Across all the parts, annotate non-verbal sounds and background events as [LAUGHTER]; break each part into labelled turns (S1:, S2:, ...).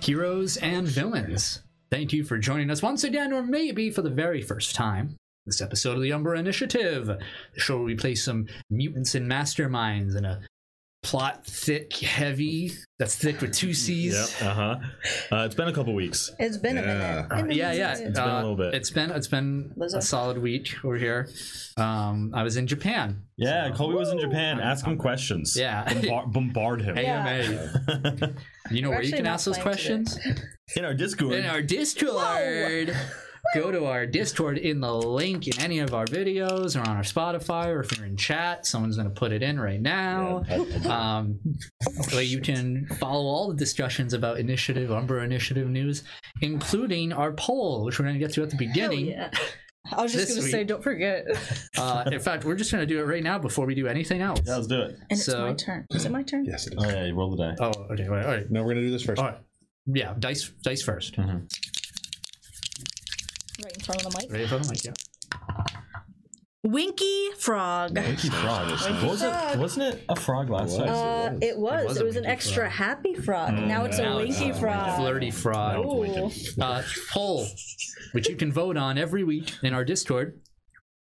S1: heroes and villains. Thank you for joining us once again, or maybe for the very first time. This episode of the Umbra Initiative, the show where we play some mutants and masterminds in a plot thick, heavy, that's thick with two C's.
S2: Yep. Uh-huh. Uh It's been a couple weeks.
S3: It's been
S4: Yeah.
S3: a minute.
S1: yeah, yeah. Uh,
S2: It's been a little bit.
S1: It's been it's been a
S3: Lizzo.
S1: solid week over here. Um, I was in Japan.
S2: Yeah, Colby was in Japan. Ask him questions.
S1: Yeah. [LAUGHS]
S2: Bombard, bombard him. [LAUGHS]
S3: Yeah.
S1: AMA. You know
S3: We're
S1: where you
S3: actually
S1: can
S3: not
S1: ask those
S3: playing today.
S1: questions?
S2: In our Discord.
S1: In our Discord. Go to our Discord in the link in any of our videos or on our Spotify or if you're in chat, someone's going to put it in right now. Um, where you can follow all the discussions about initiative, Umbra initiative news, including our poll, which we're going to get to at the beginning.
S3: yeah. I was just
S1: This
S3: going to say,
S1: week.
S3: don't forget. And
S1: Uh, in fact, we're just going to do it right now before we do anything else.
S2: yeah, let's do it.
S3: it's
S1: So-
S3: my turn. Is it my turn?
S4: Yes, it is.
S2: All right, roll the die.
S1: Oh, okay. All right. All right.
S4: No, we're gonna do this first.
S1: All right. Yeah, dice, dice first.
S3: Right in front of the mic.
S1: Ready for the mic? Yeah.
S3: Winky Frog.
S2: Winky frog. was
S3: frog.
S2: It, wasn't it a frog last
S4: It was.
S2: time?
S3: Uh, it was. It was,
S1: a
S3: an
S1: winky
S3: extra
S1: frog. Oh,
S3: happy frog. now it's a
S1: Now it's
S3: winky
S1: a
S3: frog.
S1: Flirty frog.
S2: That was
S3: Ooh.
S2: Lincoln.
S1: uh, poll, which you can vote on every week in our Discord.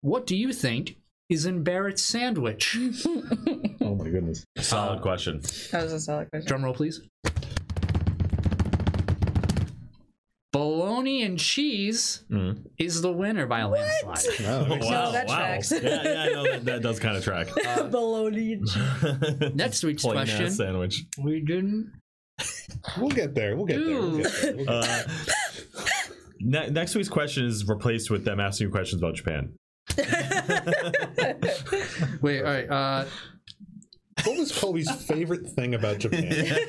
S1: What do you think is in Barrett's sandwich?
S4: [LAUGHS] Oh my [LAUGHS] goodness.
S2: Solid question.
S3: That was a solid question.
S1: Drum roll, please. Bologna and cheese
S2: Mm.
S1: is the winner by a landslide.
S4: Wow. that makes sense.
S3: that tracks.
S2: yeah, yeah, I know that, that does kind of track.
S3: [LAUGHS] Bologna and
S1: [LAUGHS]
S3: cheese.
S1: Next week's
S2: Plain ass
S1: question.
S2: sandwich.
S1: We didn't.
S4: We'll get there. We'll get there. We'll get there. We'll get there.
S2: Uh, ne- next week's question is replaced with them asking you questions about [LAUGHS] Japan.
S1: Wait, all right. Uh,
S4: [LAUGHS] what was Colby's favorite thing about [LAUGHS] Japan?
S1: [LAUGHS]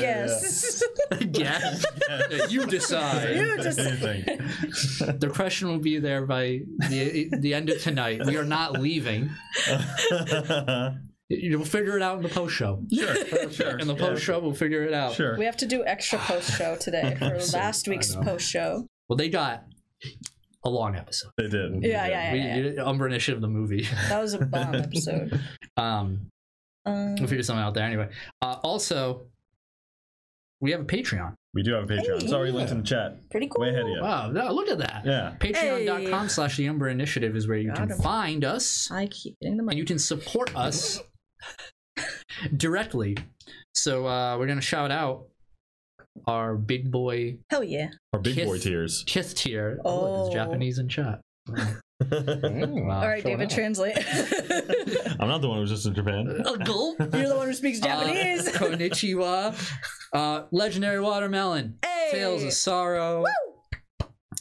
S3: Guess. [LAUGHS]
S1: yeah. you decide.
S3: You just
S2: Anything.
S1: The question will be there by the the end of tonight. We are not leaving. You'll figure it out in the post show.
S2: [LAUGHS] sure, sure.
S1: In the post show, we'll figure it out.
S2: Sure.
S3: We have to do extra post show
S1: [LAUGHS]
S3: today for last week's post show.
S1: Well, they got a long episode.
S2: They did.
S3: Yeah, yeah,
S1: We,
S3: yeah, yeah.
S1: Umber Initiative, the movie. [LAUGHS]
S3: That was a bomb episode.
S1: Um,
S3: Um,
S1: we'll figure something out there anyway. Uh, also, we have a Patreon.
S2: We do have a Patreon.
S3: Hey.
S2: Sorry, linked in the chat.
S3: pretty cool.
S2: Way ahead of you.
S1: Wow, no, look at that.
S2: Yeah.
S1: Patreon.com slash The Umber Initiative is where you
S3: Got
S1: can
S3: him.
S1: find us
S3: I keep getting the
S1: and
S3: money.
S1: you can support us [LAUGHS] directly. So uh, we're going to shout out our big boy
S3: Hell yeah.
S2: Or big boy
S1: Kith.
S2: [LAUGHS] tears.
S1: Kith tier. Oh, look,
S3: Oh.
S1: it's Japanese in chat.
S4: Mm.
S1: Wow,
S3: All right,
S1: showing
S3: David,
S1: up. [LAUGHS]
S3: translate. [LAUGHS]
S2: I'm not the one who was just in Japan.
S1: A gulp.
S3: Oh, You're the one who speaks Japanese.
S1: [LAUGHS] Uh, konnichiwa. Uh, legendary watermelon.
S3: Hey!
S1: Tales of sorrow.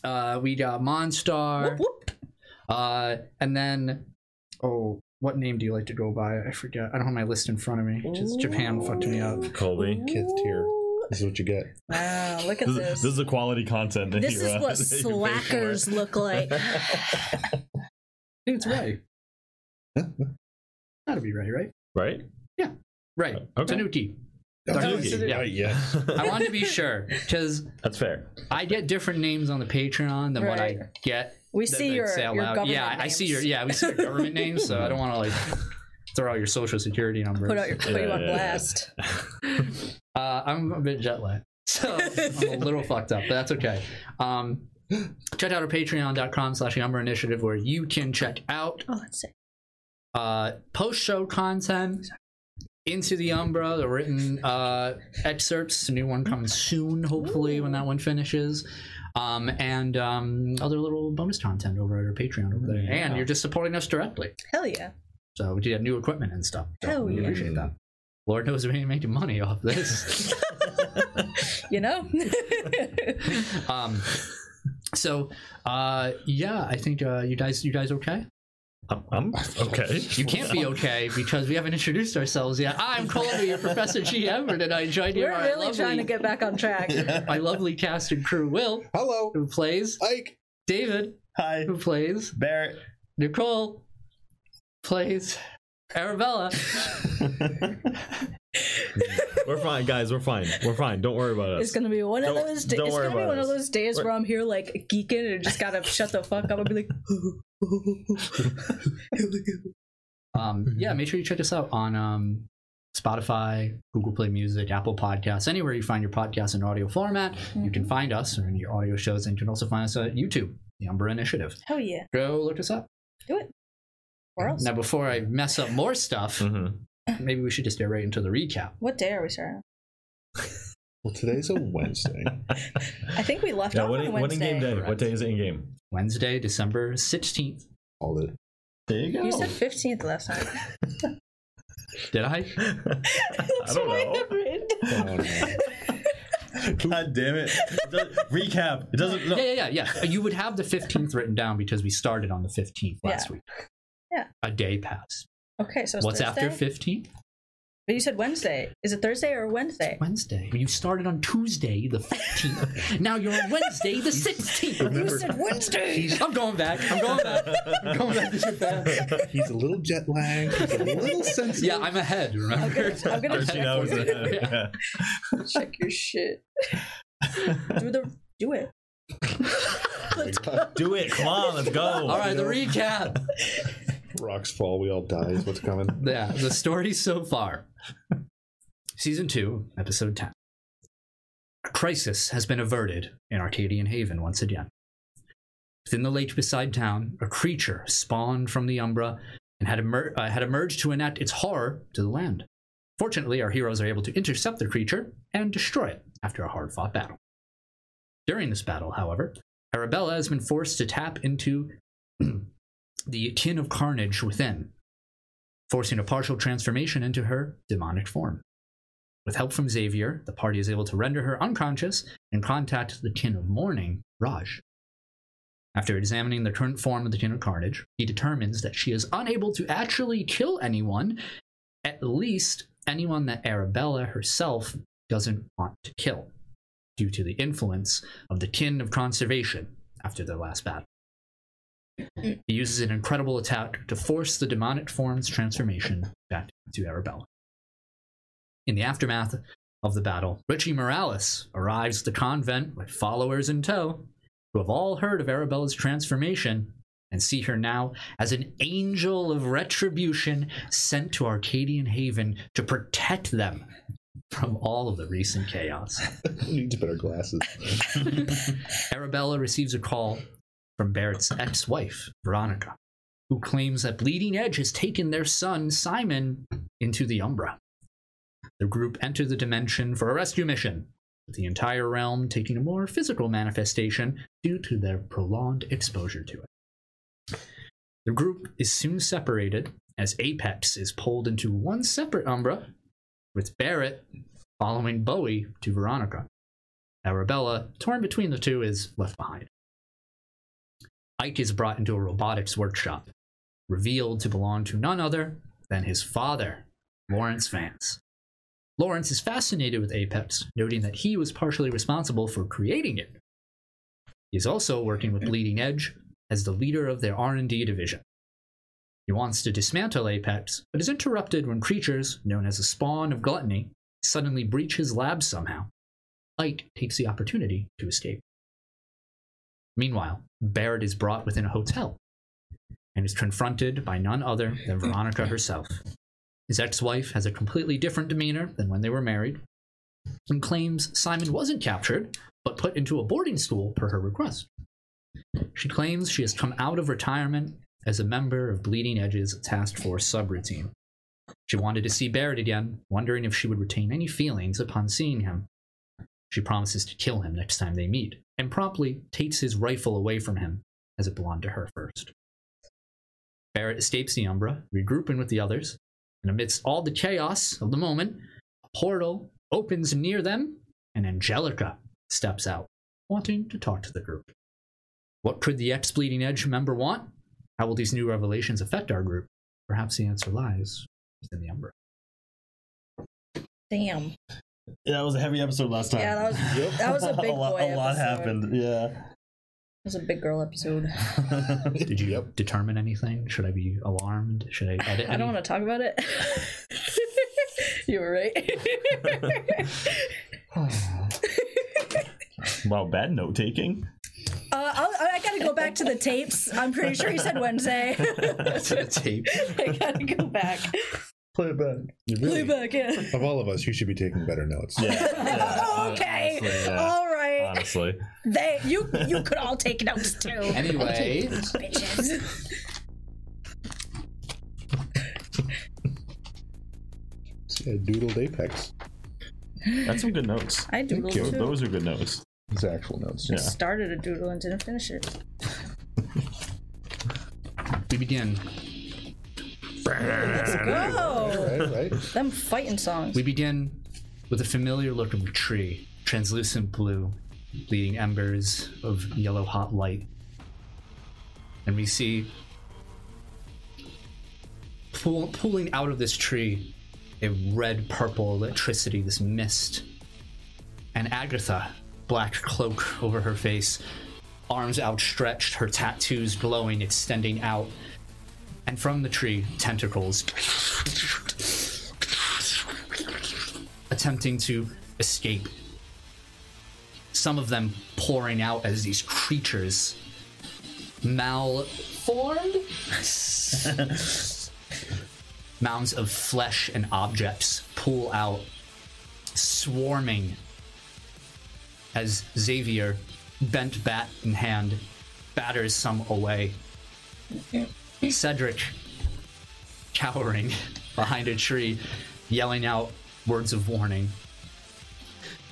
S1: Uh, we got Monstar.
S3: Whoop, whoop.
S1: Uh, and then, oh, what name do you like to go by? I forget. I don't have my list in front of me. Just Japan fucked me up.
S2: Colby.
S4: Kith tier.
S3: Ooh.
S4: This is what you get.
S3: Wow, look at
S2: This,
S3: this.
S2: is- this is the quality content that
S3: This
S2: you,
S3: is
S2: uh, [LAUGHS]
S3: what
S2: that you pay for.
S3: slackers
S2: [LAUGHS]
S3: look like.
S1: I think it's
S3: [LAUGHS]
S1: Ray. That'll be Ray, right?
S2: Right?
S1: Right.
S2: Okay.
S1: Tanuki.
S4: Tanuki.
S1: Yeah.
S4: Right, yeah.
S2: [LAUGHS]
S1: I wanted to
S3: [LAUGHS]
S1: be sure because
S2: That's fair.
S1: I get different names on the Patreon than what I
S3: Right.
S1: get.
S3: We
S1: that
S3: see
S1: they
S3: your,
S1: say out
S3: your
S1: loud.
S3: government
S1: Yeah, I see your
S3: names.
S1: yeah, we see your
S3: [LAUGHS]
S1: government names, so I don't want to like throw out your social security number.
S3: Put out your put you
S2: Yeah,
S3: on
S2: yeah, yeah.
S3: blast.
S1: Uh, I'm a bit jet lagged, [LAUGHS] so I'm a little fucked up, but that's okay. Um, check out our patreon.com slash Yumber Initiative where you can check out
S3: Oh, let's see.
S1: uh, post show content. Into the Umbra, the written uh, excerpts. The new one comes soon, hopefully, when that one finishes. Um, and um, other little bonus content over at our Patreon over there. And you're just supporting us directly.
S3: Hell yeah.
S1: So we do have new equipment and stuff. So
S3: Hell
S1: we
S3: yeah.
S1: appreciate that. Lord knows we ain't making money off this.
S2: [LAUGHS]
S3: You know? [LAUGHS]
S1: um so uh yeah i think uh you guys you guys okay
S2: I'm, I'm okay.
S1: you can't be okay because we haven't introduced ourselves yet i'm colby your professor g Everett, and i joined you
S3: We're
S1: by our
S3: really
S1: lovely,
S3: trying to get back on
S2: [LAUGHS]
S3: track.
S1: my lovely cast and crew will
S4: Hello,
S1: who plays
S4: Ike.
S1: david
S2: Hi,
S1: who plays
S2: Barrett.
S1: nicole plays arabella
S2: We're fine, guys. We're fine. We're fine. Don't worry about
S3: It's
S2: us.
S3: gonna be one of
S2: Don't-
S3: those days.
S2: don't
S3: It's
S2: worry
S3: gonna be
S2: about
S3: one of
S2: us.
S3: those days where I'm here like geeking and just gotta shut the fuck up
S2: [LAUGHS]
S3: and be like, [LAUGHS]
S1: [LAUGHS] um yeah make sure you check us out on um Spotify, Google Play Music, Apple Podcasts, anywhere you find your podcast in audio format, you can find us or in your audio shows, and you can also find us at YouTube, The Umbra Initiative.
S3: Hell yeah.
S1: Go look us up.
S3: Do it. Where else?
S1: Now, before I mess up more
S3: [LAUGHS]
S1: stuff,
S2: Mm-hmm.
S1: maybe we should just get right into the recap.
S3: What day are we starting?
S4: Well, today's a Wednesday.
S3: I think we left
S2: Yeah,
S3: off
S2: what,
S3: on
S2: in, what in
S3: Wednesday.
S2: game day? What
S1: Correct.
S2: day is it in game?
S1: Wednesday, December 16th.
S4: All the
S2: There you go.
S3: You said 15th
S2: [LAUGHS]
S3: last time.
S1: Did I?
S2: I don't know.
S4: [LAUGHS] oh, no.
S2: [LAUGHS] God damn it. It does- recap. It doesn't. No.
S1: Yeah, yeah, yeah, yeah. You would have the 15th written down because we started on the 15th last
S3: Yeah.
S1: week.
S3: Yeah.
S1: A day passed.
S3: Okay, so it's
S1: What's
S3: Thursday?
S1: after 15th?
S3: But you said Wednesday. Is it Thursday or Wednesday?
S1: Wednesday. You started on Tuesday, the
S3: [LAUGHS]
S1: 15th. now you're on Wednesday, the 16th.
S3: You
S1: [LAUGHS]
S3: said Wednesday.
S1: I'm going back. I'm going [LAUGHS] back.
S2: [LAUGHS]
S1: I'm going back to Japan.
S4: He's a little jet lagged. He's [LAUGHS] a little sensitive.
S1: Yeah, I'm ahead, remember?
S3: Okay, I'm gonna
S2: Thirteen hours
S3: [LAUGHS] check,
S1: Yeah.
S2: ahead.
S3: [LAUGHS] check your
S1: [LAUGHS]
S3: shit. do the do it.
S2: Do it. Come on. Let's go.
S1: All right, the recap.
S4: Rocks fall, we all die. Is what's coming.
S1: Yeah, the story so far. Season 2, Episode 10. A crisis has been averted in Arcadian Haven once again. Within the lake beside town, a creature spawned from the Umbra and had, emer- uh, had emerged to enact its horror to the land. Fortunately, our heroes are able to intercept the creature and destroy it after a hard fought battle. During this battle, however, Arabella has been forced to tap into [CLEARS THROAT] the kin of carnage within forcing a partial transformation into her demonic form. With help from Xavier, the party is able to render her unconscious and contact the kin of mourning, Raj. After examining the current form of the kin of carnage, he determines that she is unable to actually kill anyone, at least anyone that Arabella herself doesn't want to kill, due to the influence of the kin of conservation after their last battle. He uses an incredible attack to force the demonic form's transformation back to Arabella. In the aftermath of the battle, Richie Morales arrives at the convent with followers in tow, who have all heard of Arabella's transformation and see her now as an angel of retribution sent to Arcadian Haven to protect them from all of the recent chaos.
S4: Needs better [SIGHS] glasses.
S1: Arabella receives a call from Barrett's ex wife, Veronica, who claims that Bleeding Edge has taken their son, Simon, into the Umbra. The group enter the dimension for a rescue mission, with the entire realm taking a more physical manifestation due to their prolonged exposure to it. The group is soon separated as Apex is pulled into one separate Umbra, with Barrett following Bowie to Veronica. Arabella, torn between the two, is left behind. Ike is brought into a robotics workshop, revealed to belong to none other than his father, Lawrence Vance. Lawrence is fascinated with Apex, noting that he was partially responsible for creating it. He is also working with Bleeding Edge as the leader of their R&D division. He wants to dismantle Apex, but is interrupted when creatures, known as the spawn of gluttony, suddenly breach his lab somehow. Ike takes the opportunity to escape. Meanwhile, Barrett is brought within a hotel and is confronted by none other than Veronica herself. His ex wife has a completely different demeanor than when they were married and claims Simon wasn't captured but put into a boarding school per her request. She claims she has come out of retirement as a member of Bleeding Edge's Task Force subroutine. She wanted to see Barrett again, wondering if she would retain any feelings upon seeing him. She promises to kill him next time they meet, and promptly takes his rifle away from him, as it belonged to her first. Barrett escapes the Umbra, regrouping with the others, and amidst all the chaos of the moment, a portal opens near them, and Angelica steps out, wanting to talk to the group. What could the ex Bleeding Edge member want? How will these new revelations affect our group? Perhaps the answer lies within the Umbra.
S3: Damn.
S5: Yeah, that was a heavy episode last time.
S3: Yeah, that
S5: [LAUGHS]
S3: was that was a big
S5: a lot,
S3: boy
S5: a lot
S3: episode.
S5: happened. [LAUGHS] Yeah.
S3: It was a big girl episode.
S1: Did you
S4: Yep.
S1: determine anything? Should I be alarmed? Should I edit?
S3: [LAUGHS] I don't
S1: any-
S3: want to talk about it. you were
S1: [LAUGHS]
S3: right.
S5: wow, bad note taking.
S3: Uh, I'll, I gotta go back to
S1: [LAUGHS]
S3: the [LAUGHS] tapes. I'm pretty sure he said Wednesday.
S1: to tape.
S3: I gotta go back.
S4: Playback. You really,
S3: Playback, yeah.
S4: of all of us, you should be taking better notes.
S5: Yeah,
S3: [LAUGHS]
S1: uh,
S5: yeah,
S3: okay.
S5: honestly, yeah.
S3: All right.
S2: honestly.
S3: They you you could all take
S1: [LAUGHS]
S3: notes too.
S1: Anyway,
S3: [LAUGHS] bitches.
S4: Yeah, doodled apex.
S5: That's some good notes.
S3: I doodled
S4: you.
S3: too.
S5: Those, those are good notes.
S4: His actual notes.
S5: Yeah.
S3: Started a doodle and didn't finish it.
S1: we begin.
S3: Whoa!
S4: Right, right.
S3: Them fighting songs.
S1: We begin with a familiar looking tree, translucent blue, leading embers of yellow hot light. And we see pull, pulling out of this tree a red purple electricity, this mist. And Agatha, black cloak over her face, arms outstretched, her tattoos glowing, extending out. And from the tree, tentacles attempting to escape. Some of them pouring out as these creatures, malformed mounds of flesh and objects pull out, swarming as Xavier, bent bat in hand, batters some away. Cedric, cowering behind a tree, yelling out words of warning.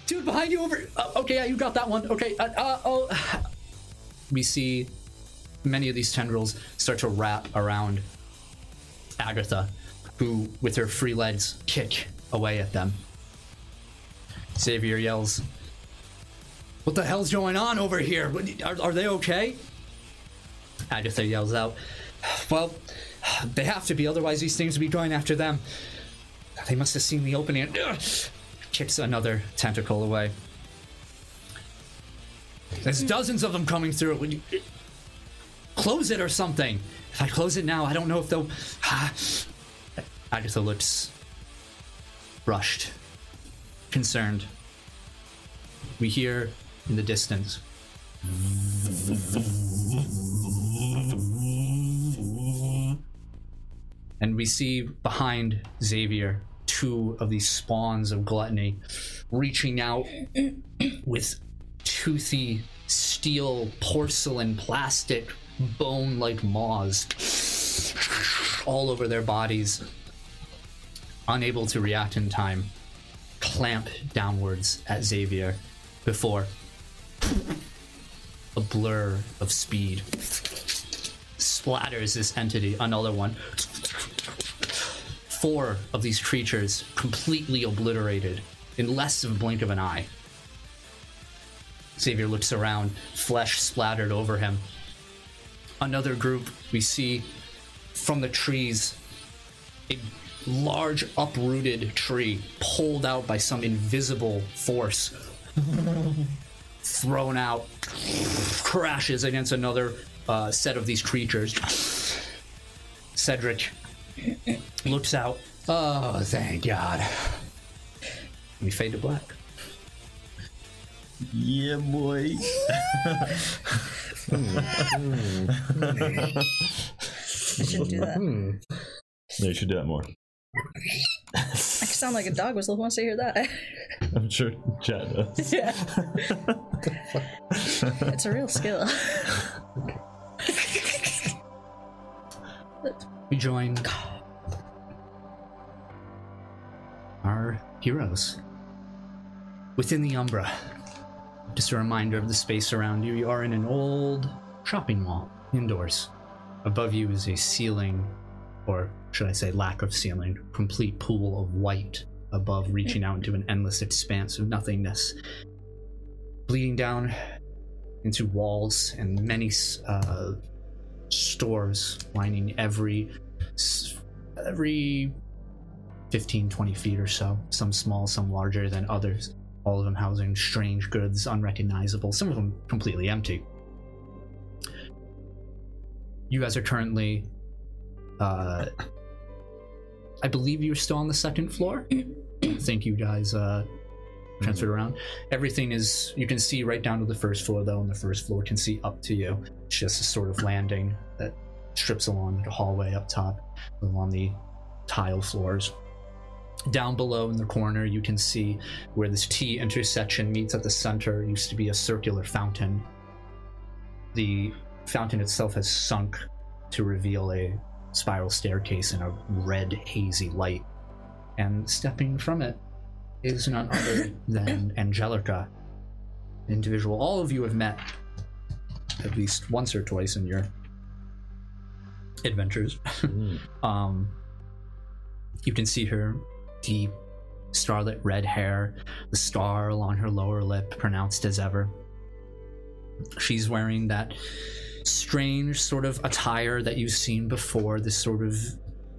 S1: Dude, behind you over. Uh, okay, yeah, you got that one. Okay, uh, uh, oh. [SIGHS] We see many of these tendrils start to wrap around Agatha, who, with her free legs, kick away at them. Xavier yells, What the hell's going on over here? What- Are, are they okay? Agatha yells out, Well, they have to be, otherwise, these things would be going after them. They must have seen the opening. [SIGHS] Kicks another tentacle away. There's dozens of them coming through. Will you- close it or something. If I close it now, I don't know if they'll. [SIGHS] Agatha looks rushed, concerned. We hear in the distance. And we see behind Xavier two of these spawns of gluttony reaching out with toothy steel, porcelain, plastic, bone like maws all over their bodies, unable to react in time, clamp downwards at Xavier before a blur of speed splatters this entity, another one. Four of these creatures completely obliterated in less than a blink of an eye. Xavier looks around, flesh splattered over him. Another group we see from the trees a large uprooted tree pulled out by some invisible force, [LAUGHS] thrown out, crashes against another uh, set of these creatures. Cedric looks out. Oh, thank God. We fade to black.
S5: Yeah, boy.
S3: I should do that.
S1: Hmm.
S3: I
S5: Yeah, you should do that more. [LAUGHS]
S3: could sound like a dog whistle. Who wants to hear that? [LAUGHS]
S5: I'm sure Chad does.
S1: [LAUGHS]
S3: yeah. it's a real skill.
S1: We join our heroes within the Umbra. Just a reminder of the space around you. You are in an old shopping mall indoors. Above you is a ceiling, or should I say, lack of ceiling, complete pool of white above, reaching out into an endless expanse of nothingness, bleeding down into walls and many uh, stores lining every s- every 15 20 feet or so some small some larger than others all of them housing strange goods unrecognizable some of them completely empty you guys are currently uh i believe you're still on the second floor i don't think you guys uh transferred around everything is you can see right down to the first floor though and the first floor can see up to you it's just a sort of landing that strips along the hallway up top along the tile floors. Down below in the corner, you can see where this T intersection meets at the center used to be a circular fountain. The fountain itself has sunk to reveal a spiral staircase in a red, hazy light. And stepping from it is none other than Angelica, an individual all of you have met at least once or twice in your adventures.
S2: Hmm.
S1: um, you can see her deep starlit red hair, the star along her lower lip, pronounced as ever. She's wearing that strange sort of attire that you've seen before, this sort of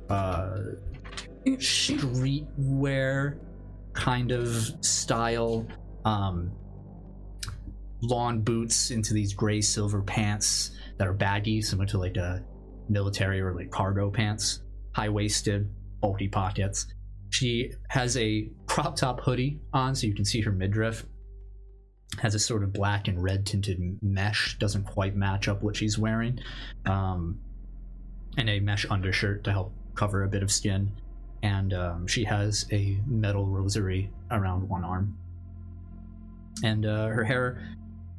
S1: uh, streetwear kind of style. Um, lawn boots into these gray silver pants that are baggy, similar to like a military or like cargo pants, high waisted, bulky pockets. She has a crop top hoodie on, so you can see her midriff. Has a sort of black and red tinted mesh, doesn't quite match up what she's wearing, um, and a mesh undershirt to help cover a bit of skin. And um, she has a metal rosary around one arm. And uh, her hair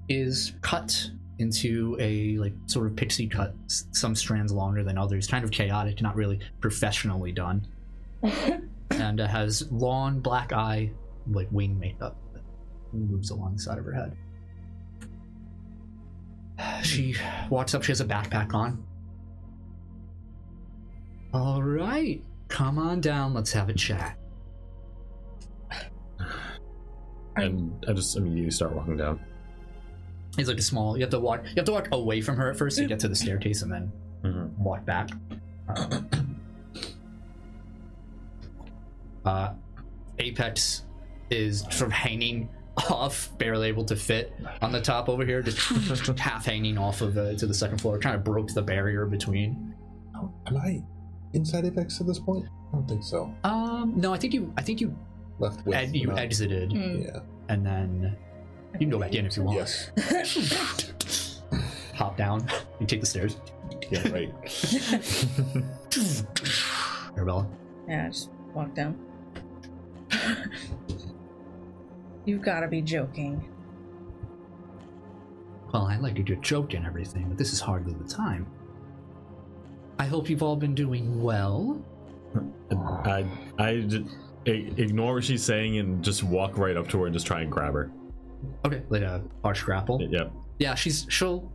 S1: is cut into a like sort of pixie cut, s- some strands longer than others, kind of chaotic, not really professionally done, and uh, has long black eye like wing makeup that moves along the side of her head. [SIGHS] She walks up. She has a backpack on. All right, come on down. Let's have a chat.
S2: And I just immediately start walking down.
S1: It's like a small. You have to walk. You have to walk away from her at first to get to the staircase, and then
S5: Mm-hmm.
S2: Mhm.
S1: walk back. Um, uh, Apex is sort of hanging off, barely able to fit on the top over here, just half hanging off of the to the second floor. Kind of broke the barrier between.
S4: Am I inside Apex at this point? I don't think so.
S1: Um, no, I think you. I think you.
S4: Left with.
S1: Ed, you
S4: not-
S1: exited,
S3: Mm.
S4: Yeah.
S1: and then you can go back in if you want.
S4: Yes.
S1: Hop down. [LAUGHS] You take the stairs. [LAUGHS]
S4: Yeah. Right.
S1: Arabella.
S3: yeah, just walk down. [LAUGHS] You've got to be joking.
S1: Well, I like a good joke and everything, but this is hardly the time. I hope you've all been doing well.
S2: I I just ignore what she's saying and just walk right up to her and just try and grab her.
S1: Okay, like a harsh grapple.
S2: Yep.
S1: Yeah, she's she'll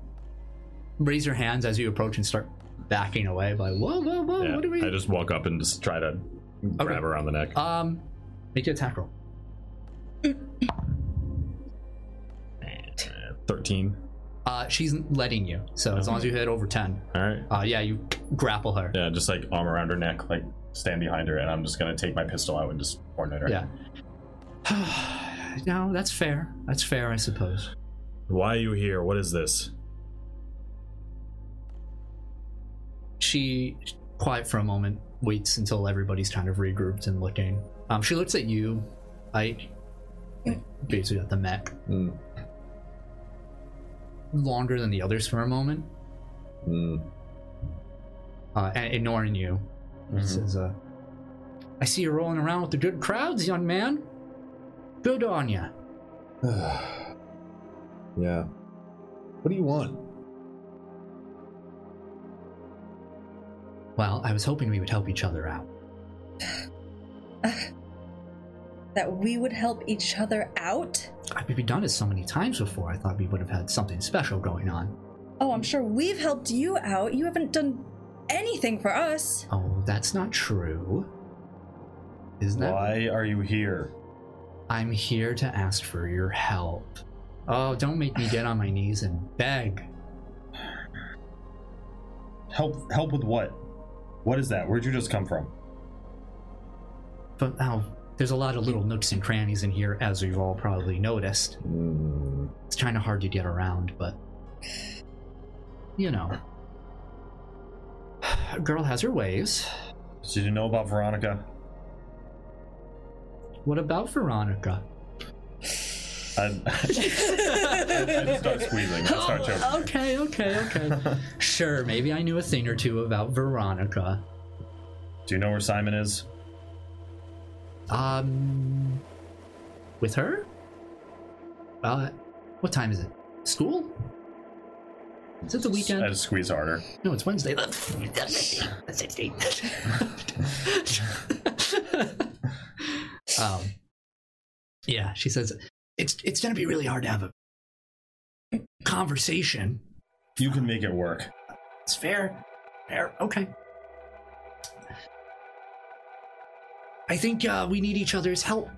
S1: raise her hands as you approach and start backing away. By whoa, whoa,
S3: Oh,
S1: whoa!
S2: yeah.
S1: What do we?
S2: I just walk up and just try to grab
S1: Okay.
S2: her around the neck.
S1: Um, make an attack roll.
S2: Thirteen.
S1: Uh, she's letting you, so as long as you hit over ten,
S2: All right.
S1: uh, yeah, you grapple her.
S2: Yeah, just like arm around her neck, like stand behind her, and I'm just gonna take my pistol out and just coordinate her.
S1: Yeah. [SIGHS] no, that's fair. That's fair, I suppose.
S2: Why are you here? What is this?
S1: she quiet for a moment waits until everybody's kind of regrouped and looking um she looks at you ike basically at the mech
S4: Mm.
S1: longer than the others for a moment
S4: Mm. [SIGHS]
S1: uh and ignoring you She says uh i see you're rolling around with the good crowds young man good on ya
S4: yeah. What do you want?
S1: well i was hoping we would help each other out
S3: That we would help each other out?
S1: I- we've done it so many times before i thought we would have had something special going on
S3: Oh, I'm sure we've helped you out. You haven't done anything for us.
S1: oh that's not true isn't that
S5: Why are you here?
S1: I'm here to ask for your help. Oh, don't make me get on my knees and beg.
S5: Help help with what? What is that? Where'd you just come from?
S1: But oh, there's a lot of little nooks and crannies in here, as you've all probably noticed.
S4: Mm.
S1: It's kind of hard to get around, but you know, a girl has her ways.
S5: So you know about Veronica?
S1: What about [LAUGHS] Veronica?
S5: I, [LAUGHS] I start squeezing. I
S1: [LAUGHS]
S5: start choking.
S1: Okay, [LAUGHS] okay, okay. sure, maybe I knew a thing or two about Veronica.
S5: Do you know where Simon is?
S1: Um, with her? Uh, what time is it? School? Is it the weekend?
S5: I just squeeze harder.
S1: No, it's Wednesday. That's sixteen. um, yeah, she says it's it's gonna be really hard to have a conversation.
S5: You can make it work.
S1: It's fair, fair, okay. I think uh, we need each other's help.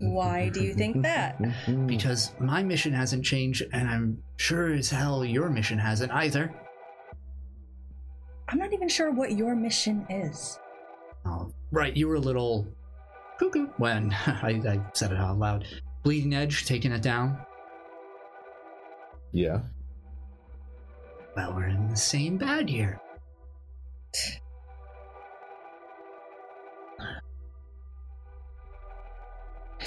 S3: Why do you
S6: [LAUGHS]
S3: think
S4: [LAUGHS]
S3: that?
S4: Mm-hmm.
S1: because my mission hasn't changed, and I'm sure as hell your mission hasn't either.
S3: I'm not even sure what your mission is.
S1: Oh, right, you were a little cuckoo when [LAUGHS] I, I said it out loud. Bleeding Edge taking it down.
S4: Yeah.
S1: Well, we're in the same bad year.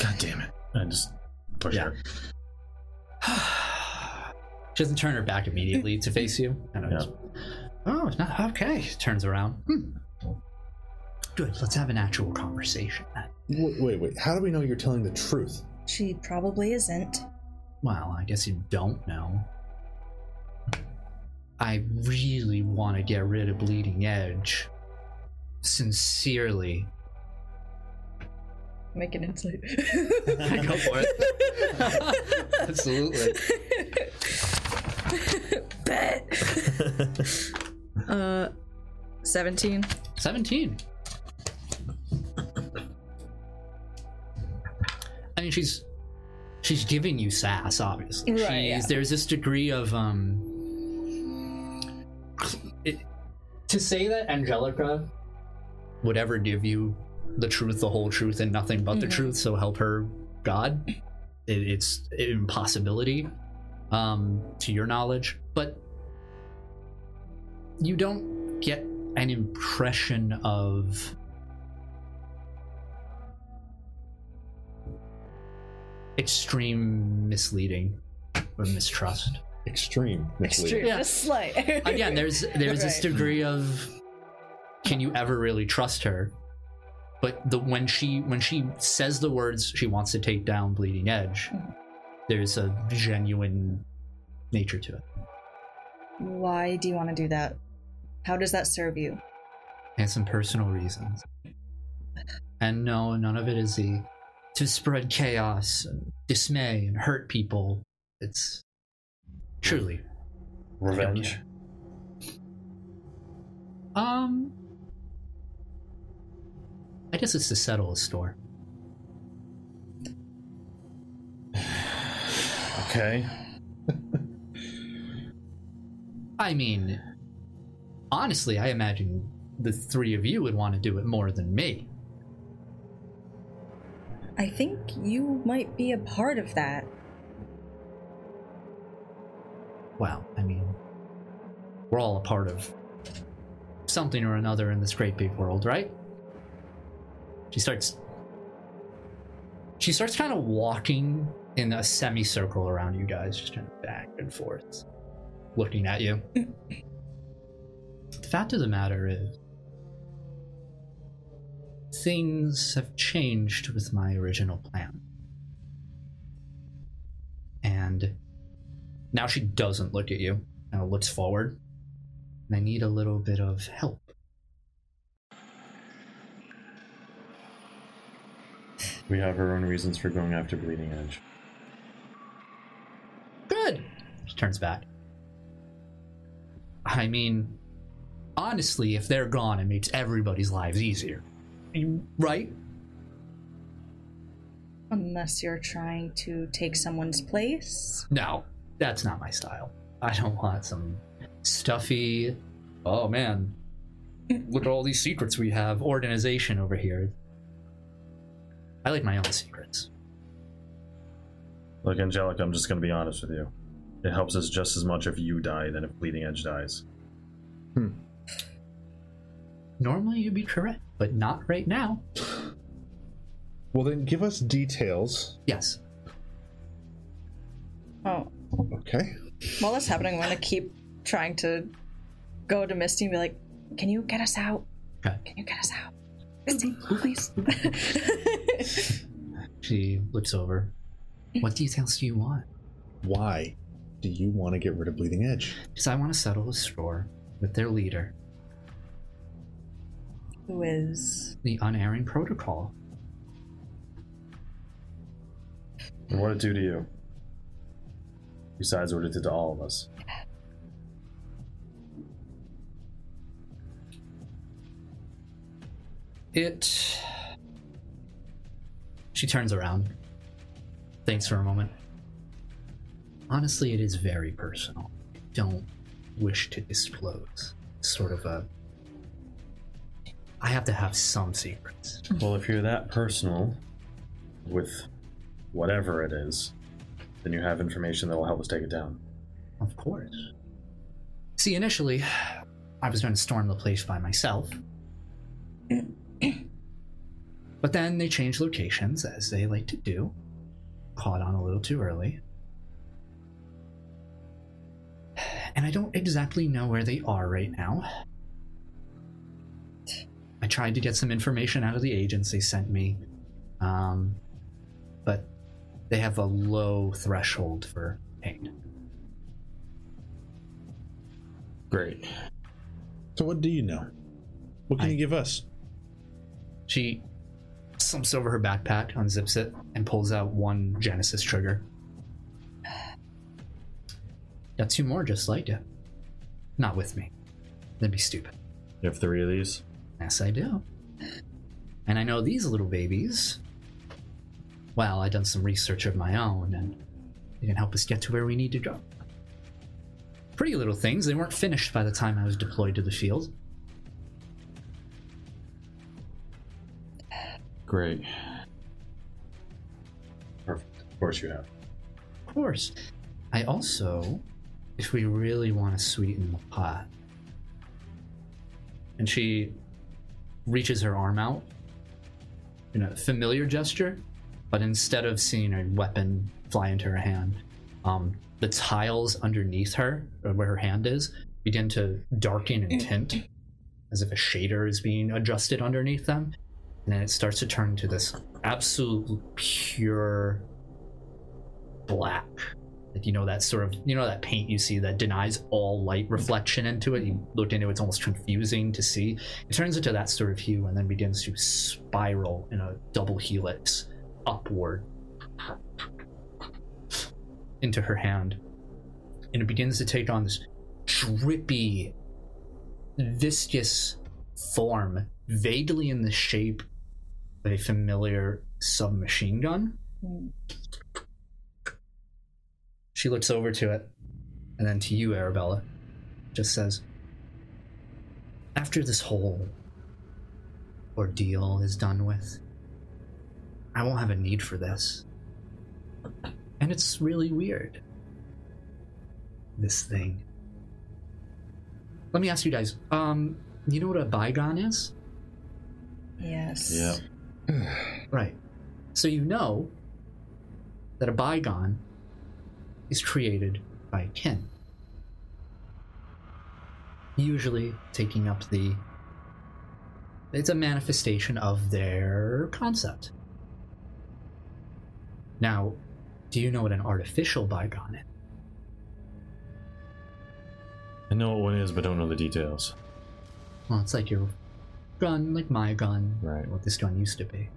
S5: God damn it. I just push
S1: Yeah.
S5: her.
S1: [SIGHS] She doesn't turn her back immediately to face you. Kind of
S5: Yeah.
S1: just, oh, it's not okay. Turns around. Hmm. Good. Let's have an actual conversation. then.
S4: Wait, wait, wait. How do we know you're telling the truth?
S3: She probably isn't.
S1: Well, I guess you don't know. I really want to get rid of Bleeding Edge. Sincerely.
S3: Make an insight.
S1: [LAUGHS] Go for it.
S3: [LAUGHS]
S1: Absolutely.
S3: Bet.
S1: [LAUGHS]
S3: uh, 17.
S1: 17. I mean, she's she's giving you sass, obviously.
S3: Right,
S1: she's,
S3: yeah.
S1: There's this degree of um. It, to say that Angelica would ever give you the truth, the whole truth, and nothing but the
S3: Mhm.
S1: truth, so help her God, it, it's an impossibility, um, to your knowledge. But you don't get an impression of extreme misleading or mistrust.
S4: Extreme. misleading.
S3: Extreme.
S1: Yeah.
S3: Just slight.
S1: [LAUGHS] Again, there's there's this
S3: Right.
S1: degree of can you ever really trust her? But the when she when she says the words she wants to take down Bleeding Edge,
S3: Mhm.
S1: there's a genuine nature to it.
S3: Why do you want to do that? How does that serve you?
S1: and some personal reasons. And no, none of it is the to spread chaos, and dismay, and hurt people. It's truly
S5: Revenge.
S1: um. I guess it's to settle a store.
S5: Okay.
S1: I mean, honestly, I imagine the three of you would want to do it more than me.
S3: I think you might be a part of that.
S1: Well, I mean, we're all a part of something or another in this great big world, right? She starts. She starts kind of walking in a semicircle around you guys, just kind of back and forth, looking at you. the fact of the matter is, things have changed with my original plan. And now she doesn't look at you. Now looks forward. And I need a little bit of help.
S5: We have our own reasons for going after Bleeding Edge.
S1: Good. She turns back. I mean, honestly, if they're gone, it makes everybody's lives easier. You- Right?
S3: Unless you're trying to take someone's place.
S1: No, that's not my style. I don't want some stuffy, oh man, look at all these secrets we have, organization over here. I like my own secrets.
S5: Look, Angelica, I'm just gonna be honest with you. It helps us just as much if you die than if Bleeding Edge dies.
S1: Normally you'd be correct, but not right now.
S4: Well, then give us details.
S1: Yes.
S3: Oh,
S4: Okay.
S3: while that's happening, I'm going to keep trying to go to Misty and be like, "Can you get us out?
S1: Okay.
S3: Can you get us out, Misty, please?" [LAUGHS]
S1: She looks over. What details do you want?
S4: Why do you want to get rid of Bleeding Edge?
S1: Because I want to settle with Stror, with their leader,
S3: Who is?
S1: the unerring protocol.
S5: And what'd it do to you? Besides what it did to all of us. [LAUGHS]
S1: It. She turns around. Thinks for a moment. Honestly, it is very personal. I don't wish to disclose. Sort of a. I have to have some secrets.
S5: Well, if you're that personal with whatever it is, then you have information that will help us take it down.
S1: Of course. See, initially, I was going to storm the place by [CLEARS THROAT] myself. but then they changed locations, as they like to do. Caught on a little too early. And I don't exactly know where they are right now. I tried to get some information out of the agents they sent me, um, but they have a low threshold for pain.
S2: Great.
S4: So, what do you know? What can
S1: I-
S4: you give us?
S1: She slumps over her backpack, unzips it, and pulls out one Genesis trigger. Got two more just like it. Not with me. That'd be stupid.
S5: You have three of these?
S1: Yes, I do. And I know these little babies. Well, I done some research of my own, and they can help us get to where we need to go. Pretty little things. They weren't finished by the time I was deployed to the field.
S2: Great.
S5: Perfect. Of course you have.
S1: Of course. I also, if we really want to sweeten the pot, and she reaches her arm out in a familiar gesture, but instead of seeing a weapon fly into her hand, um, the tiles underneath her, or where her hand is, begin to darken and tint as if a shader is being adjusted underneath them. And then it starts to turn to this absolute pure black. Like, you know that sort of you know that paint you see that denies all light reflection into it. You look into it, it's almost confusing to see. It turns into that sort of hue and then begins to spiral in a double helix upward into her hand. And it begins to take on this drippy, viscous form, vaguely in the shape of a familiar submachine gun. She looks over to it, and then to you, Arabella. Just says, After this whole ordeal is done with, I won't have a need for this. And it's really weird. This thing. Let me ask you guys, um, you know what a bygone is?
S3: Yes.
S5: Yeah.
S1: Right. So you know that a bygone is created by kin. Usually taking up the. It's a manifestation of their concept. Now, do you know what an artificial bygone is?
S5: I know what one is, but don't know the details.
S1: Well, it's like your gun, like my gun,
S5: Right.
S1: what this gun used to be.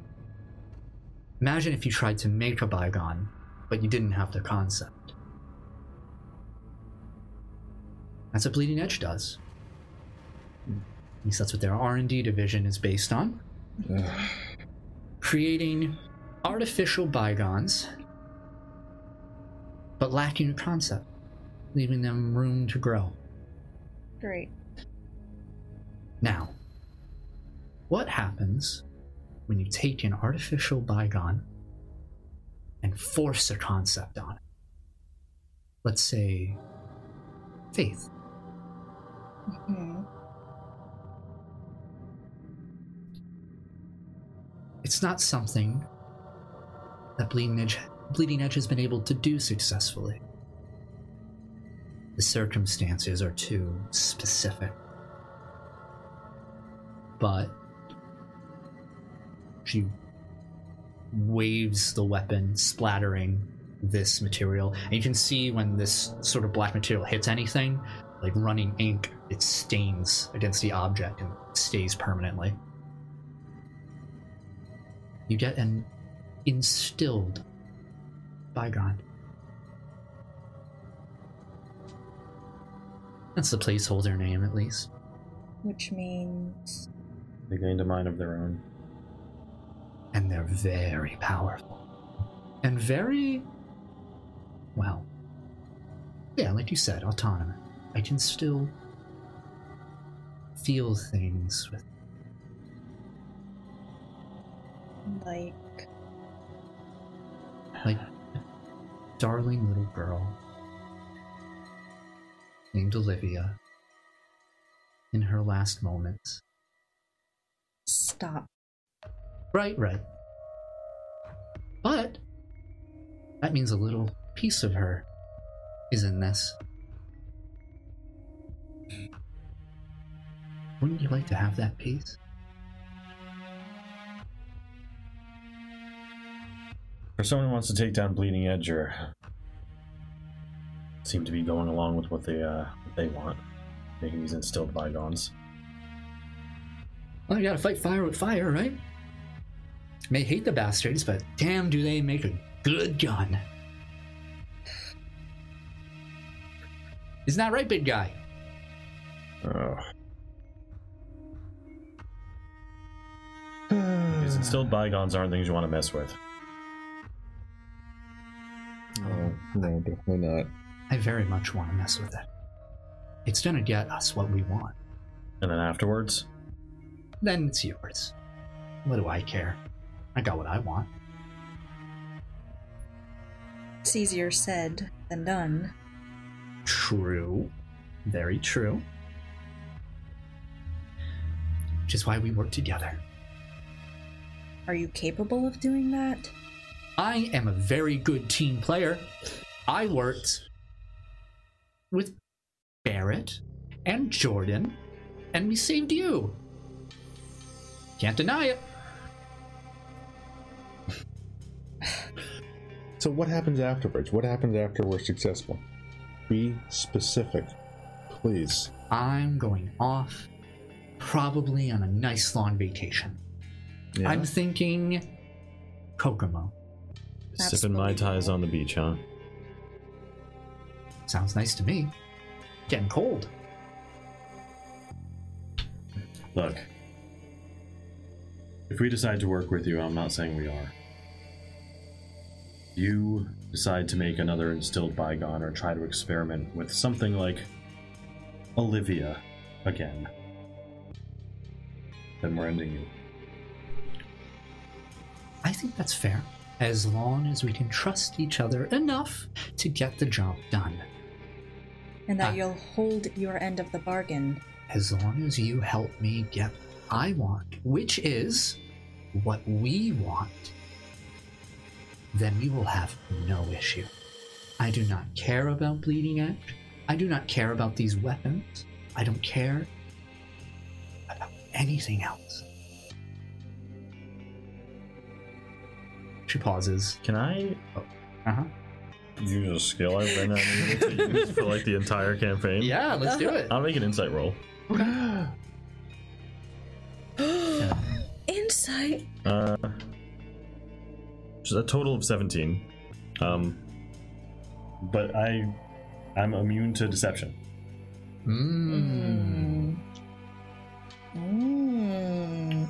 S1: Imagine if you tried to make a bygone, but you didn't have the concept. That's what Bleeding Edge does. At least that's what their R&D division is based on. Creating artificial bygones, but lacking a concept, leaving them room to grow.
S3: Great.
S1: Now, what happens when you take an artificial bygone and force a concept on it? Let's say faith.
S3: Hmm.
S1: It's not something that Bleeding Edge, Bleeding Edge has been able to do successfully. The circumstances are too specific. But she waves the weapon, splattering this material. And you can see when this sort of black material hits anything, like running ink, it stains against the object and stays permanently. You get an instilled bygone. That's the placeholder name, at least.
S3: Which means
S2: They gained a mind of their own.
S1: and they're very powerful and very well yeah like you said autonomous i can still feel things with
S3: like
S1: like darling little girl named olivia in her last moments
S3: stop.
S1: Right, right. But that means a little piece of her is in this. Wouldn't you like to have that piece?
S2: For someone who wants to take down Bleeding Edge or seem to be going along with what they uh, what they want, making these instilled bygones.
S1: Well, you gotta fight fire with fire, right? May hate the bastards, but damn, do they make a good gun. Isn't that right, big guy?
S2: Oh.
S4: [SIGHS]
S2: These instilled bygones aren't things you want to mess with.
S4: Oh,
S6: No, no, definitely not.
S1: I very much want to mess with it. It's gonna get us what we want.
S2: And then afterwards,
S1: then it's yours. What do I care? I got what I want.
S3: It's easier said than done.
S1: True. Very true. Which is why we work together.
S3: Are you capable of doing that?
S1: I am a very good team player. I worked with Barrett and Jordan, and we saved you. Can't deny it.
S6: So what happens afterwards? What happens after we're successful? Be specific, please.
S1: I'm going off, probably on a nice long vacation.
S6: Yeah.
S1: I'm thinking Kokomo.
S7: Sipping Mai Tais on the beach, huh?
S1: Sounds nice to me. Getting cold.
S2: look. If we decide to work with you, I'm not saying we are. You decide to make another instilled bygone or try to experiment with something like Olivia again. Then we're ending you.
S1: I think that's fair. As long as we can trust each other enough to get the job done.
S3: And that
S1: Ah.
S3: you'll hold your end of the bargain.
S1: [GASPS] As long as you help me get what I want, which is what we want, then we will have no issue. I do not care about Bleeding Edge. I do not care about these weapons. I don't care about anything else. She pauses.
S7: Can I Oh.
S1: Uh huh.
S7: use a skill I've been unable to use for like the entire campaign?
S1: Yeah, let's do it. [GASPS]
S7: I'll make an insight roll.
S3: [GASPS] Insight.
S7: Uh, so a total of 17. Um,
S2: But I, I'm immune to deception.
S1: Mm.
S3: Mm.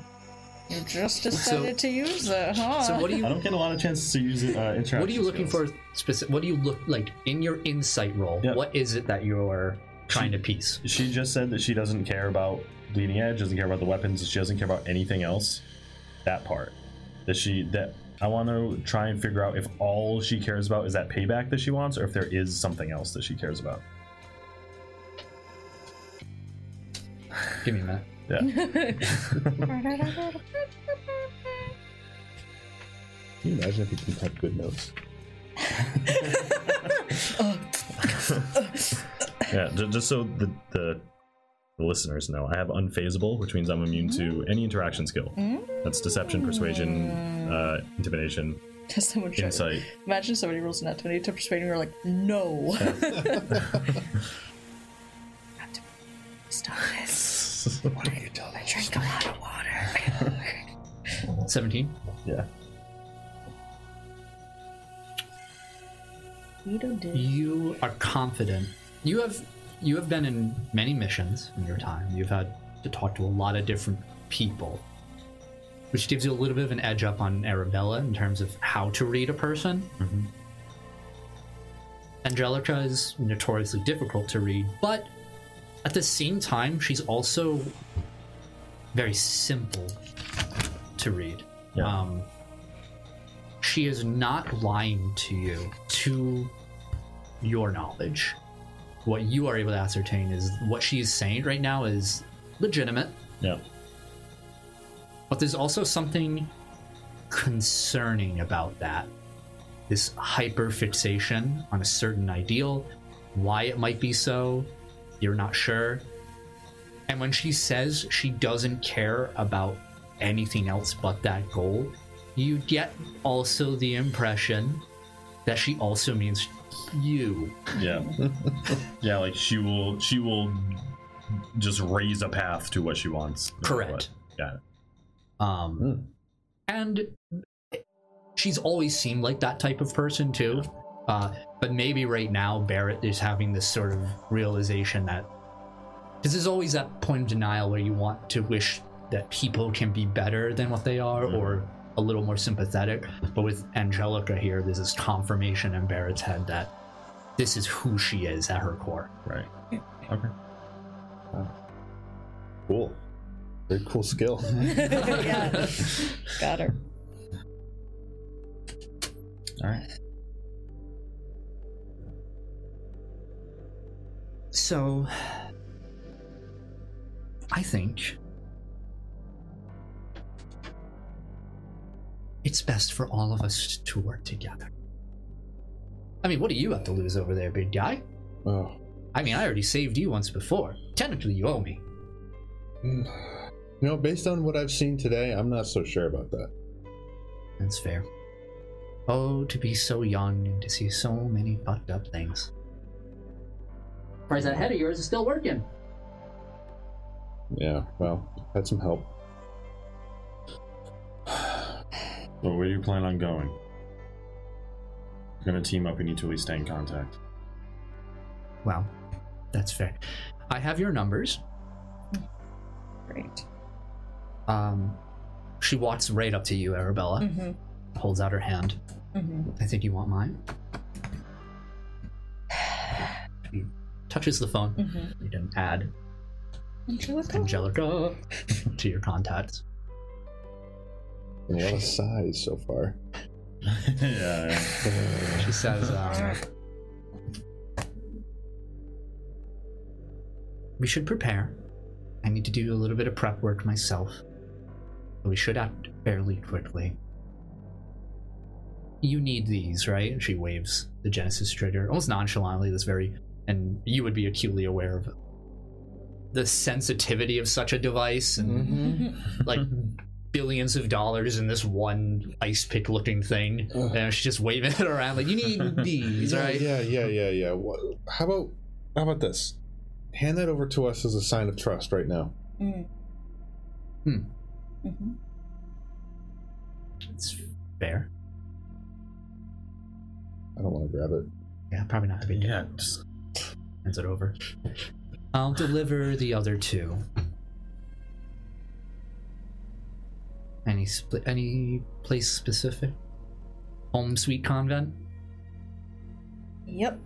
S3: You just decided to use it, huh?
S1: So what do
S2: I
S1: you
S2: don't get a lot of chances to use it.
S1: what are
S2: Uh,
S1: you
S2: interaction
S1: looking
S2: skills.
S1: for specific? What do you look like in your insight role?
S2: Yeah.
S1: What is it that you're trying to piece?
S2: She just said that she doesn't care about bleeding edge, doesn't care about the weapons, she doesn't care about anything else. That part. That she that I want to try and figure out if all she cares about is that payback that she wants, or if there is something else that she cares about. [LAUGHS]
S1: Give me a minute.
S6: Can you imagine if you didn't
S4: [LAUGHS]
S6: have good notes?
S2: Yeah, ju- just so the, the the listeners know, I have unfazable, which means I'm immune
S1: Mm-hmm.
S2: to any interaction skill. That's deception, persuasion,
S1: Mm.
S2: uh, intimidation,
S3: Does someone try-
S2: insight.
S3: Imagine somebody rolls an attorney to persuade me. We're like,
S1: [LAUGHS]
S3: no. Not to- Stop this.
S4: What are you telling
S3: I drink a lot of
S1: [LAUGHS]
S3: water.
S1: 17.
S5: Yeah.
S3: we don't do.
S1: You are confident. You have you have been in many missions in your time. You've had to talk to a lot of different people, which gives you a little bit of an edge up on Arabella in terms of how to read a person. Angelica is notoriously difficult to read, but at the same time, she's also very simple to read.
S5: Yeah.
S1: Um, she is not lying to you to your knowledge what you are able to ascertain is what she is saying right now is legitimate
S5: Yeah.
S1: but there's also something concerning about that this hyper fixation on a certain ideal why it might be so you're not sure and when she says she doesn't care about anything else but that goal you get also the impression that she also means you
S2: [LAUGHS]
S5: Yeah. yeah, like she will she will just raise a path to what she wants. no matter
S1: Correct.
S5: what. Got it.
S1: um and she's always seemed like that type of person too uh, but maybe right now barrett is having this sort of realization that because there's always that point of denial where you want to wish that people can be better than what they are or a little more sympathetic but with angelica here there's this confirmation in barrett's head that this is who she is at her core
S5: Right. Okay.
S4: Cool. Very cool [LAUGHS] skill.
S3: [LAUGHS]
S1: [LAUGHS]
S3: yeah. Got her.
S5: All right.
S1: So, I think it's best for all of us to work together. I mean, what do you have to lose over there, big guy?
S4: oh.
S1: I mean, I already saved you once before. Technically, you owe me.
S4: You know, based on what I've seen today, I'm not so sure about that.
S1: That's fair. Oh, to be so young and to see so many fucked up things. Surprised that head of yours is still working.
S4: Yeah, well, had some help.
S5: Well, where do you plan on going? We're gonna team up. We need to at least stay in
S2: [LAUGHS]
S5: contact. [LAUGHS]
S1: Well, that's fair. I have your numbers.
S3: Great.
S1: Um, she walks right up to you, Arabella,
S3: Mm-hmm.
S1: holds out her hand.
S3: Mm-hmm.
S1: I think you want mine. She touches the phone.
S3: Mm-hmm.
S1: You can add
S3: Angelica.
S1: Angelica to your contacts.
S4: A lot of size so far.
S5: yeah, yeah.
S1: She says, um, We should prepare. I need to do a little bit of prep work myself. But we should act fairly quickly. You need these, right? And she waves the Genesis trigger almost nonchalantly, this very. And you would be acutely aware of the sensitivity of such a device and
S4: Mm-hmm.
S3: Mm-hmm.
S1: like billions of dollars in this one ice pick looking thing.
S4: Ugh.
S1: And she's just waving [LAUGHS] it around like you need
S4: [LAUGHS]
S1: these,
S4: yeah,
S1: right?
S4: yeah, yeah, yeah, yeah. What, how about how about this? Hand that over to us as a sign of trust right now.
S3: Mm.
S1: Hmm.
S3: Mhm.
S1: It's fair.
S4: I don't want to grab it.
S1: Yeah, probably not to be
S5: yeah. Just
S1: hands it over. I'll deliver the other two. Any split any place specific? Home sweet convent?
S3: Yep.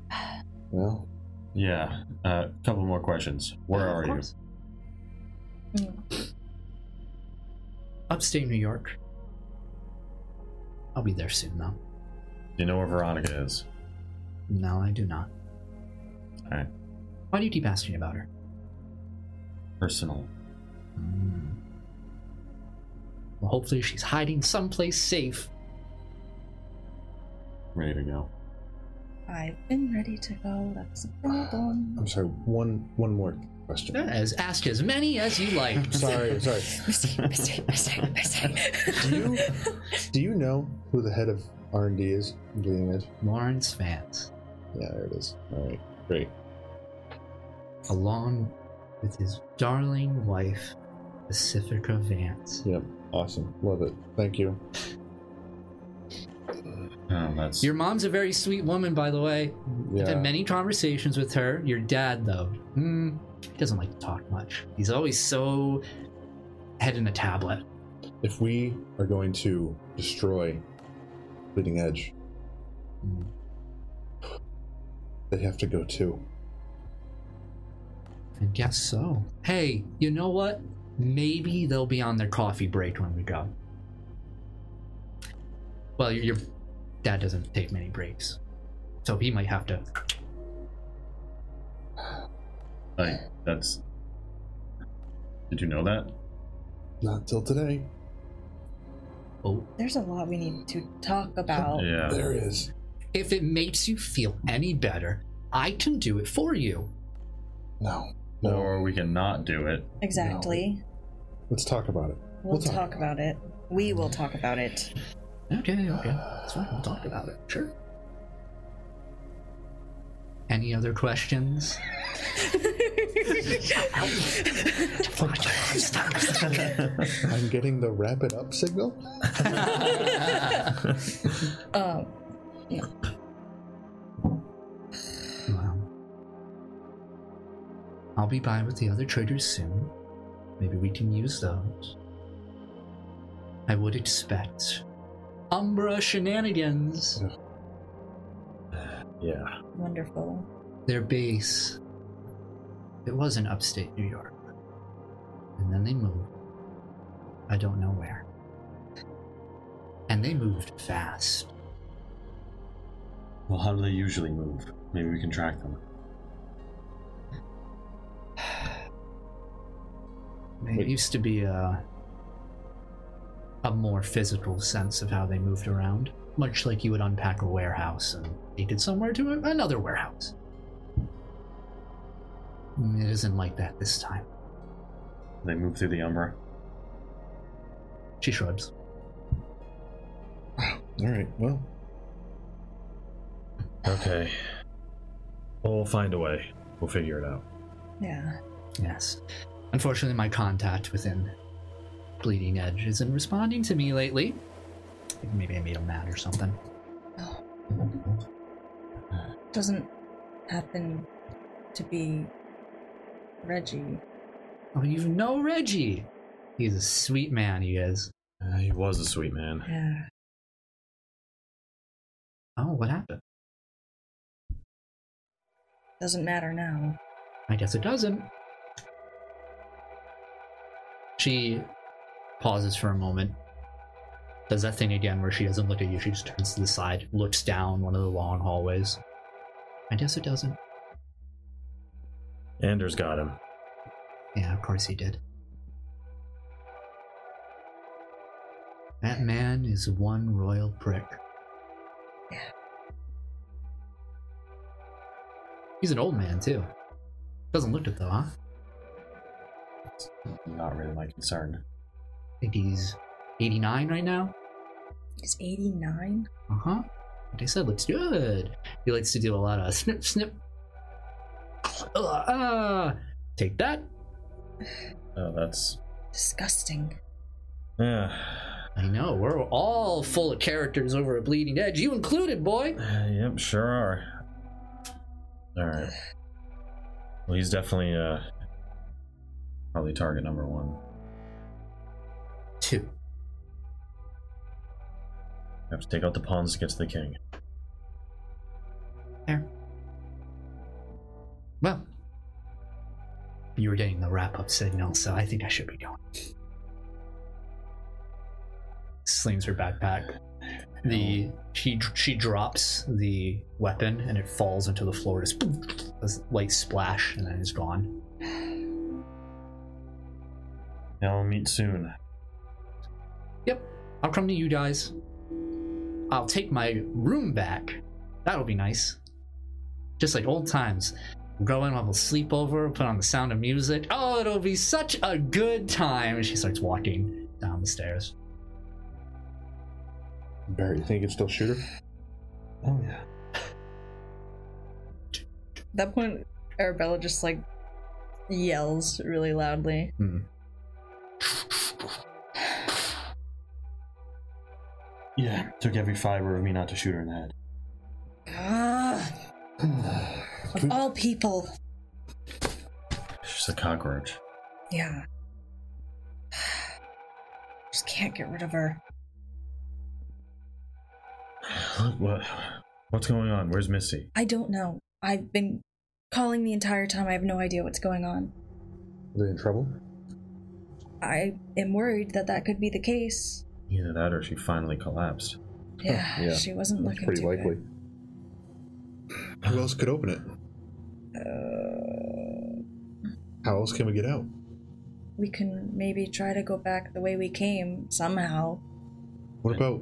S4: Well,
S5: yeah. A uh, couple more questions. Where
S1: Yeah, of
S5: are you?
S1: course.
S3: Mm.
S1: Upstate New York. I'll be there soon though.
S5: You know where Veronica is.
S1: No, I do not.
S5: Alright.
S1: Why do you keep asking about her?
S5: Personal.
S1: Hmm. Well, hopefully she's hiding someplace safe.
S5: Ready to go.
S3: I've been ready to go. That's
S6: [GASPS]
S3: a problem.
S6: I'm sorry. One one more question.
S1: As ask as many as you like.
S6: I'm sorry. I'm sorry.
S3: [LAUGHS] Mistake, mistake, mistake, mistake.
S6: Do you do you know who the head of R and D is? in Bleeding Edge.
S1: Lawrence Vance,
S6: Yeah, there it is. All right, great.
S1: along with his darling wife, Pacifica Vance.
S6: Yep, awesome. Love it. Thank you.
S2: Oh, that's
S1: Your mom's a very sweet woman, by the way. I've
S6: Yeah.
S1: had many conversations with her. Your dad, though, mm, doesn't like to talk much. He's always so head in a tablet.
S6: If we are going to destroy Bleeding Edge, they have to go too.
S1: I guess so. Hey, you know what? Maybe they'll be on their coffee break when we go. Well, your, your dad doesn't take many breaks, so he might have to.
S2: like that's. Did you know that?
S6: Not till today.
S1: Oh,
S3: [LAUGHS] There's a lot we need to talk about.
S2: Yeah.
S6: There is.
S1: if it makes you feel any better, I can do it for you.
S6: No. No.
S2: Or we can not do it.
S3: Exactly.
S6: Let's talk about it.
S3: We'll,
S6: We'll talk.
S3: talk. about it. We will talk about
S6: [LAUGHS]
S3: it.
S1: Okay, okay. That's fine. We'll talk about it. Sure. Any other questions? [LAUGHS]
S6: I'm getting the wrap it up signal.
S3: um,
S1: Well, I'll be by with the other traders soon. Maybe we can use those. I would expect Umbra shenanigans.
S2: Yeah.
S3: wonderful.
S1: Their base. It was in upstate New York. And then they moved. I don't know where. And they moved fast.
S2: Well, how do they usually move? Maybe we can track them.
S1: It
S6: Wait.
S1: used to be a, a more physical sense of how they moved around, much like you would unpack a warehouse and take it somewhere to a- another warehouse. Mm, It isn't like that this time.
S2: They move through the Umbra.
S1: She shrugs.
S6: All right. Well,
S2: Okay. We'll find a way. We'll figure it out.
S3: Yeah.
S1: Yes. Unfortunately, my contact within Bleeding Edge isn't responding to me lately. Maybe I made him mad or something.
S3: Doesn't happen to be Reggie.
S1: Oh, you know Reggie! He's a sweet man, he is.
S2: Uh, he was a sweet man.
S3: Yeah.
S1: Oh, what happened?
S3: Doesn't matter now.
S1: I guess it doesn't. She pauses for a moment, does that thing again where she doesn't look at you, she just turns to the side, looks down one of the long hallways. I guess it doesn't.
S2: Anders got him.
S1: Yeah, of course he did. That man is one royal prick.
S3: Yeah.
S1: He's an old man, too. Doesn't look it, though, huh?
S2: Not really my concern.
S1: I think he's 89 right now.
S3: He's 89?
S1: Uh huh. What I said looks good. He likes to do a lot of [LAUGHS] snip, snip. Ah, ah. take that.
S2: Oh, that's.
S3: Disgusting.
S2: Yeah.
S1: I know, we're all full of characters over at Bleeding Edge, you included, boy.
S2: [SIGHS] Yep, sure are. Alright. Well, he's definitely, uh. Probably target number one.
S1: Two.
S2: have to take out the pawns to get to the king.
S1: Well, you were getting the wrap up signal, so I think I should be going. Slings her backpack. The she she drops the weapon and it falls into the floor. Just boom, a light splash and then it's gone.
S2: Yeah, we'll meet soon.
S1: Yep, I'll come to you guys. I'll take my room back. That'll be nice. just like old times. We'll go in, we'll have a sleepover, put on the sound of music. Oh, it'll be such a good time. And she starts walking down the stairs.
S6: Barry, you think you can still [SIGHS] shoot her?
S8: Oh yeah.
S3: At that point, Arabella just like yells really loudly.
S2: Yeah, took every fiber of me not to shoot her in the head.
S3: Ah, of all people.
S2: She's a cockroach. [SIGHS]
S3: Yeah. [SIGHS] Just can't get rid of her.
S2: What? What's going on? Where's Missy?
S3: I don't know. I've been calling the entire time. I have no idea what's going on.
S6: Are they in trouble?
S3: I am worried that that could be the case.
S2: Either that or she finally collapsed.
S3: Yeah,
S6: Yeah.
S3: she wasn't
S6: That's
S3: looking
S6: pretty
S3: too
S6: likely.
S3: good.
S6: Who else could open it? How else can we get out?
S3: Uh, We can maybe try to go back the way we came somehow.
S6: What about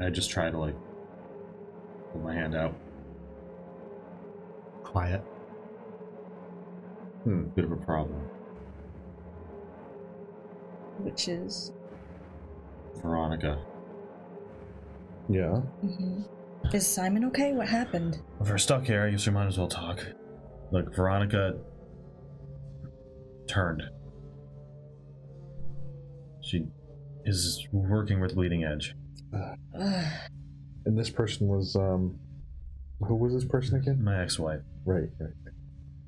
S2: I just try to like put my hand out.
S8: Quiet.
S2: Hmm, bit of a problem.
S3: Which is,
S2: Veronica.
S6: yeah?
S3: Mhm. is Simon okay? What happened?
S2: If we're stuck here, I guess we might as well talk. Look, Veronica turned. She is working with Bleeding Edge.
S3: Ugh.
S6: And this person was um, who was this person again?
S2: My ex-wife.
S6: Right, right.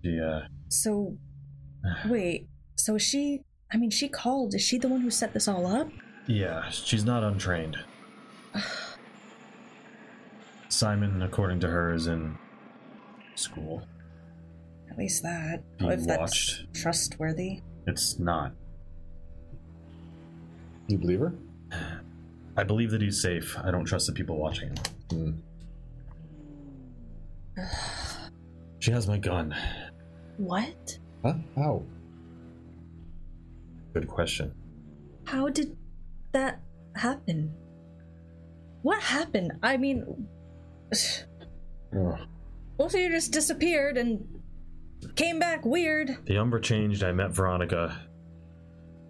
S2: She uh
S3: So, wait. So is she? I mean, she called. Is she the one who set this all up?
S2: Yeah, she's not untrained. [SIGHS] Simon, according to her, is in school.
S3: At least that.
S2: Being
S3: if that's
S2: watched.
S3: trustworthy.
S2: It's not.
S6: You believe her?
S2: I believe that he's safe. I don't trust the people watching him.
S6: Hmm.
S2: She has my gun.
S3: What?
S6: Huh? How?
S2: Good question.
S3: How did that happen? What happened? I mean, [SIGHS]
S6: Ugh.
S3: also you just disappeared and came back weird.
S2: The umber changed. I met Veronica.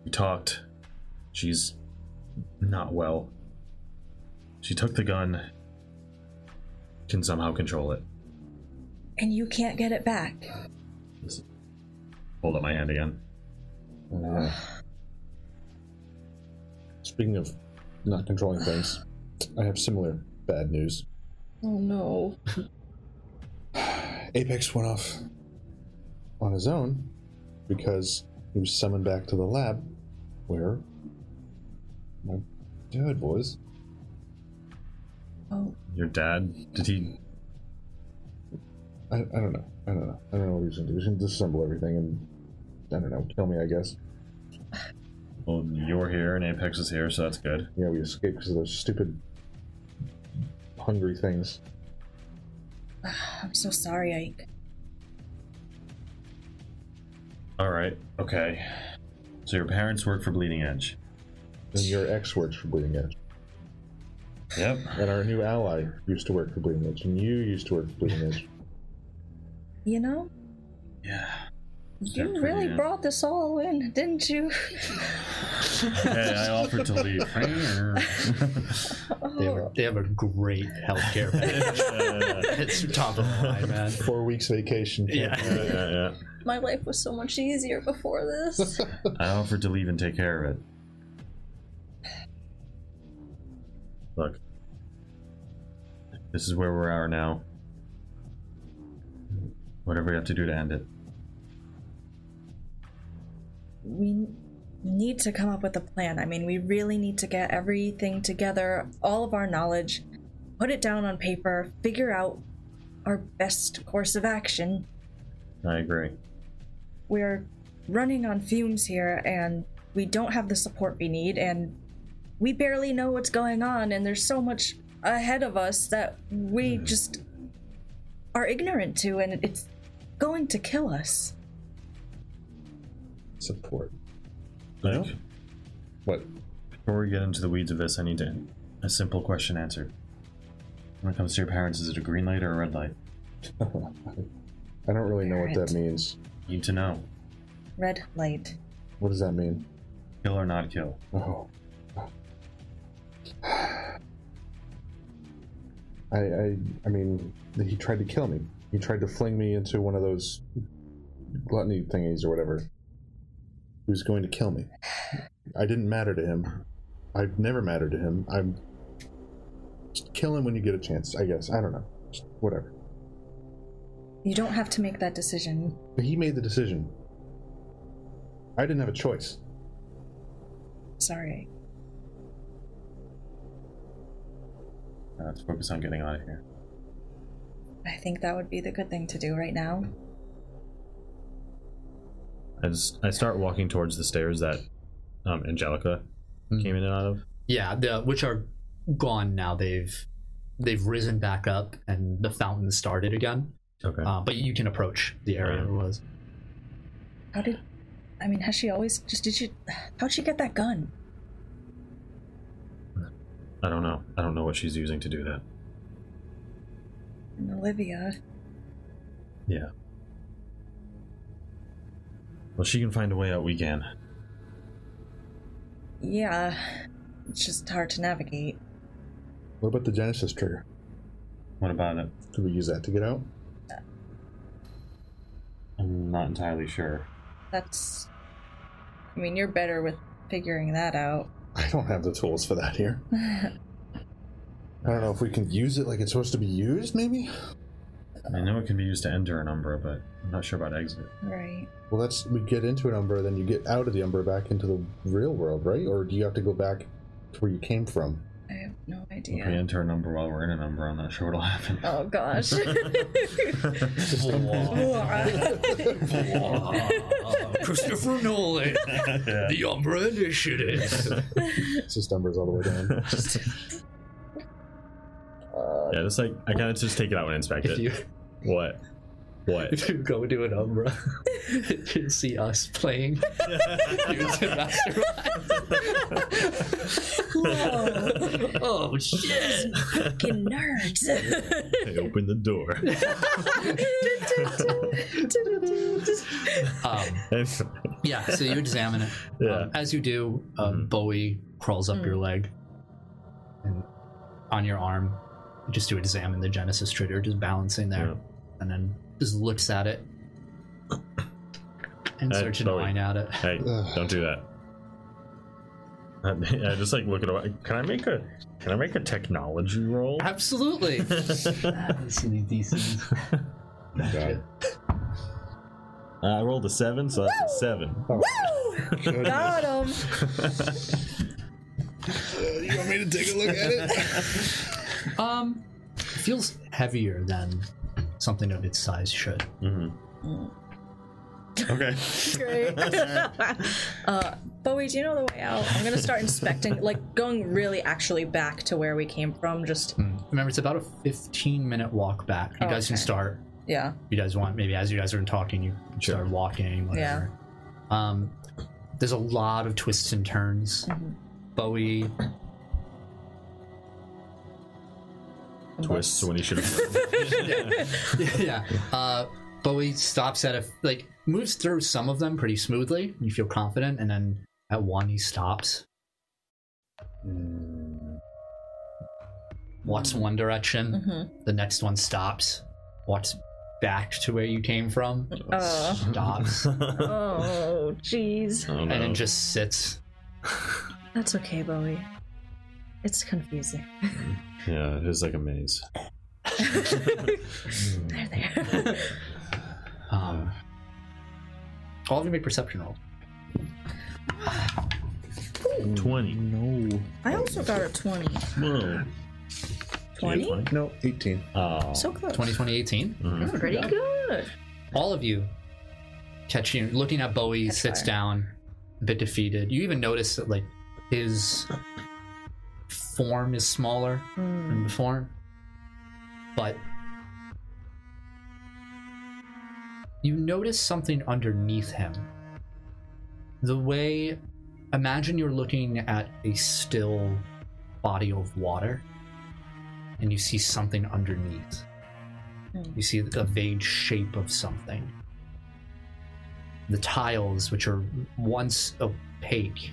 S2: We talked. She's not well. She took the gun. Can somehow control it.
S3: And you can't get it back.
S2: Hold up my hand again.
S6: Uh, speaking of not controlling things, I have similar bad news.
S3: Oh no.
S6: Apex went off on his own because he was summoned back to the lab where my dad was.
S3: Oh,
S2: Your dad? Did he
S6: I, I don't know. I don't know. I don't know what he was going to do. He was going to disassemble everything and, I don't know, kill me, I guess.
S2: Well, you're here and Apex is here, so that's good.
S6: Yeah, we escaped because of those stupid hungry things.
S3: I'm so sorry, Ike.
S2: All right. Okay. So your parents work for Bleeding Edge.
S6: And your ex works for Bleeding Edge.
S2: Yep.
S6: And our new ally used to work for Bleeding Edge. And you used to work for Bleeding Edge.
S3: You know,
S2: Yeah. They're
S3: you
S2: pretty,
S3: really
S2: uh,
S3: brought this all in, didn't you? [LAUGHS]
S2: Hey, I offered to leave. [LAUGHS]
S1: They
S3: Oh.
S1: have, a, they have a great healthcare package.
S2: yeah,
S1: it's top of the line, man.
S6: Four weeks vacation.
S1: Yeah.
S2: yeah.
S3: My life was so much easier before this.
S2: I offered to leave and take care of it. Look. This is where we are now. Whatever we have to do to end it.
S3: we need to come up with a plan. I mean, we really need to get everything together, all of our knowledge, put it down on paper, figure out our best course of action.
S2: I agree.
S3: We're running on fumes here and we don't have the support we need and we barely know what's going on and there's so much ahead of us that we just are ignorant to and it's going to kill us.
S6: Support.
S2: Like,
S6: What?
S2: Before we get into the weeds of this, I need to, a simple question answered.
S9: When it comes to your parents, is it a green light or a red light?
S6: I don't really know what that
S3: Alright.
S6: means.
S9: You need to know.
S3: Red light.
S6: What does that mean?
S9: Kill or not kill.
S6: [SIGHS] Oh. I, I, I mean, he tried to kill me. He tried to fling me into one of those gluttony thingies or whatever. He was going to kill me. I didn't matter to him. I've never mattered to him. I'm. Just kill him when you get a chance, I guess. I don't know. Just whatever.
S3: You don't have to make that decision.
S6: But he made the decision. I didn't have a choice.
S3: Sorry.
S9: Uh, let's focus on getting out of here.
S3: I think that would be the good thing to do right now.
S2: As I start walking towards the stairs that um, Angelica
S1: Mm.
S2: came in and out of.
S1: Yeah, the which are gone now. They've they've risen back up, and the fountain started again.
S2: Okay.
S1: Uh, but you can approach the area
S2: Right.
S1: it was.
S3: How did. I mean, has she always. Just did she. How'd she get that gun?
S2: I don't know. I don't know what she's using to do that.
S3: And Olivia.
S2: Yeah. Well, she can find a way out. We can.
S3: Yeah. It's just hard to navigate.
S6: What about the Genesis trigger?
S9: What about it?
S6: Could we use that to get out?
S9: I'm not entirely sure.
S3: That's. I mean, you're better with figuring that out. [LAUGHS]
S6: I don't have the tools for that here. I don't know if we can use it like it's supposed to be used, maybe?
S9: I know it can be used to enter an umbra, but I'm not sure about exit.
S3: right.
S6: Well, that's we get into an Umbra, then you get out of the Umbra back into the real world, right? Or do you have to go back to where you came from?
S3: I have no
S9: If we
S3: idea.
S9: enter an umbra while we're in an umbra, I'm not sure what'll happen.
S2: [LAUGHS]
S3: Oh, gosh.
S1: [LAUGHS] Christopher [LAUGHS] Nolan,
S9: Yeah.
S1: the Umbra Initiative.
S6: It's just Umbra's all the way [LAUGHS] down. Uh,
S2: Yeah, just like I kind of just take it out and inspect
S1: if
S2: it.
S1: you
S2: What?
S1: [LAUGHS]
S2: What? [LAUGHS]
S1: if you go to an Umbra, [LAUGHS] you'll see us playing. Dudes in Mastermind. [LAUGHS] oh shit!
S3: Fucking nerds. [LAUGHS]
S2: I open the door. [LAUGHS]
S1: Um, yeah, so you examine it.
S2: yeah.
S1: Um, as you do, um,
S2: Mhm.
S1: Bowie crawls up your leg and on your arm, just to examine the Genesis trigger, just balancing there,
S2: Yeah.
S1: and then just looks at it and
S2: Hey,
S1: searching
S2: Bowie.
S1: line at it.
S2: Hey,
S6: Ugh.
S2: don't do that. I, [LAUGHS] I just like look at. Can I make a? Can I make a technology roll?
S1: Absolutely.
S6: God.
S2: Uh, [LAUGHS] I rolled a seven, so that's a seven.
S3: Oh, Got him.
S6: Uh, you want me to take a look at it?
S1: um, it feels heavier than something of its size should.
S2: Okay.
S3: Great. uh, Bowie, do you know the way out? I'm gonna start inspecting, like going really actually back to where we came from. Just
S1: Remember, it's about a 15 minute walk back. You
S3: Oh,
S1: guys can
S3: okay.
S1: start
S3: yeah,
S1: you guys want. Maybe as you guys are talking, you can
S2: Sure.
S1: start walking. Whatever. Um, there's a lot of twists and turns.
S3: Mm-hmm.
S1: Bowie
S2: Twists when he
S3: [LAUGHS]
S2: should have.
S1: [LAUGHS] yeah. Uh, Bowie stops at a like moves through some of them pretty smoothly. You feel confident, and then at one he stops, Hmm. walks one direction. The next one stops, walks back to where you came from,
S3: Uh.
S1: stops,
S2: [LAUGHS]
S3: Oh, jeez.
S2: Oh,
S1: and
S2: no.
S1: then just sits.
S3: That's okay, Bowie. It's confusing.
S2: yeah, it is like a maze.
S3: There, there.
S1: Um, all of you make perception roll.
S2: Twenty.
S6: [LAUGHS] No.
S3: I also got a twenty.
S2: Whoa.
S3: Twenty?
S6: No, 18.
S2: Oh.
S3: So close.
S1: 20, 20, 18.
S2: Mhm.
S3: Pretty good.
S1: all of you catching looking at bowie
S3: Catch
S1: sits
S3: fire.
S1: down a bit defeated you even notice that like his form is smaller
S3: Hmm,
S1: than before but you notice something underneath him the way imagine you're looking at a still body of water and you see something underneath.
S3: Hmm.
S1: You see a vague shape of something. The tiles, which are once opaque,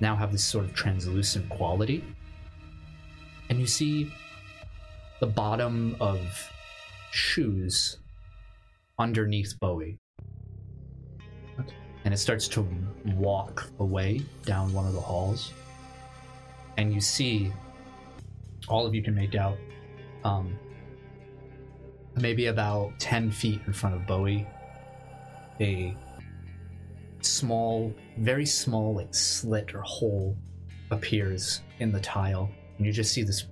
S1: now have this sort of translucent quality. And you see the bottom of shoes underneath Bowie. And it starts to walk away down one of the halls. And you see, all of you can make out, um, maybe about 10 feet in front of Bowie, a small, very small, like slit or hole appears in the tile. And you just see this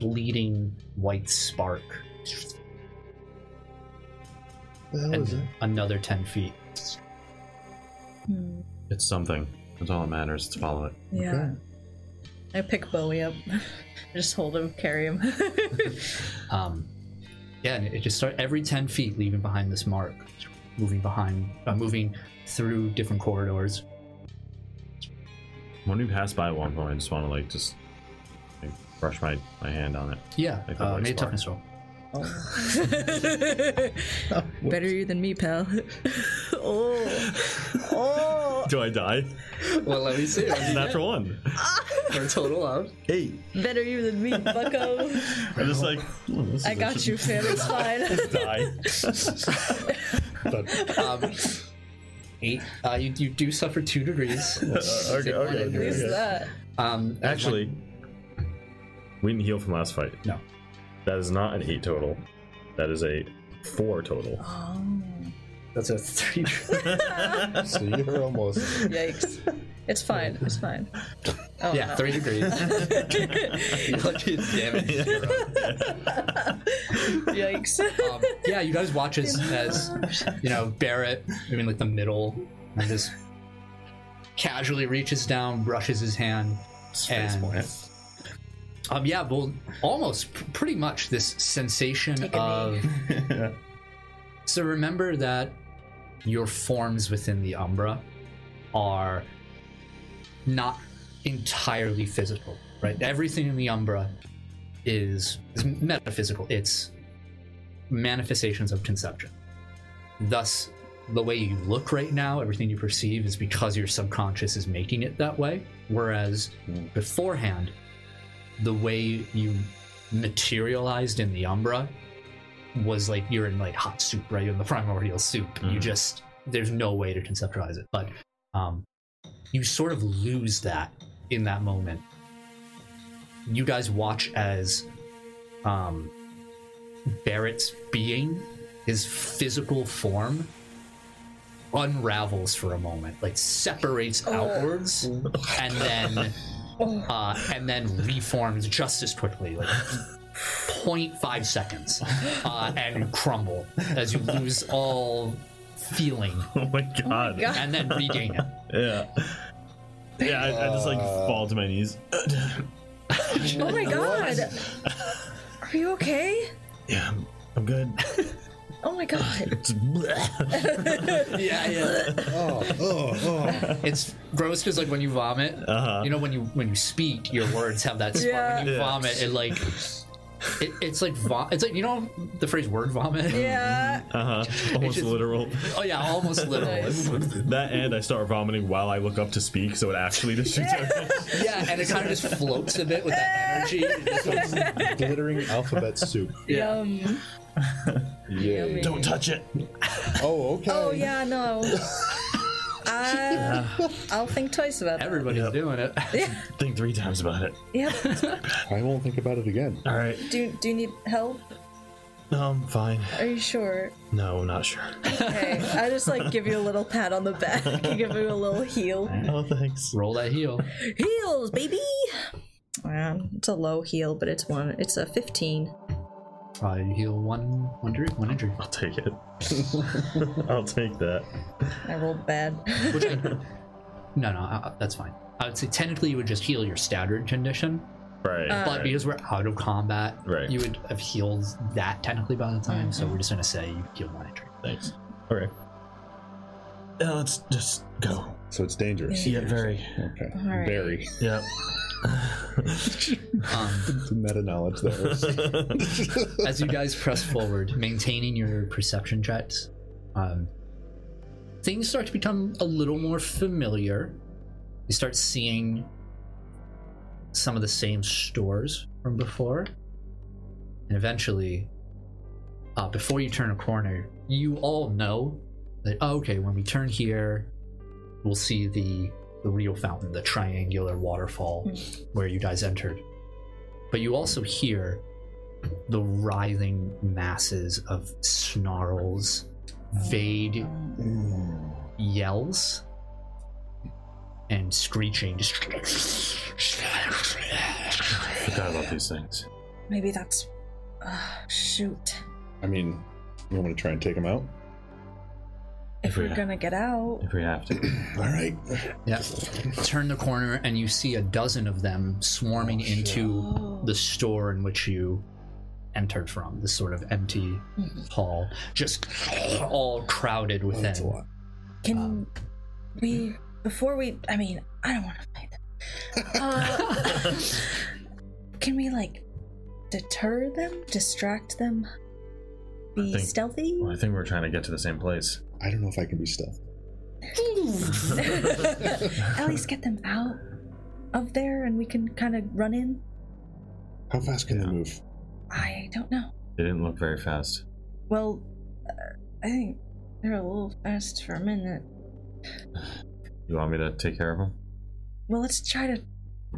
S1: bleeding white spark.
S4: The hell is
S1: And
S4: that?
S1: another 10 feet.
S3: Hmm.
S2: It's something. That's all that matters. It's follow it.
S3: Yeah.
S4: Okay.
S3: I pick Bowie up, [LAUGHS] just hold him, carry him.
S1: Um, yeah, and it just starts every 10 feet leaving behind this mark, moving behind, uh, moving through different corridors.
S2: When we passed by at one point, I just want to like just like, brush my, my hand on it.
S1: Yeah,
S2: Like the
S1: uh,
S2: white
S1: made a
S2: spark.
S1: toughness roll.
S6: Oh.
S3: Better you than me, pal. [LAUGHS] oh, oh,
S2: Do I die?
S1: [LAUGHS] Well, let me see.
S2: Natural one.
S1: For a total of.
S2: Eight.
S3: better you than me,
S2: [LAUGHS]
S3: Bucko.
S2: I'm just like. "Ooh, Oh, this
S3: I
S2: is-
S3: got you, fam. It's [LAUGHS] fine.
S2: [LAUGHS] Die.
S1: Um, eight. Uh, you, you do suffer two
S2: [LAUGHS]
S1: degrees.
S2: Uh, okay,
S1: Take one
S2: okay,
S1: injury.
S3: Who's
S2: okay.
S3: that?
S1: Um, as one-
S2: Actually, we didn't heal from last fight.
S1: No.
S2: That is not an eight total. That is a four total.
S3: Oh,
S1: that's a [LAUGHS] three.
S4: So you're almost.
S3: yikes. It's fine. It's fine. Oh,
S1: yeah,
S3: no.
S1: three degrees. [LAUGHS] You're lucky it's damage.
S3: [LAUGHS] Yikes.
S1: um, yeah, you guys watch
S3: [LAUGHS]
S1: as, as you know Barrett, I mean, like the middle, and just casually reaches down, brushes his hand, and um, yeah, well, almost p- pretty much this sensation
S3: Take a
S1: of.
S3: knee.
S6: [LAUGHS]
S1: So remember that your forms within the Umbra are not entirely physical, right? Everything in the Umbra is, is metaphysical. It's manifestations of conception. Thus, the way you look right now, everything you perceive is because your subconscious is making it that way. Whereas beforehand, the way you materialized in the Umbra was like you're in like hot soup, right? You're in the primordial soup. You
S2: Mhm.
S1: just there's no way to conceptualize it. But um, you sort of lose that in that moment. You guys watch as um, Barrett's being, his physical form, unravels for a moment, like separates outwards, and then uh, and then reforms just as quickly, like 0.5 seconds, uh, and crumble as you lose all feeling,
S2: [LAUGHS] Oh my god.
S3: God.
S1: and then regain it.
S2: Yeah. Yeah, I, I just like fall to my knees.
S3: Oh my god. Are you okay?
S2: Yeah, I'm, I'm good.
S3: Oh my god.
S2: [LAUGHS] It's Uh-huh. bleh.
S1: Yeah, yeah.
S4: Oh, oh,
S1: It's gross because like when you vomit,
S2: Uh-huh.
S1: you know when you when you speak, your words have that spark. When you
S2: Yeah. Yeah.
S1: vomit, it like it, it's like vom- it's like you know the phrase word vomit.
S3: Yeah.
S2: Uh-huh. Almost
S1: just-
S2: literal.
S1: Oh yeah, almost literal.
S3: Nice.
S2: That and I start vomiting while I look up to speak, so it actually just shoots
S3: [LAUGHS]
S2: out.
S1: Yeah, and it kind of just floats a bit with that energy. It just goes-
S4: oh. Glittering alphabet soup.
S1: yeah.
S3: Yum.
S4: Yay.
S2: Don't touch it.
S4: Oh, okay.
S3: Oh yeah, no. I, I'll think twice about that.
S1: Everybody's
S2: Yep.
S1: doing it.
S2: Think three times about it.
S3: Yeah.
S4: I won't think about it again.
S2: All right.
S3: Do Do you need help?
S2: No, I'm fine.
S3: Are you sure?
S2: No, not sure.
S3: Okay. I just like give you a little pat on the back, [LAUGHS] give you a little heel.
S2: Oh, thanks.
S1: Roll that heel.
S3: Heels, baby. Yeah, it's a low heel, but it's one. It's a fifteen.
S1: Uh, you heal one, one injury, one injury.
S2: I'll take it. [LAUGHS] I'll take that.
S3: I rolled [LAUGHS] bad.
S1: Which I, no, no, uh, that's fine. I would say technically you would just heal your staggered condition,
S2: Right.
S1: but because we're out of combat,
S2: Right.
S1: you would have healed Mm-hmm. that technically by the time. So we're just gonna say you heal one injury.
S2: thanks. Okay. Yeah, let's just go.
S6: So it's dangerous.
S2: Yeah, very.
S6: Okay.
S3: All right.
S6: Very.
S2: [LAUGHS] Yep.
S6: [LAUGHS]
S1: Um,
S6: It's meta knowledge that [LAUGHS] was.
S1: as you guys press forward, maintaining your perception checks, um, things start to become a little more familiar. You start seeing some of the same stores from before. And eventually, uh, before you turn a corner, you all know that, oh, okay, when we turn here, we'll see the, the real fountain, the triangular waterfall where you guys entered. But you also hear the writhing masses of snarls, vague yells, and screeching.
S2: Forgot about these things.
S3: Maybe that's. Uh, shoot.
S6: I mean, you want to try and take him out?
S3: If
S2: we
S3: we're
S2: have-
S3: gonna get out,
S2: If we have to.
S6: All right.
S1: Yeah. Turn the corner, and you see a dozen of them swarming
S3: Oh,
S1: into the store in which you entered from. This sort of empty
S3: Oh. Hmm.
S1: hall, just all crowded within.
S3: can we? Before we, I mean, I don't want to fight them. Uh, [LAUGHS] can we like deter them, distract them, be
S2: think-
S3: stealthy?
S2: [LAUGHS] Well, I think we're trying to get to the same place.
S6: I don't know if I can be [LAUGHS] stealth.
S3: [LAUGHS] At least get them out of there, and we can kind of run in.
S6: How fast can they move?
S3: I don't know.
S2: They didn't look very fast.
S3: Well, uh, I think they're a little fast for a minute.
S2: You want me to take care of them?
S3: Well, let's try to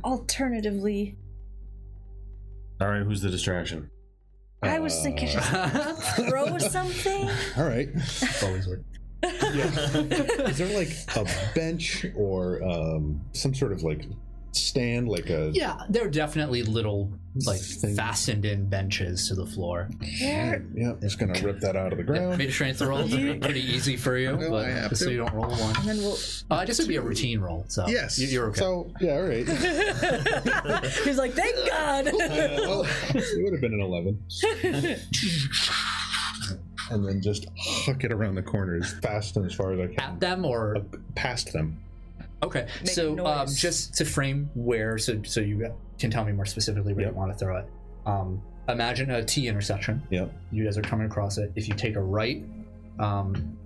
S3: alternatively.
S2: All right. Who's the distraction?
S3: I was thinking
S1: Uh.
S3: just throw something.
S6: All right.
S1: Always work.
S6: Is there like a bench or um, some sort of like stand, like a
S1: [LAUGHS] Yeah, there are definitely little like
S6: Thing.
S1: fastened in benches to the floor.
S3: Where?
S6: Yeah, just gonna rip that out of the
S1: Yeah,
S6: ground.
S1: made strength rolls are pretty easy for you,
S6: know I
S1: but
S6: have
S1: just so
S6: to.
S1: you don't roll one.
S3: And then we'll. [LAUGHS]
S1: Uh, this would be a routine roll, so
S6: Yes.
S1: you- you're okay.
S6: So yeah,
S1: [LAUGHS]
S6: all right.
S3: He's like, thank God.
S6: well,
S1: [LAUGHS]
S6: it would have been an eleven. and then just huck it around the corner as fast and as far as I can,
S1: At them or
S6: past them.
S1: okay.
S3: Make
S1: so um,
S3: noise.
S1: just to frame where, so so you can tell me more specifically where you want to throw it. Um, imagine a T intersection.
S6: Yep.
S1: You guys are coming across it. If you take a right, um,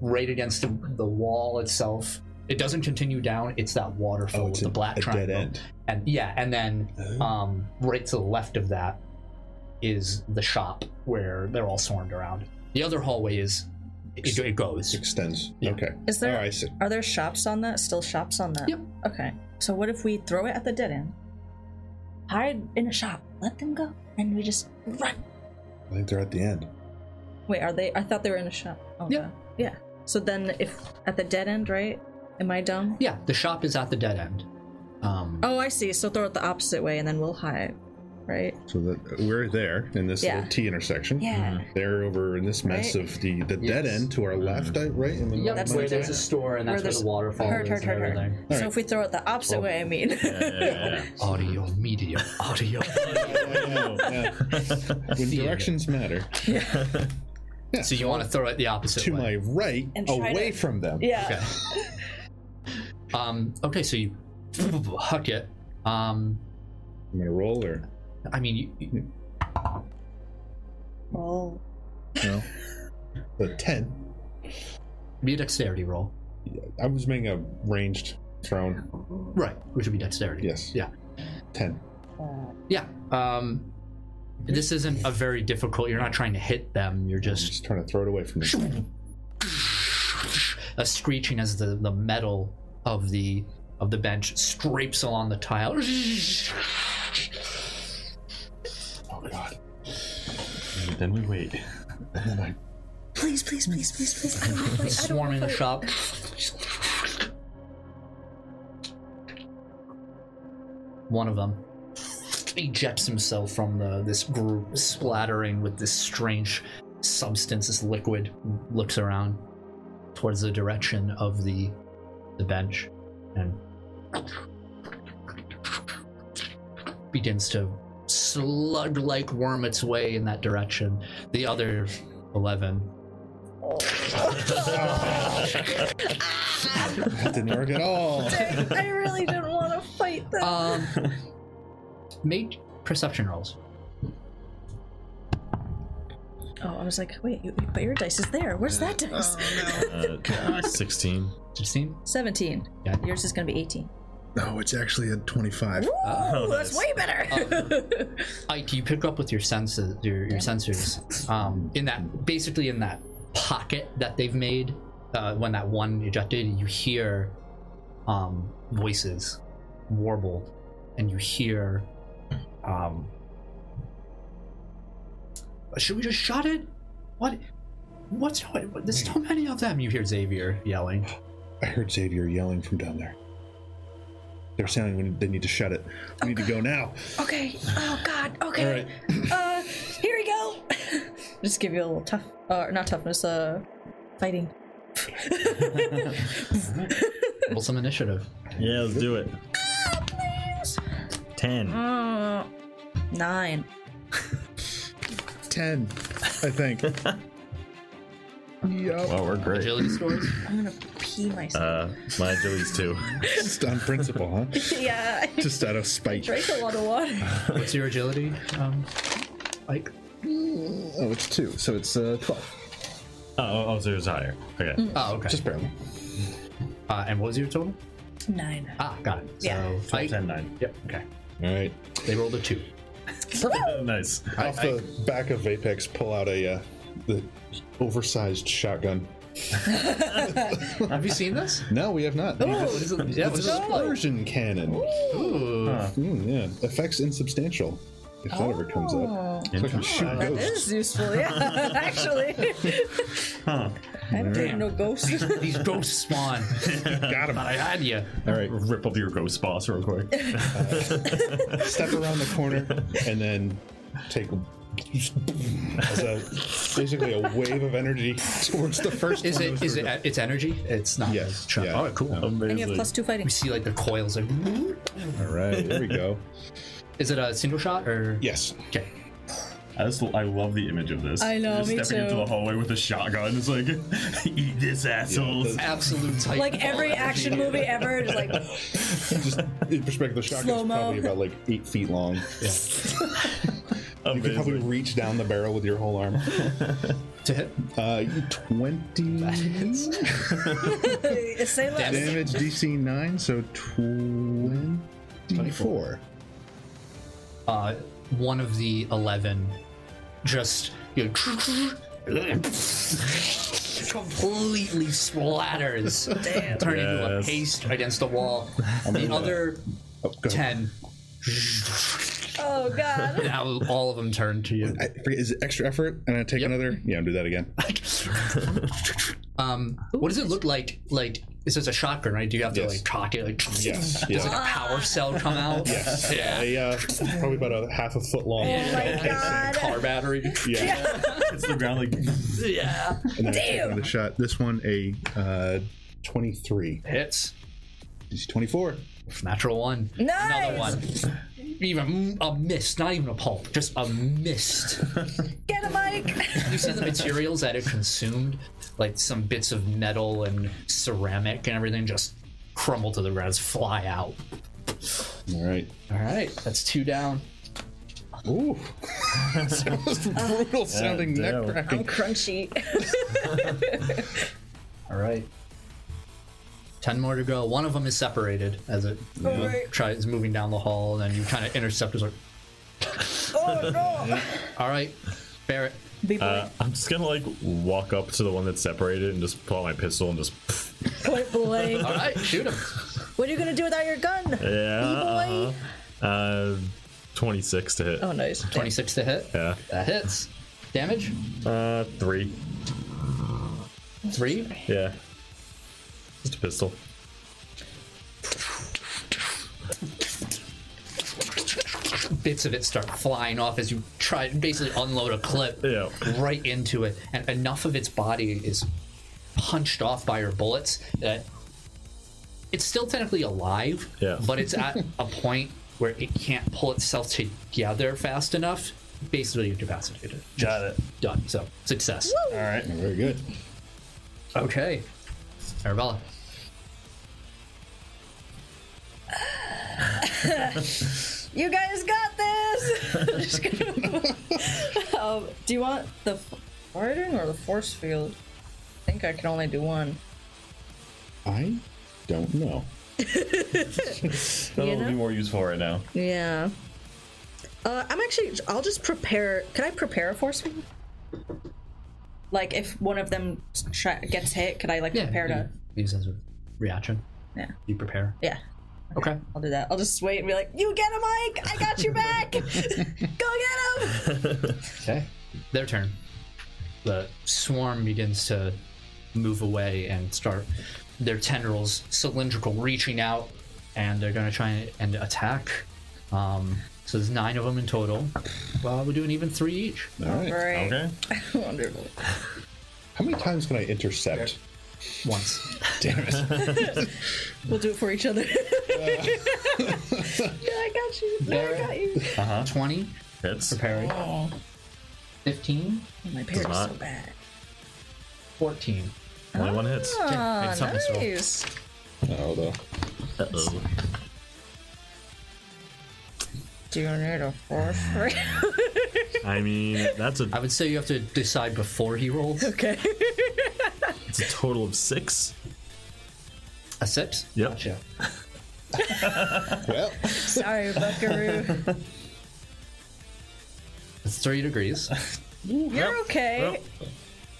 S1: right against the, the wall itself, it doesn't continue down. It's that
S6: Oh,
S1: waterfall with Oh, the black triangle. And yeah, and then um, right to the left of that is the shop where they're all swarmed around. The other hallway is it, it goes.
S6: Extends.
S1: Yeah.
S6: Okay.
S3: Is
S6: Oh,
S3: there?
S6: I see.
S3: Are there shops on that? Still shops on that?
S1: Yep.
S3: Okay. So what if we throw it at the dead end? Hide in a shop. Let them go, and we just run.
S6: I think they're at the end.
S3: Wait, are they? I thought they were in a shop. Oh,
S1: Yep.
S3: no. Yeah. So then, if at the dead end, right? Am I dumb?
S1: Yeah, the shop is at the dead end. Um,
S3: Oh, I see. So throw it the opposite way, and then we'll hide, right?
S6: So that we're there in this
S3: Yeah.
S6: little T intersection.
S3: Yeah.
S6: They're over in this mess
S3: Right.
S6: of the, the dead
S1: Mm-hmm. Yes.
S6: end to our left, I- right? And then
S1: Yep,
S3: That's
S1: where
S3: the
S1: there's
S3: dead
S1: a store and that's
S3: Where
S1: where,
S3: there's-
S1: the waterfall
S3: Heard,
S1: is
S3: heard,
S1: and
S3: heard, heard.
S1: everything.
S3: So if we throw it the opposite way, I mean.
S1: Audio, media,
S3: [LAUGHS]
S1: audio. [LAUGHS]
S6: Yeah. when
S1: Theater.
S6: directions matter,
S1: so you want to throw it the opposite
S6: to
S1: way.
S6: my right,
S3: And try
S6: away
S3: to-
S6: from
S3: [LAUGHS]
S6: them.
S3: yeah.
S1: Okay. um, okay, so you [LAUGHS] huck it. Um,
S6: I'm gonna roll or
S1: I mean, you, you-
S3: Oh.
S6: no? the ten.
S1: be a dexterity roll.
S6: I was making a ranged thrown.
S1: Right, which would be dexterity.
S6: Yes.
S1: Yeah.
S6: Ten.
S1: Yeah. Um, this isn't a very difficult. You're not trying to hit them. You're
S6: I'm
S1: just [LAUGHS]
S6: just trying to throw it away from me.
S1: a screeching as the, the metal of the of the bench scrapes along the tile. [LAUGHS]
S6: Oh god.
S2: Mm, then we wait.
S6: And then I
S3: Please, please, please, please, please. I don't
S1: It's
S3: fight. I don't
S1: swarming the [LAUGHS]
S3: fight.
S1: shop. One of them ejects himself from the, this group, splattering with this strange substance, this liquid. Looks around towards the direction of the the bench and begins to slug-like worm its way in that direction. The other eleven
S6: That didn't work
S3: [LAUGHS]
S6: at all.
S3: I, I really didn't want to fight them.
S1: Um, make perception rolls.
S3: [LAUGHS] oh, I was like, wait, you, but your dice is there. Where's that dice?
S2: [LAUGHS] Uh, 16.
S1: 16?
S3: 17.
S1: Yeah.
S3: Yours is going to be 18.
S10: No, it's actually a 25.
S3: Woo! that's
S2: nice.
S3: way better.
S1: Ike, you pick up with your senses, your, your sensors, um, in that basically in that pocket that they've made. Uh, when that one ejected, you hear um, voices warbled, and you hear. Um, Should we just shut it? What? What's what, there's so many of them? You hear Xavier yelling.
S6: I heard Xavier yelling from down there. They're sounding when they need to shut it. We need to go now.
S3: [LAUGHS] okay. Oh God. Okay. Uh, here we go. [LAUGHS] Just give you a little tough, uh, not toughness. Uh, fighting.
S1: Roll some initiative.
S2: Yeah, let's do it. 10.
S3: Mm, nine.
S10: 10, I think. yup.
S2: Well, we're great.
S1: Agility scores.
S3: I'm gonna pee myself.
S2: Uh, my agility's 2.
S6: Just on principle, huh?
S3: [LAUGHS] yeah, I [LAUGHS]
S10: Just out of spite.
S3: drank a lot of water.
S1: What's your agility, um, Ike?
S6: Oh, it's two, so it's uh, 12.
S2: Oh, oh, oh, so it's higher. Okay.
S3: Mm.
S1: Oh, okay.
S6: Just barely.
S1: Uh, and what was your total?
S3: Nine.
S1: Ah, got it. So
S3: Yeah.
S1: I,
S2: 10, 9.
S1: Yep. Okay.
S6: All right.
S1: They rolled a two.
S2: [LAUGHS] nice.
S6: Off the back of Apex, pull out a uh, the oversized shotgun.
S1: Have you seen this?
S6: No, we have not.
S1: What is it? [LAUGHS] Yeah,
S6: It's
S1: what's
S6: a
S1: this like?
S6: spursion cannon.
S1: Ooh.
S6: Mm, yeah, effects insubstantial. If that ever comes
S3: Oh.
S6: up, so I can shoot
S3: That
S6: ghosts.
S3: is useful, yeah, [LAUGHS] actually. I don't even know ghosts.
S1: [LAUGHS] These ghosts spawn.
S6: Got him.
S1: [LAUGHS] I had you.
S6: All right,
S2: [LAUGHS] Rip up your ghost boss real quick.
S6: step around the corner and then take as a, basically a wave of energy towards the first.
S1: Is
S6: one
S1: it?
S6: of
S1: Is it? e,
S6: those-
S1: It's energy. It's not.
S6: Yes,
S1: Sure.
S6: yeah.
S1: Oh, cool.
S3: and you have plus two fighting.
S1: We see like the coils. Like, [LAUGHS]
S6: All right, there we go.
S1: is it a single shot or?
S6: Yes,
S1: Okay.
S11: I just I love the image of this.
S3: I know,
S11: Just
S3: me
S11: stepping into
S3: too.
S11: the hallway with a shotgun. It's
S2: [LAUGHS]
S11: like, eat this, assholes.
S1: Absolute. Type
S3: [LAUGHS] Like every action movie ever, just like [LAUGHS]
S6: just in perspective, the shotgun's
S3: Slow-mo.
S6: probably about like eight feet long. You can probably
S2: Amazing.
S6: reach down the barrel with your whole arm.
S1: to hit.
S6: Uh, twenty
S3: say less.
S1: Damn
S6: damage, DC nine, so twenty-four.
S1: Uh, one of the eleven, just you know, completely splatters, turning into a
S2: Yes.
S1: paste against the wall. The other
S6: go ahead.
S1: ten.
S3: Oh
S1: [LAUGHS]
S3: god.
S1: Now all of them turn to you.
S6: I forget, is it extra effort? And I take
S1: Yep.
S6: another. Yeah, do that again.
S1: Um, what does it look like? Like, is this a shotgun, right? Do you have to
S6: Yes.
S1: like cock it? Like,
S6: Yes,
S1: Does
S6: yes.
S1: like a power cell come out? Yes. Yeah.
S6: A, uh, probably about a half a foot long.
S3: Oh my god.
S1: Car battery.
S6: Yeah.
S11: It's the ground like,
S1: [LAUGHS] yeah.
S6: And then I take
S3: Damn.
S6: another shot. This one, a uh, 23.
S1: Hits.
S6: He's 24.
S1: Natural one. Another
S3: Nice.
S1: one. Even a mist, not even a pulp, just a mist.
S3: Get a mic.
S1: [LAUGHS] You see the materials that it consumed, like some bits of metal and ceramic and everything, just crumble to the ground, just fly out.
S6: All right.
S1: All right, that's two down.
S6: Ooh. [LAUGHS] that
S3: [LAUGHS]
S6: was brutal sounding
S2: Yeah,
S6: neck
S2: damn.
S6: cracking.
S3: I'm crunchy. [LAUGHS]
S1: All right. Ten more to go. One of them is separated as it
S3: Alright.
S1: tries moving down the hall, and then you kind of intercept. Is like,
S3: [LAUGHS] Oh
S1: Uh.
S3: no.
S1: all right, Barrett.
S3: Be boy.
S2: [LAUGHS] I'm just gonna like walk up to the one that's separated and just pull out my pistol and just [LAUGHS]
S3: Point blank.
S1: All [LAUGHS] right, shoot him.
S3: What are you gonna do without your gun?
S2: yeah,
S3: Boy.
S2: uh, 26 to hit.
S3: Oh nice.
S1: Twenty-six to hit.
S2: Yeah,
S1: That hits. Damage
S2: uh, three.
S1: three.
S2: Yeah, just a pistol.
S1: Bits of it start flying off as you try to basically unload a clip
S2: Yeah.
S1: right into it, and enough of its body is punched off by your bullets that it's still technically alive,
S2: Yeah.
S1: but it's at a point where it can't pull itself together fast enough. Basically, you're incapacitated.
S11: got it.
S1: Done. So, success.
S2: All right.
S6: Very good.
S1: Okay. Arabella.
S3: You guys got this. [LAUGHS] I'm just gonna- um, do you want the f- farting or the force field? I think I can only do one.
S6: I don't know.
S5: That'll
S12: know?
S5: be more useful right now.
S12: Yeah. Uh, I'm actually. I'll just prepare. Can I prepare a force field?
S3: Like if one of them tra- gets hit, could I like prepare to?
S1: you Use as a reaction.
S3: Yeah.
S1: You prepare.
S3: Yeah,
S1: Okay.
S3: I'll do that. I'll just wait and be like, "You get him, Mike. I got your back. [LAUGHS] Go get him."
S1: Okay. Their turn. The swarm begins to move away and start their tendrils cylindrical reaching out and they're going to try and attack. Um, so there's nine of them in total. Well, we're doing even three each.
S6: All right.
S3: Right.
S5: Okay.
S3: [LAUGHS] Wonderful.
S6: How many times can I intercept?
S1: Once.
S6: Damn
S2: [LAUGHS]
S6: it.
S12: We'll do it for each
S3: [LAUGHS]
S12: other.
S3: Yeah, I got you.
S1: Barrett.
S3: I got you.
S1: 20,
S5: Hits.
S3: Ah.
S1: prepared. 15,
S3: My parents are
S5: not.
S3: so bad.
S1: 14.
S5: Only one hits.
S1: Made something so-
S3: Nice.
S6: Oh, though.
S5: Uh-oh.
S3: Do you need a force? field?
S5: I mean, that's a,
S1: I would say you have to decide before he rolls.
S3: [LAUGHS] okay.
S5: it's a total of six.
S1: A six?
S5: Yep.
S1: Gotcha.
S6: Well,
S3: Sorry, [LAUGHS] Buckaroo.
S1: That's three degrees.
S3: You're okay.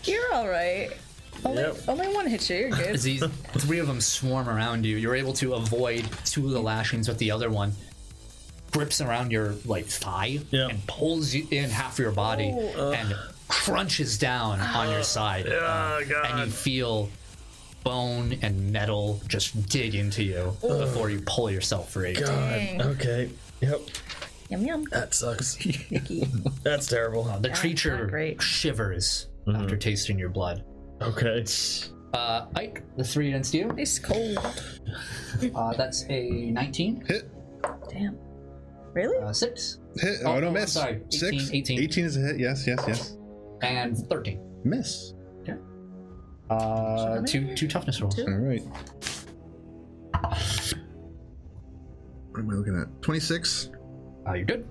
S3: You're all right. Only,
S5: Yep.
S3: only one hit you. You're good.
S1: As these three of them swarm around you, you're able to avoid two of the lashings with the other one. Grips around your like thigh
S5: Yeah.
S1: and pulls you in half of your body
S5: Oh, uh.
S1: and crunches down on your side.
S5: Ah,
S1: and you
S5: God.
S1: feel bone and metal just dig into you before you pull yourself free.
S5: Oh. God. Okay. Yep.
S3: Yum yum.
S5: That sucks. that's terrible.
S1: Uh, The creature
S3: great.
S1: shivers after tasting your blood.
S5: Mm-hmm. Okay.
S1: Uh, Ike, the three against you.
S3: It's cold.
S1: Uh, that's a 19,
S6: hit,
S3: Damn. Really?
S1: uh, 6.
S6: hit. Oh,
S1: Oh,
S6: no,
S1: oh,
S6: miss.
S1: sorry. 18,
S6: Six.
S1: 18.
S6: 18 is a hit. Yes, yes, yes.
S1: and 13.
S6: Miss.
S1: Uh, two, two toughness rolls.
S6: All right. What am I looking at? 26,
S1: Uh, you're good.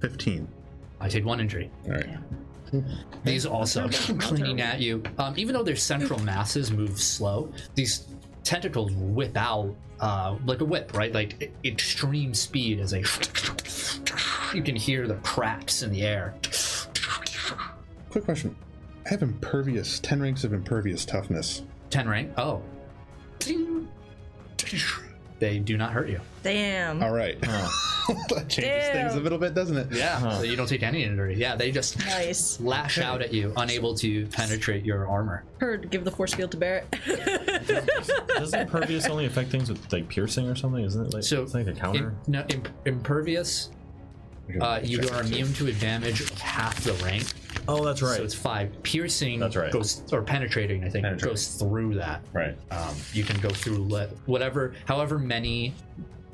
S6: 15.
S1: I take one injury.
S6: All right.
S1: These also clinging at you. Um, even though their central masses move slow, these tentacles whip out uh, like a whip, right? Like e- extreme speed as they. You can hear the cracks in the air.
S6: Quick question. I have impervious, 10 ranks of impervious toughness.
S1: 10 rank. Oh. They do not hurt you.
S3: Damn.
S6: All right. [LAUGHS] that changes things a little bit, doesn't it?
S1: Yeah. So you don't take any injury. Yeah, they just
S3: Nice.
S1: lash out at you, unable to penetrate your armor.
S12: Heard. Give the force field to
S3: [LAUGHS]
S12: Barrett.
S5: Doesn't impervious only affect things with like piercing or something? Isn't it like
S1: So
S5: it's like a counter?
S1: Im- no, imp- impervious. Uh, you are immune to a damage of half the rank,
S5: oh, that's right.
S1: so it's five. Piercing
S5: That's right.
S1: goes or penetrating, I think,
S5: Penetrating.
S1: goes through that.
S5: right.
S1: Um, you can go through le- whatever, however many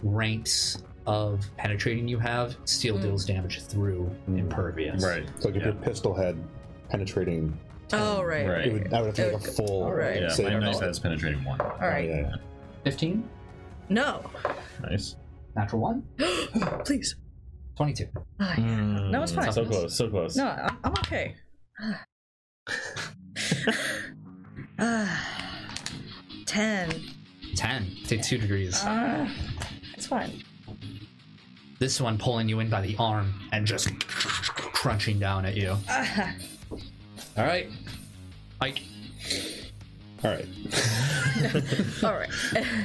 S1: ranks of penetrating you have. Steel deals damage through impervious.
S5: Hmm. Right.
S4: It's like if your pistol had penetrating,
S12: oh right.
S5: Right.
S4: it would, I would have to make a
S12: Okay.
S4: full
S12: Alright.
S5: Yeah,
S4: save.
S5: my knife
S4: Oh,
S5: has penetrating one.
S3: All right.
S4: yeah.
S1: Fifteen,
S3: [GASPS]
S12: No.
S5: Nice.
S1: natural one,
S12: Please.
S1: twenty-two.
S5: Mm.
S3: No, it's fine.
S5: So close, so close.
S3: No, I'm, I'm okay. Ah. Ten.
S1: Ten. Take two degrees.
S3: Ah. it's fine.
S1: This one pulling you in by the arm and just crunching down at you.
S3: Ah.
S1: All right, Ike.
S6: All right.
S3: All right.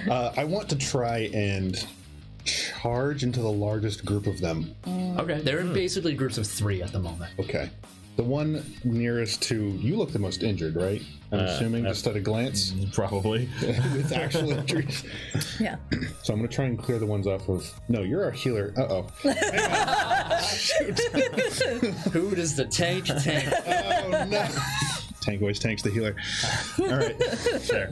S6: Uh, I want to try and charge into the largest group of them.
S1: Okay, they're in basically groups of three at the moment.
S6: Okay. The one nearest to you look the most injured, right? I'm assuming just at a glance [LAUGHS]
S3: [LAUGHS]
S5: Probably.
S6: with actual injuries.
S3: [LAUGHS] Yeah.
S6: So I'm gonna try and clear the ones off of. No, you're our healer. Uh oh.
S1: Who does the tank tank?
S6: Oh no. Tank always tanks the healer. All right.
S5: Sure.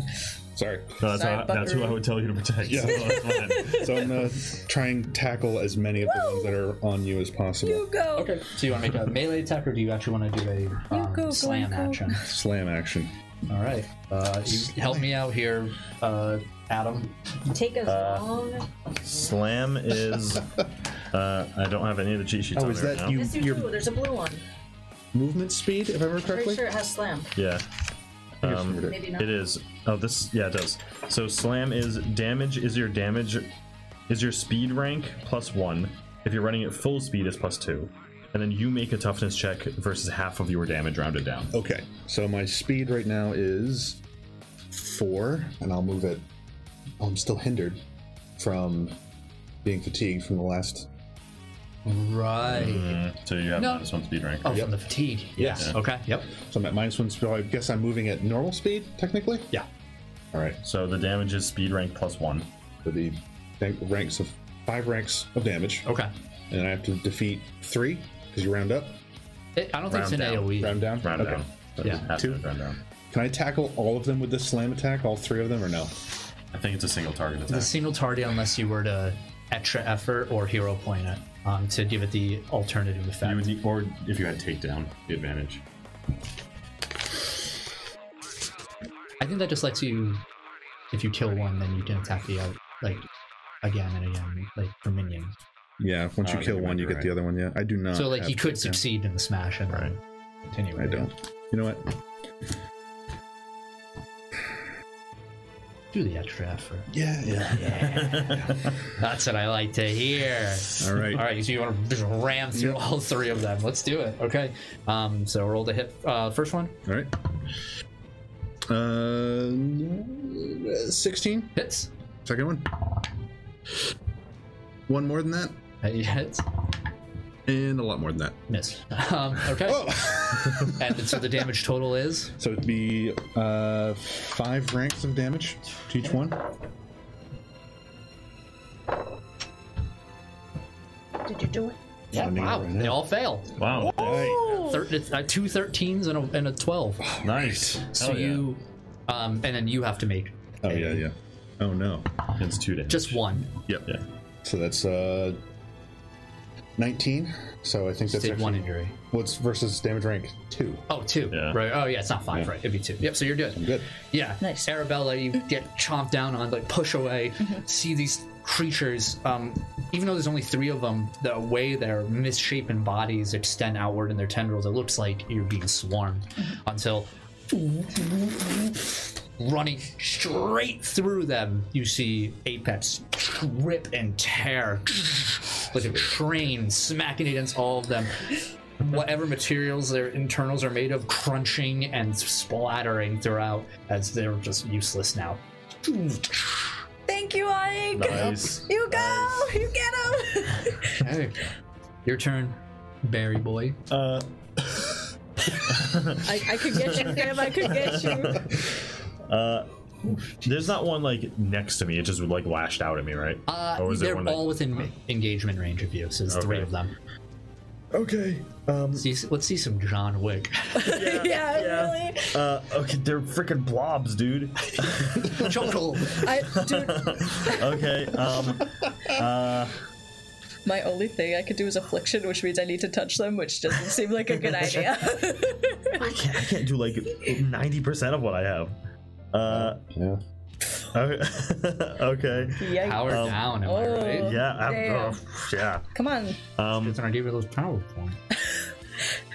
S6: Sorry.
S2: No, that's,
S3: Sorry,
S2: how, that's who I
S3: Buckaroo.
S2: would tell you to protect.
S6: Yeah.
S2: So that's
S3: [LAUGHS]
S2: fine.
S6: So I'm gonna try and tackle as many of the ones that are on you as possible.
S3: You go.
S1: [LAUGHS] Okay. So you want to make a melee attack, or do you actually want to do a um,
S3: go, go,
S1: slam
S3: go.
S1: action?
S6: Slam action.
S1: All right. Uh, you help me out here, uh, Adam.
S13: Take us long.
S2: Slam is. Uh, I don't have any of the cheat sheets
S6: Oh,
S2: on
S6: is
S2: me right
S6: that
S2: now.
S6: you-
S13: Yes, you
S6: Your-
S13: do. There's a blue one.
S6: Movement speed, if I remember
S13: Pretty
S6: correctly.
S13: sure it has slam.
S2: Yeah. Um,
S13: Maybe not.
S2: It is. Oh, this. Yeah, it does. So slam is damage. Is your damage? Is your speed rank plus one? If you're running at full speed, is plus two. And then you make a toughness check versus half of your damage rounded down.
S6: Okay. So my speed right now is four, and I'll move it. Oh, I'm still hindered from being fatigued from the last.
S1: Right.
S2: Mm, So you have
S1: No.
S2: minus one speed rank.
S1: Oh, from the fatigue. Yes. Okay. Yep.
S6: So I'm at minus one speed. I guess I'm moving at normal speed, technically.
S1: Yeah.
S6: All right.
S2: So the damage is speed rank plus one.
S6: So the rank- ranks of five ranks of damage,
S1: Okay.
S6: and then I have to defeat three because you round up,
S1: It, I don't think it's an E.
S2: Round down.
S1: AOE.
S6: round down,
S2: Round
S6: Okay.
S2: down. So
S1: Yeah,
S2: half
S6: two.
S2: of it Round down.
S6: Can I tackle all of them with this slam attack? All three of them, or no?
S2: I think it's a single target
S1: The
S2: attack.
S1: single target, unless you were to extra effort or hero point it um, to give it the alternative effect.
S2: You would need, or if you had takedown, the advantage.
S1: I think that just lets you, if you kill one, then you can attack the other, like again and again, like for minion.
S6: Yeah. Once you
S2: Uh,
S6: kill
S2: you
S6: one, you
S2: might be
S6: get the
S2: right.
S6: other one. Yeah. I do not.
S1: so like
S6: have
S1: you could
S6: takedown.
S1: succeed in the smash and then
S2: Right.
S1: continue.
S6: I
S1: it.
S6: don't. You know what?
S1: do the extra effort.
S6: [LAUGHS] Yeah. Yeah.
S1: That's what I like to hear.
S6: All right.
S1: All right, so you want to just ram through all three of them. Let's do it. Okay. Um, so roll the hit. Uh, first one
S6: All right. Uh, sixteen.
S1: hits. [LAUGHS]
S6: Second one. One more than that,
S1: Uh, yeah, hits.
S6: and a lot more than that.
S1: Miss. Um, okay. and so the damage total is
S6: So it'd be uh, five ranks of damage to each one.
S13: Did you do it?
S1: yeah.
S6: Finding it
S1: Wow.
S6: right
S1: they
S6: now.
S1: all fail.
S2: Wow.
S3: Oh,
S1: Thir- uh, two 13s and a, and a 12.
S6: Oh,
S2: Nice.
S1: So you, um, and then you have to make
S6: Oh yeah, yeah. Oh no.
S2: It's two damage.
S1: just one.
S6: Yep.
S2: Yeah.
S6: So that's uh, nineteen. So I think
S1: Just
S6: that's
S1: did one
S6: actually-
S1: injury.
S6: What's versus damage rank two?
S1: Oh, two.
S2: Yeah.
S1: Right. Oh, yeah. It's not five. Right. It'd be two. Yep. So you're good.
S6: Good.
S1: Yeah.
S13: Nice.
S1: Arabella, you get chomped down on, like push away, see these creatures. Um, even though there's only three of them, the way their misshapen bodies extend outward in their tendrils, it looks like you're being swarmed until running straight through them, you see Apex rip and tear like a train smacking against all of them. Whatever materials their internals are made of, crunching and splattering throughout as they're just useless now.
S3: Thank you, Ike.
S2: Nice.
S3: [LAUGHS] You go. You get him.
S1: Okay. Your turn, Barry boy.
S12: I, I could get you, Sam. I could get you.
S2: There's not one like next to me. It just like lashed out at me, right?
S1: Uh,
S2: Or was there
S1: they're
S2: Oh, one that-
S1: all within ma- engagement range of you, so there's three
S2: Okay.
S1: of them.
S2: Okay.
S1: Let's see, let's see some John Wick. [LAUGHS]
S3: [LAUGHS] Yeah, really.
S2: Uh, okay, they're freaking blobs, dude.
S1: Chuckle.
S3: I, dude,
S2: Okay. Um,
S3: my only thing I could do is affliction, which means I need to touch them, which doesn't seem like a good idea.
S2: I can't, I can't do like 90% of what I have. Uh,
S6: Yeah.
S2: okay. [LAUGHS] okay.
S3: Yikes.
S1: Power
S2: Um,
S1: down, am I
S3: Oh.
S1: right?
S2: Yeah. I'm,
S3: Damn.
S2: oh, yeah.
S3: Come on,
S2: Um,
S1: That's when I gave her those power points.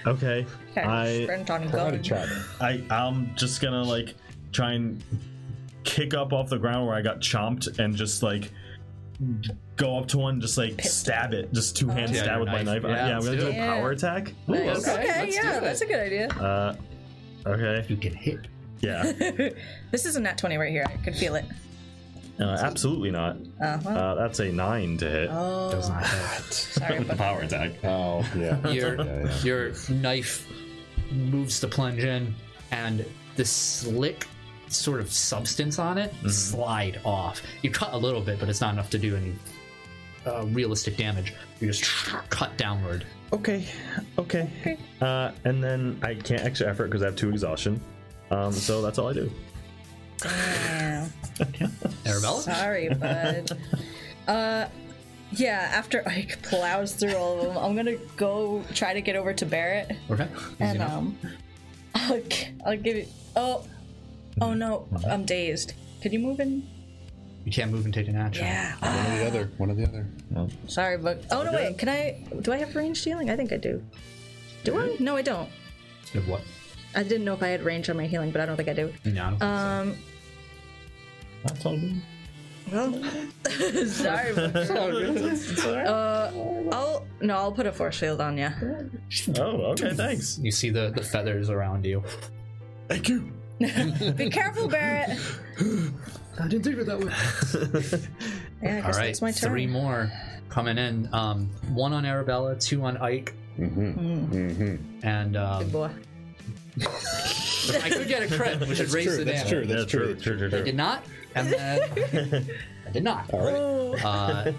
S2: okay.
S3: okay,
S2: I,
S3: sprint on
S4: Karate
S3: gun.
S4: chop.
S2: I, I'm just gonna like try and kick up off the ground where I got chomped and just like go up to one, just like stab it, just
S3: Oh.
S2: two hand
S1: Yeah,
S2: stab
S1: your
S2: with my
S1: knife.
S2: knife. Uh,
S1: Yeah,
S2: Yeah, I'm
S1: let's
S2: gonna do
S1: do
S2: a
S3: it.
S2: power attack.
S1: Nice.
S3: Okay,
S1: Okay, let's do
S3: yeah,
S1: it.
S3: that's a good idea. [LAUGHS]
S2: Uh, okay.
S1: You can hit.
S2: Yeah.
S3: This is a nat 20 right here. I could feel it.
S2: [LAUGHS] Uh, absolutely not.
S3: Uh, well,
S2: Uh, that's a nine to hit.
S1: Does not hit.
S3: sorry, but
S2: power attack.
S4: Oh
S1: [LAUGHS]
S4: yeah.
S1: your
S2: [LAUGHS]
S4: yeah.
S1: your knife moves to plunge in, and the slick sort of substance on it
S6: Mm-hmm.
S1: slide off. You cut a little bit, but it's not enough to do any uh, realistic damage. You just cut downward.
S2: Okay. Okay. Uh, and then I can't extra effort because I have two exhaustion. Um, so that's all I do.
S3: damn.
S1: Arabella?
S3: Sorry, bud.
S1: [LAUGHS]
S3: uh, yeah. After Ike plows through all of them, I'm gonna go try to get over to Barrett,
S1: Okay. Easy
S3: and
S1: enough.
S3: um, I'll, g- I'll give you. Oh, oh no, I'm dazed. Could you move in?
S1: you can't move and take an action.
S3: Yeah.
S6: One or the other. One or the other.
S3: Sorry, but oh no, wait. Can I? Do I have range healing? I think I do. Do I? No, I don't.
S1: Good what?
S12: I didn't know if I had range on my healing, but I don't think I do.
S1: No, I don't think
S12: Um,
S2: That's all good.
S12: well, [LAUGHS] sorry. but- uh, I'll no, I'll put a force field on you.
S2: Oh, okay, thanks.
S1: so. You see the, the feathers around you.
S6: Thank you.
S3: Be careful, Barrett.
S1: I didn't think of it
S2: [LAUGHS]
S1: that way.
S12: Yeah, I
S1: All
S12: guess
S1: right,
S12: that's my turn.
S1: three more coming in. Um, one on Arabella, two on Ike,
S6: Mm-hmm.
S12: Mm-hmm. [LAUGHS]
S1: and um,
S12: Boy.
S1: I could get a crit, which would raise the damage.
S6: True, that's
S2: Yeah, true,
S6: true.
S2: true, true,
S1: I did
S2: true.
S1: not, and then [LAUGHS] I did not.
S6: All right.
S12: [LAUGHS]
S1: Uh,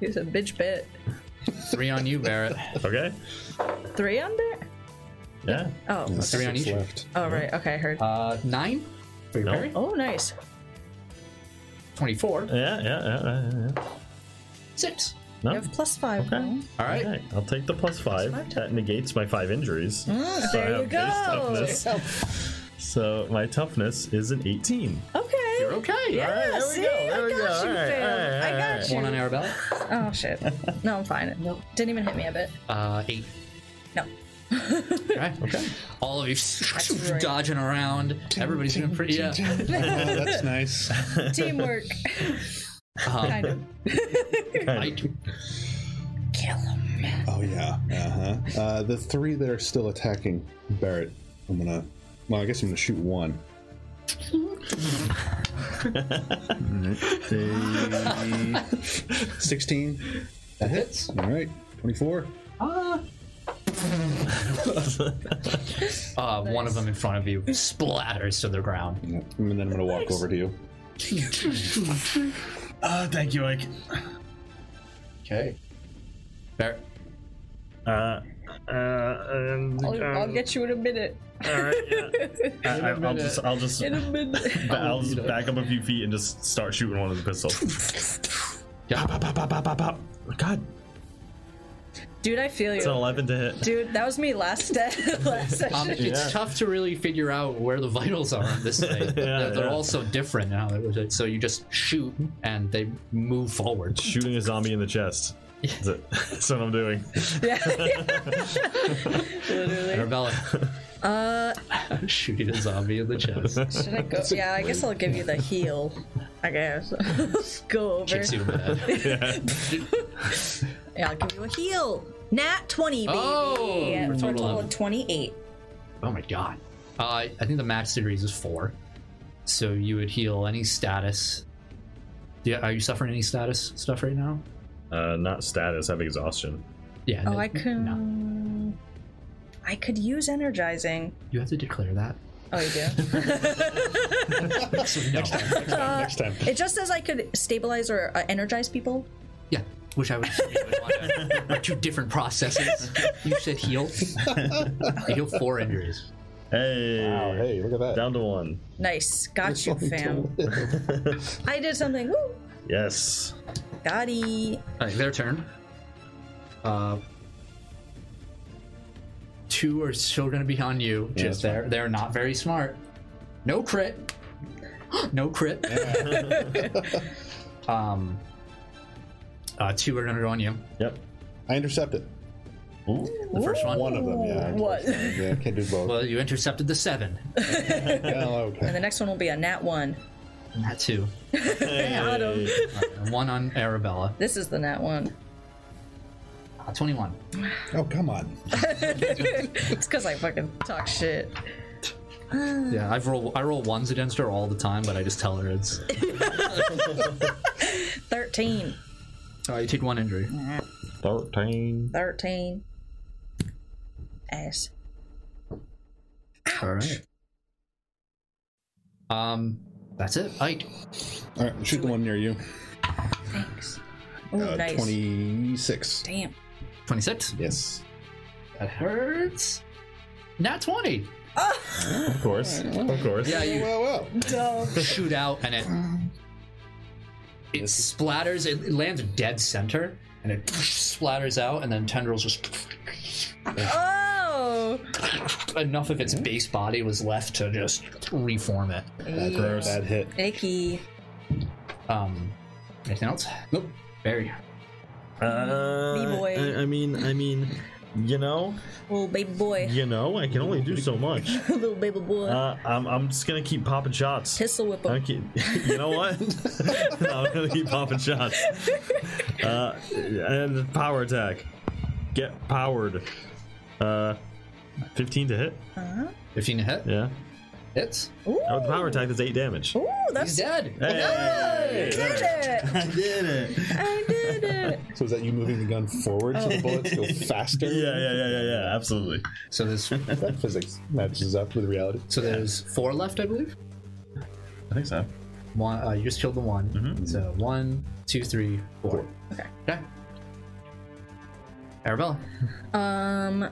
S12: He's a bitch bit.
S1: three on you, Barrett.
S2: Okay.
S12: Three on Barrett?
S2: Yeah.
S12: Oh.
S1: Three on each.
S6: Six left.
S12: Oh right. Okay, I heard.
S1: Uh, nine for your
S2: No. Uh,
S1: parry.
S12: Oh, nice.
S1: Twenty-four.
S2: Yeah, yeah, yeah, yeah, yeah, yeah.
S1: Six.
S2: No?
S12: You have plus five.
S2: Okay.
S1: All right.
S2: Okay, I'll take the plus five. That negates my five injuries. so
S12: there you go.
S2: base toughness. So my toughness is an 18.
S12: Okay.
S1: You're okay.
S2: All right, there
S12: see?
S2: we go.
S12: I
S2: There we go.
S12: got
S2: All
S12: you,
S2: right,
S12: Phil.
S2: all right,
S12: I
S2: all
S12: got
S2: right.
S12: you.
S1: One on Arabella.
S3: Oh shit. No, I'm fine. Nope. Didn't even hit me a bit.
S1: Uh, eight.
S3: No.
S2: [LAUGHS]
S1: Okay. okay. All of you
S3: right.
S1: dodging around. Everybody's doing pretty. Yeah.
S6: Oh, [LAUGHS] that's nice.
S3: Teamwork.
S2: Um,
S3: kind of.
S1: Ike,
S3: Kill him.
S6: Oh yeah. Uh-huh. Uh The three that are still attacking Barrett, I'm gonna. Well, I guess I'm gonna shoot [LAUGHS] one. Sixteen. That hits. All right. Twenty-four.
S1: [LAUGHS] uh, one of them in front of you splatters to the [LAUGHS] ground.
S6: Yeah, And then I'm gonna walk over to you.
S2: Uh, thank you, Ike.
S1: Okay. Barrett.
S2: Uh, uh, um,
S3: I'll, I'll get you in a minute.
S2: all right, yeah. I, I, I'll just, I'll just,
S3: [LAUGHS] In a minute.
S2: ba- I'll just back up a few feet and just start shooting one of the pistols.
S1: Yeah.
S2: Pop, pop, pop, pop, pop, pop. God,
S3: Dude, I feel
S2: it's an
S3: you.
S2: 11 to hit.
S3: Dude, that was me last [LAUGHS] last session.
S1: Um, It's tough to really figure out where the vitals are on this thing. they're, they're
S2: yeah.
S1: all so different now. that was- So you just shoot and they move forward.
S2: Shooting a zombie in the chest. That's, it. [LAUGHS] That's what I'm doing.
S3: Literally. [LAUGHS]
S1: Arabella. Uh, [LAUGHS] shooting a zombie in the chest.
S3: [LAUGHS] Should I go? Yeah, I guess I'll give you the heal. I guess. [LAUGHS] go over.
S1: Kicks you in the head.
S12: Yeah, I'll give you a heal. Nat 20, baby.
S1: Oh,
S3: Yeah,
S1: for
S3: for
S1: a
S3: a
S1: total
S3: total
S1: of-
S3: of 28.
S1: Oh my god. Uh, I think the max degrees is four. So you would heal any status. Yeah, are you suffering any status stuff right now?
S2: Uh, not status, I have exhaustion.
S1: Yeah.
S3: Oh,
S1: no-
S3: I can.
S1: No.
S3: I could use energizing.
S1: You have to declare that.
S3: Oh, you do? [LAUGHS]
S1: So no.
S6: Next time.
S12: It just says I could stabilize or uh, energize people.
S1: Yeah, which I would say you would want to- are two different processes. You said heal. You heal four injuries.
S2: Hey,
S4: Wow, hey, look at that.
S2: down to
S4: [LAUGHS]
S2: one.
S3: nice. Got you, fam.
S12: I did something. Woo!
S2: Yes.
S12: Gotti.
S1: All right, their turn. Uh, two are still going to be on you. just they're they're not very smart. No crit. [GASPS] No crit. um. Uh, two are going to go on you.
S2: Yep.
S6: I intercept it.
S1: The first one.
S6: One of them. Yeah.
S3: Oh, What? And
S6: Yeah. I can't do both.
S1: Well, you intercepted the seven.
S6: Well, okay.
S3: the next one will be a nat 1.
S1: And that two. And one on Arabella.
S3: This is the nat 1.
S1: Uh, Twenty-one.
S6: Oh come on.
S3: It's because I fucking talk shit.
S1: Yeah, I've roll I roll ones against her all the time, but I just tell her it's.
S3: 13.
S1: Sorry, you take one injury.
S2: 13.
S3: 13. Ass.
S1: All right. Um, that's it. Ike.
S6: All right. Shoot the one near you.
S3: Thanks. Ooh,
S6: Uh,
S3: nice.
S6: Twenty-six.
S3: Damn.
S1: Twenty-six.
S6: Yes.
S1: That hurts. Nat twenty.
S2: Of course. Of course.
S1: Yeah, you
S6: Well, well.
S1: shoot out and it it splatters. It lands dead center and it splatters out, and then tendrils just
S3: Oh!
S1: enough of its base body was left to just reform it.
S6: Gross. Bad hit.
S3: Icky.
S1: Um, anything else?
S6: Nope.
S1: Barrier.
S2: Uh,
S3: B-boy.
S2: I, I mean, I mean, you know,
S3: Little baby boy.
S2: you know, I can only do so much.
S3: [LAUGHS] Little baby boy.
S2: Uh, I'm, I'm just gonna keep popping shots.
S3: Pistol whip him.
S2: I keep, you [LAUGHS] know what? I'm gonna keep popping shots. Uh, and power attack. Get powered. Uh, 15 to hit.
S1: Fifteen to hit.
S2: Yeah.
S1: Hits.
S2: And with the power attack, that's 8 damage.
S3: Ooh, that's
S1: He's dead.
S2: Hey!
S3: did it!
S2: I did it.
S3: I did it!
S6: So is that you moving the gun forward so
S3: Oh.
S6: the
S3: [LAUGHS]
S6: bullets go faster?
S2: Yeah, yeah, yeah, yeah, yeah, absolutely.
S1: So there's
S6: That physics matches up with reality.
S1: so there's four left, I believe.
S2: I think so.
S1: One. Uh, you just killed the one. So one, two, three, four. Okay. Okay. Arabella.
S3: Um,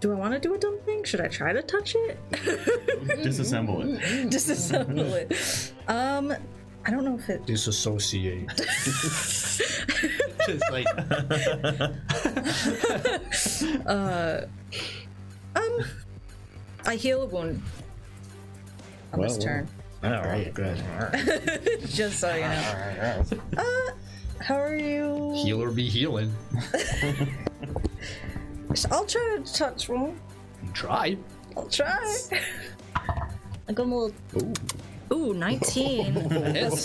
S3: do I want to do a dumb thing? Should I try to touch it? [LAUGHS]
S2: Disassemble it.
S3: Disassemble it. Um, I don't know if
S1: [LAUGHS]
S3: it.
S1: disassociate. Just like
S3: I heal a wound on this
S6: Well,
S3: turn.
S2: All right.
S1: good.
S3: Just so you know. Uh, how are you?
S1: Healer be healing.
S3: I'll try to touch one.
S1: Try.
S3: I'll try. I got a little. Ooh, 19.
S1: [LAUGHS] Hits.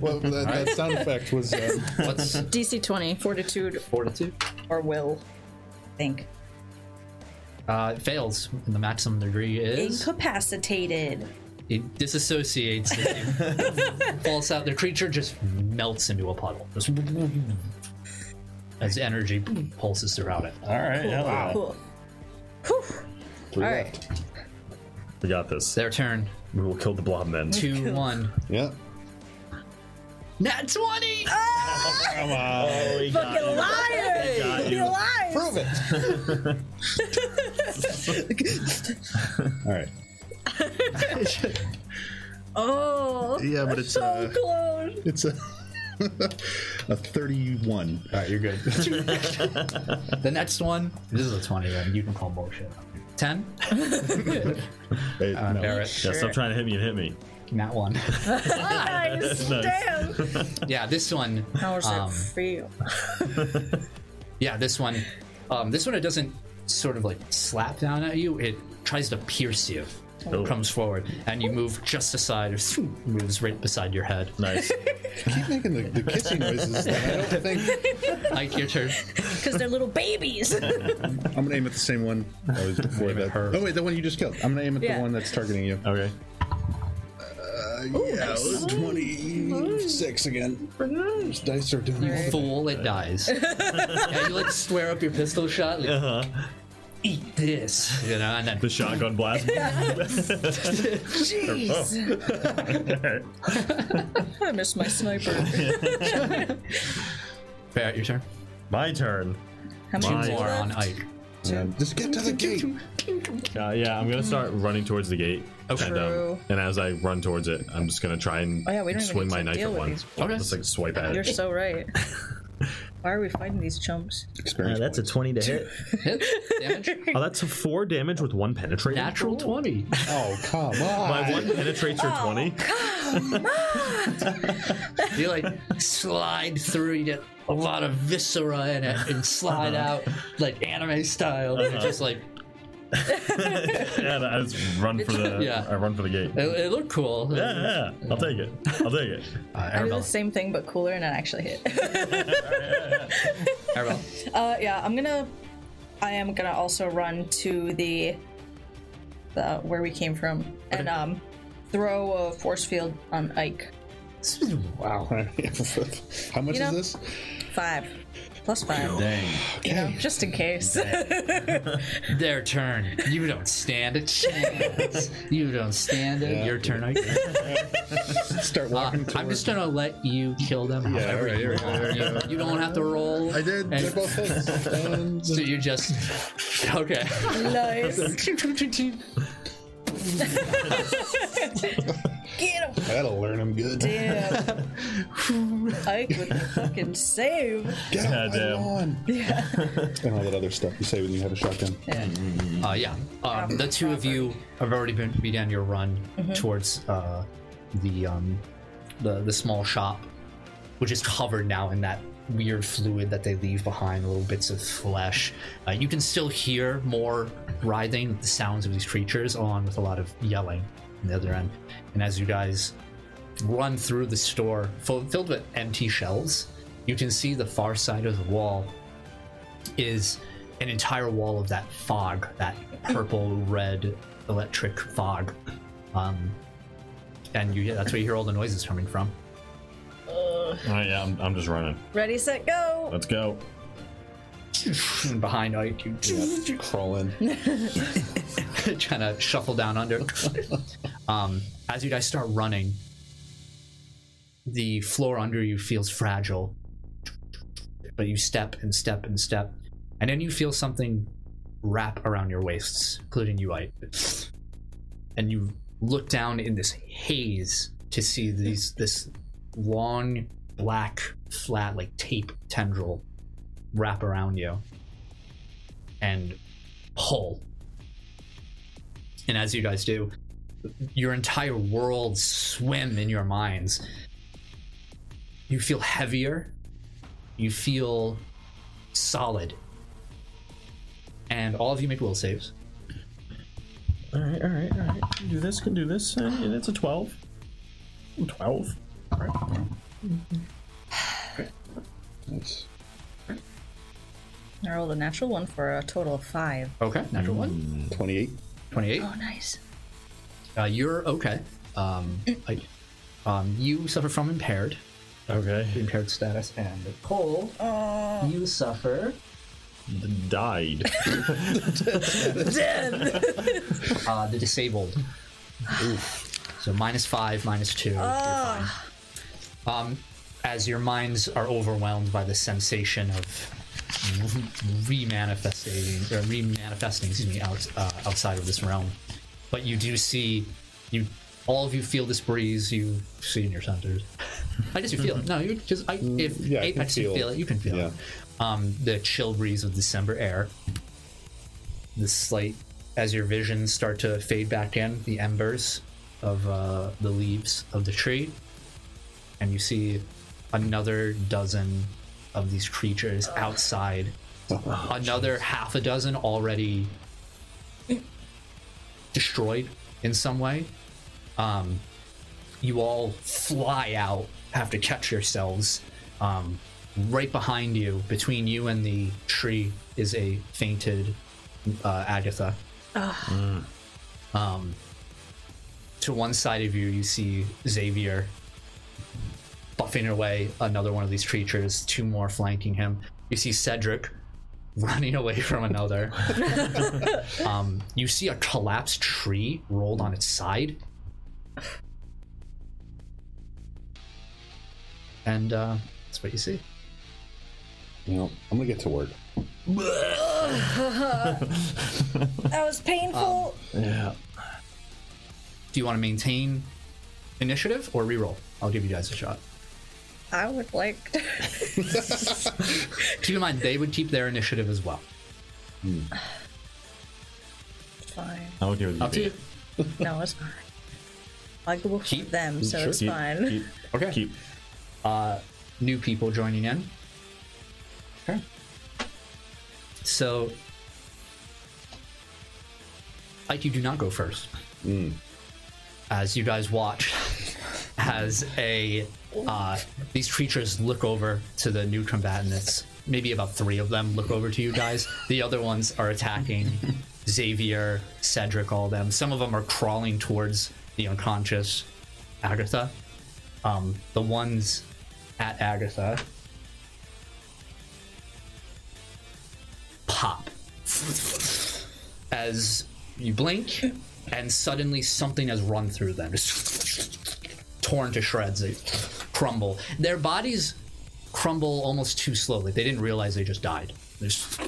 S6: Well, that, that sound effect was [LAUGHS] uh,
S1: What's
S3: DC 20, fortitude
S1: fortitude?
S3: or will. I think.
S1: Uh, it fails in the maximum degree is
S14: Incapacitated.
S1: it disassociates. [LAUGHS] It falls out. The creature just melts into a puddle. Just as energy pulses throughout it.
S2: All right. hell yeah.
S3: Cool. All
S6: three
S3: right.
S6: left.
S2: We got this.
S1: Their turn.
S2: We will kill the blob men.
S1: Two, one.
S6: Yeah.
S1: Nat twenty.
S2: Come on. we got
S3: Fucking
S2: it.
S3: Ah, liar!
S2: Got
S3: He
S2: you.
S3: lies!
S6: Prove it. All right.
S3: Oh,
S6: Yeah, but it's
S3: so
S6: uh,
S3: close.
S6: it's a [LAUGHS] a thirty-one.
S1: All right, you're good. the next one. This is a twenty. Then you can call bullshit. Ten.
S6: Hey, no.
S1: Barrett.
S2: Yeah, stop trying to hit me and hit me.
S1: Nat one. [LAUGHS]
S3: Nice.
S2: Nice.
S3: Damn.
S1: Yeah, this one.
S3: How does
S1: um,
S3: it feel?
S1: Yeah, this one. Um, this one it doesn't sort of like slap down at you. It tries to pierce you.
S2: Oh.
S1: It comes forward, and you move just aside, or moves right beside your head.
S2: Nice.
S6: Keep making the, the kissing noises. That I don't think
S1: Ike, your [LAUGHS] turn.
S3: Because they're little babies.
S6: I'm gonna aim at the same one that was before
S1: Aim at
S6: that.
S1: her.
S6: Oh wait, the one you just killed. I'm gonna aim at
S3: Yeah.
S6: the one that's targeting you.
S2: Okay.
S6: Uh, yeah, it was twenty-six again. Those dice are doing. it.
S1: Fool, it [LAUGHS] dies. yeah, you like swear up your pistol shot. Like,
S2: Uh-huh.
S1: Eat this, you know, and then
S2: The shotgun [LAUGHS] blast.
S3: Jeez. I missed my sniper.
S1: Barrett, your turn.
S2: My turn.
S3: How many
S2: Mine.
S3: more
S1: More
S3: left?
S1: on Ike.
S6: Yeah, Just get to the gate.
S2: Uh, yeah, I'm gonna start running towards the gate.
S1: Okay.
S2: And, um,
S3: True.
S2: and as I run towards it, I'm just gonna try and
S3: Oh, yeah, we don't even
S2: swing
S3: need
S2: my
S3: to
S2: knife
S3: deal
S2: at
S3: with
S2: one.
S3: these.
S2: Just like swipe at
S3: You're
S2: it.
S3: so right. Why are we fighting these chumps?
S6: Experience.
S2: that's a 20 to hit.
S1: Hit [LAUGHS] damage.
S2: Oh, that's a 4 damage with 1 penetrating.
S1: Natural twenty.
S6: Oh come on.
S2: My 1 penetrates
S3: Oh.
S2: your
S3: [LAUGHS]
S2: 20.
S1: You like slide through. You get a lot of viscera in it, and slide out like anime style. and you're Just like
S2: yeah, I just run for the
S1: Yeah. Oh.
S2: I run for the gate.
S1: It, it looked cool.
S2: Yeah, yeah, I'll take it. I'll take it.
S1: Uh,
S3: [LAUGHS] I do the
S1: Arabella.
S3: same thing but cooler and it actually [LAUGHS] hit.
S1: Arabella.
S3: Uh, yeah, I'm gonna. I am gonna also run to the, the where we came from and um, throw a force field on Ike.
S1: wow.
S6: [LAUGHS] How much
S3: You know-
S6: is this?
S3: Five.
S12: plus five.
S5: Dang.
S12: You know, just in case.
S3: [LAUGHS]
S1: Their turn. You don't stand a chance. you don't stand it. Your turn. I guess.
S6: Start
S1: Uh,
S6: walking
S1: I'm
S6: toward-
S1: just gonna let you kill them.
S6: Yeah,
S1: however
S6: alright,
S1: you,
S6: alright,
S1: want.
S6: alright,
S1: You- you don't have to roll.
S6: I did.
S1: And- [LAUGHS]
S6: They're both hits. And-
S1: So you're just okay.
S3: [LAUGHS]
S1: [LAUGHS]
S12: nice.
S3: Get
S6: [LAUGHS]
S3: him!
S6: That'll learn him good.
S12: Damn. Ike with the fucking save.
S6: Get off my
S5: Goddamn.
S6: lawn. [LAUGHS] and all that other stuff you say when you have a shotgun.
S1: Uh, yeah, um, the two of you have already been began your run towards uh, the um, the the small shop, which is covered now in that weird fluid that they leave behind, little bits of flesh. Uh, you can still hear more writhing, the sounds of these creatures, along with a lot of yelling on the other end. And as you guys run through the store full, filled with empty shelves, you can see the far side of the wall is an entire wall of that fog, that purple red electric fog. Um, and you, that's where you hear all the noises coming from.
S5: All right, yeah, I'm, I'm just running.
S12: Ready, set, go.
S5: Let's go.
S1: And behind Ike, you
S6: Crawl in.
S1: [LAUGHS] trying to shuffle down under. um, as you guys start running, the floor under you feels fragile, but you step and step and step, and then you feel something wrap around your waists, including you, Ike. And you look down in this haze to see these this long black flat like tape tendril wrap around you and pull and as you guys do, your entire world swim in your minds. You feel heavier. You feel solid. And all of you make will saves.
S5: All right, all right, all right. Can do this. Can do this. Uh, and it's a twelve. Twelve. All right.
S6: That's
S12: I rolled a natural one for a total of five.
S1: Okay, natural one.
S6: 28.
S1: 28.
S12: Oh, nice.
S1: Uh, you're okay. Um, I, um, you suffer from impaired,
S5: Okay.
S1: impaired status, and Cole, you suffer.
S2: [LAUGHS]
S5: Died.
S12: Dead.
S1: Uh, the disabled. So minus five, minus two. you're fine. Um, as your minds are overwhelmed by the sensation of re-manifesting or re-manifesting, excuse me, out, uh, outside of this realm. But you do see you. All of you feel this breeze. You see in your centers. I guess you feel it. No, you just. I, if
S6: Mm, yeah, I can
S1: Apex, you
S6: feel-
S1: feel it. You can feel it. Um, the chill breeze of December air the slight as your visions start to fade back in the embers of uh, the leaves of the tree and you see another dozen of these creatures outside another half a dozen already destroyed in some way um, you all fly out have to catch yourselves um, right behind you between you and the tree is a fainted uh, Agatha. Um, to one side of you, you see Xavier buffing away another one of these creatures, two more flanking him. You see Cedric [LAUGHS] running away from another. um, you see a collapsed tree rolled on its side. And uh, that's what you see.
S6: You know, I'm going to get to work.
S3: [LAUGHS] That was painful.
S5: yeah.
S1: Do you want to maintain initiative or reroll? I'll give you guys a shot.
S3: Um,
S12: I would like
S3: [LAUGHS]
S12: to.
S1: Keep in mind, they would keep their initiative as well.
S12: Fine.
S5: I'm okay with you.
S1: to you.
S12: No, it's fine. I go for
S1: Keep-
S12: them, so
S6: sure.
S12: it's
S5: Keep-
S12: fine.
S5: Keep,
S1: Okay.
S5: keep.
S1: New people joining in. Okay. So, Ike, you do not go first. As you guys watch, [LAUGHS] as a uh, these creatures look over to the new combatants. Maybe about three of them look over to you guys. The other ones are attacking Xavier, Cedric, all them. Some of them are crawling towards the unconscious Agatha. Um, the ones at Agatha pop as you blink, and suddenly something has run through them, just torn to shreds. They crumble. Their bodies crumble almost too slowly. They didn't realize they just died. They just-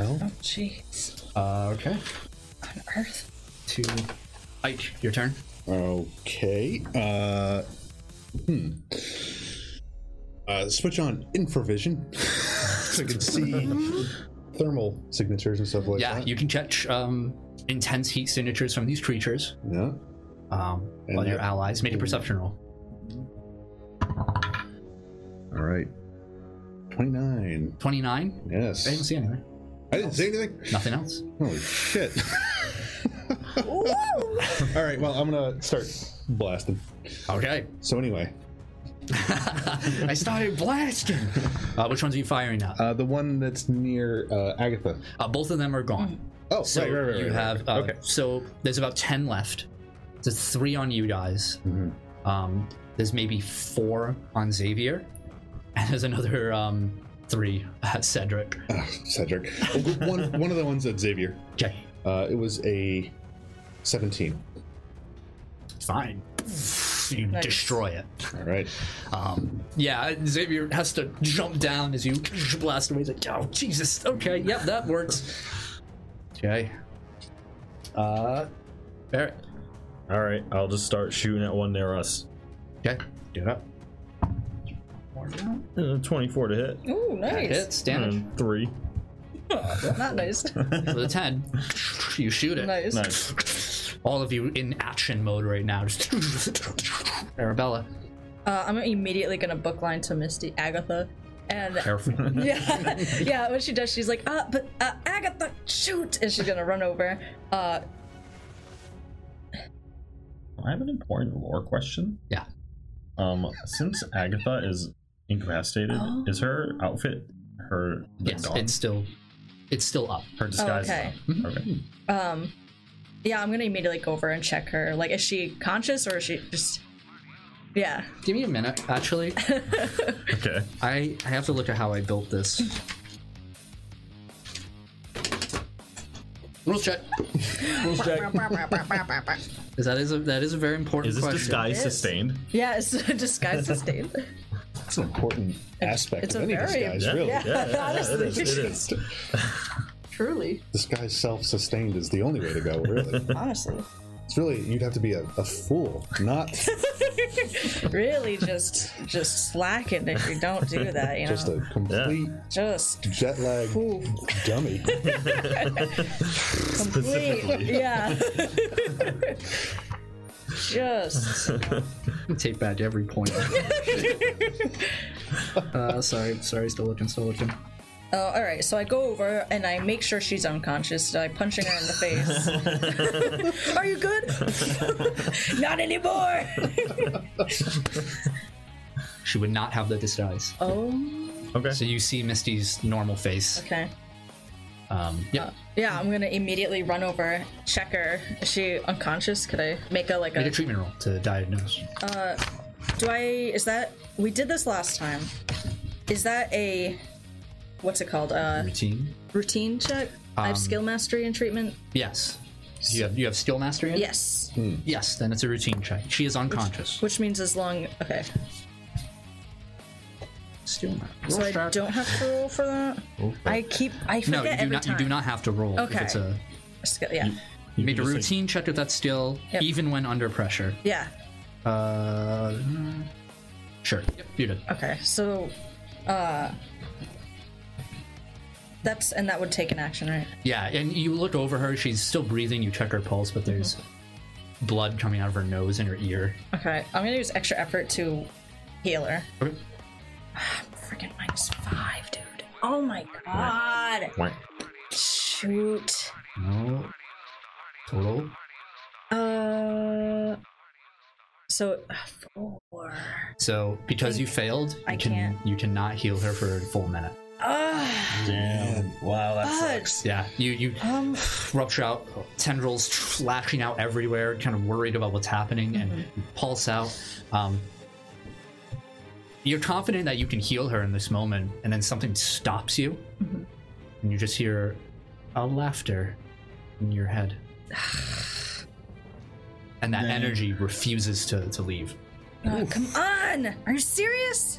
S3: Oh, Jeez.
S1: uh, okay.
S3: On Earth.
S1: To Ike, your turn.
S6: Okay. Uh, hmm. Uh, switch on infravision [LAUGHS] so I can see thermal signatures and stuff like
S1: Yeah,
S6: that.
S1: you can catch um, intense heat signatures from these creatures.
S6: yeah.
S1: Um, while
S6: And
S1: your
S6: that-
S1: allies make a perception roll.
S6: All right. 29.
S1: Twenty-nine.
S6: Yes.
S1: I didn't see anything.
S6: I didn't say anything.
S1: Nothing else.
S6: Holy shit. [LAUGHS] All right. Well, I'm going to start blasting.
S1: Okay. [LAUGHS]
S6: So, anyway,
S1: I started blasting. Uh, which ones are you firing at?
S6: uh, the one that's near uh, Agatha.
S1: Uh, both of them are gone.
S6: Oh,
S1: So
S6: right, right, right, right,
S1: you
S6: right.
S1: have. Uh,
S6: okay.
S1: So there's about ten left. There's three on you guys.
S6: Mm-hmm.
S1: Um, there's maybe four on Xavier, and there's another um, three at Cedric.
S6: Ah, Cedric. Oh, one, one of the ones at Xavier.
S1: Okay.
S6: Uh, it was a 17.
S1: Fine. You destroy it.
S6: All right.
S1: Um, yeah, Xavier has to jump down as you blast away. He's like, oh, Jesus. Okay, yep, that works. Okay. Uh, Barrett.
S2: All right, I'll just start shooting at one near us.
S1: Okay, do it up.
S2: Uh, 24 to hit.
S3: Ooh, nice.
S1: Hits, damage.
S2: And three.
S3: Not nice.
S1: With a 10, you shoot it.
S3: nice.
S2: [LAUGHS] Nice.
S1: All of you in action mode right now. Just Arabella.
S3: Uh, I'm immediately gonna bookline to Misty Agatha, and
S1: Careful.
S3: [LAUGHS] yeah, yeah. When she does, she's like, "Ah, but uh, Agatha, shoot!" And she's gonna run over. Uh,
S2: I have an important lore question.
S1: Yeah.
S2: Um, since Agatha is incapacitated, is her outfit her like,
S1: Oh. yes,
S2: gone?
S1: it's Oh, still, it's still up.
S2: her disguise?
S3: okay.
S2: is gone?
S1: [LAUGHS]
S2: Okay.
S3: um, yeah, I'm gonna immediately go over and check her. Like, is she conscious or is she just? Yeah.
S1: Give me a minute, actually.
S2: Okay.
S1: I, I have to look at how I built this. Rules check. Is that is a that is a very important
S2: Is this
S1: question.
S2: disguise sustained?
S3: Yeah, it's [LAUGHS] a
S2: [LAUGHS]
S3: disguise sustained.
S6: That's an important aspect
S3: it's
S6: of
S3: a
S6: any
S3: very-
S6: disguise, really.
S2: it is. It is.
S3: [LAUGHS] Truly,
S6: Disguise self sustained is the only way to go, really.
S3: honestly,
S6: it's really, you'd have to be a, a fool, not
S3: really, just just slacking if you
S2: [LAUGHS]
S3: don't do that. You know,
S6: just a complete
S3: just
S6: jet lag dummy.
S2: Specifically.
S3: Yeah. [LAUGHS] Just
S1: Take back every
S2: [LAUGHS]
S1: point. uh, sorry, sorry, still looking, still looking.
S3: oh, all right. So I go over and I make sure she's unconscious by punching her in the
S2: [LAUGHS]
S3: face. [LAUGHS] Are you good? [LAUGHS] Not anymore.
S1: She would not have the disguise.
S3: Oh.
S2: Okay.
S1: So you see Misty's normal face.
S3: Okay.
S1: Um, yeah,
S3: Yeah, I'm gonna immediately run over, check her. Is she unconscious? Could I make a like
S1: make a
S3: a?
S1: treatment roll to diagnose.
S3: Do I? Is that? We did this last time. Is that a? What's it called? Uh,
S1: Routine.
S3: routine check.
S1: Um,
S3: I have skill mastery and treatment.
S1: Yes. You have you have skill mastery. in?
S3: Yes.
S1: Yes. Then it's a routine check. She is unconscious.
S3: Which means as long. Okay.
S1: Skill ma-
S3: So
S1: roll
S3: I
S1: strap.
S3: don't have to roll for that. I keep. I forget
S1: Oh, No, you do
S3: every
S1: not.
S3: time.
S1: You do not have to roll. If
S3: Okay.
S1: it's a
S3: Skill- Yeah.
S2: You
S1: make a
S2: can just, like,
S1: routine check with that skill,
S3: Yep.
S1: even when under pressure.
S3: Yeah.
S1: Uh, mm, sure. Yep, you did.
S3: Okay. So, uh, that's and that would take an action, right?
S1: Yeah, and you look over her. She's still breathing. You check her pulse, but there's blood coming out of her nose and her ear.
S3: Okay. I'm gonna use extra effort to heal her.
S1: Okay.
S3: [SIGHS] Freaking minus five, dude. Oh my god. Shoot.
S1: No. Total.
S3: Uh. So four.
S1: So because you failed, you
S3: I
S1: can
S3: can't.
S1: you cannot heal her for a full minute.
S3: Ah.
S2: Damn. Wow, that sucks.
S3: fudge.
S1: Yeah, you you
S3: Um.
S1: rupture out tendrils lashing out everywhere, kind of worried about what's happening, and you pulse out. Um, You're confident that you can heal her in this moment, and then something stops you, and you just hear a laughter in your head. [SIGHS] And that energy refuses to, to leave.
S12: Uh, come on! Are you serious?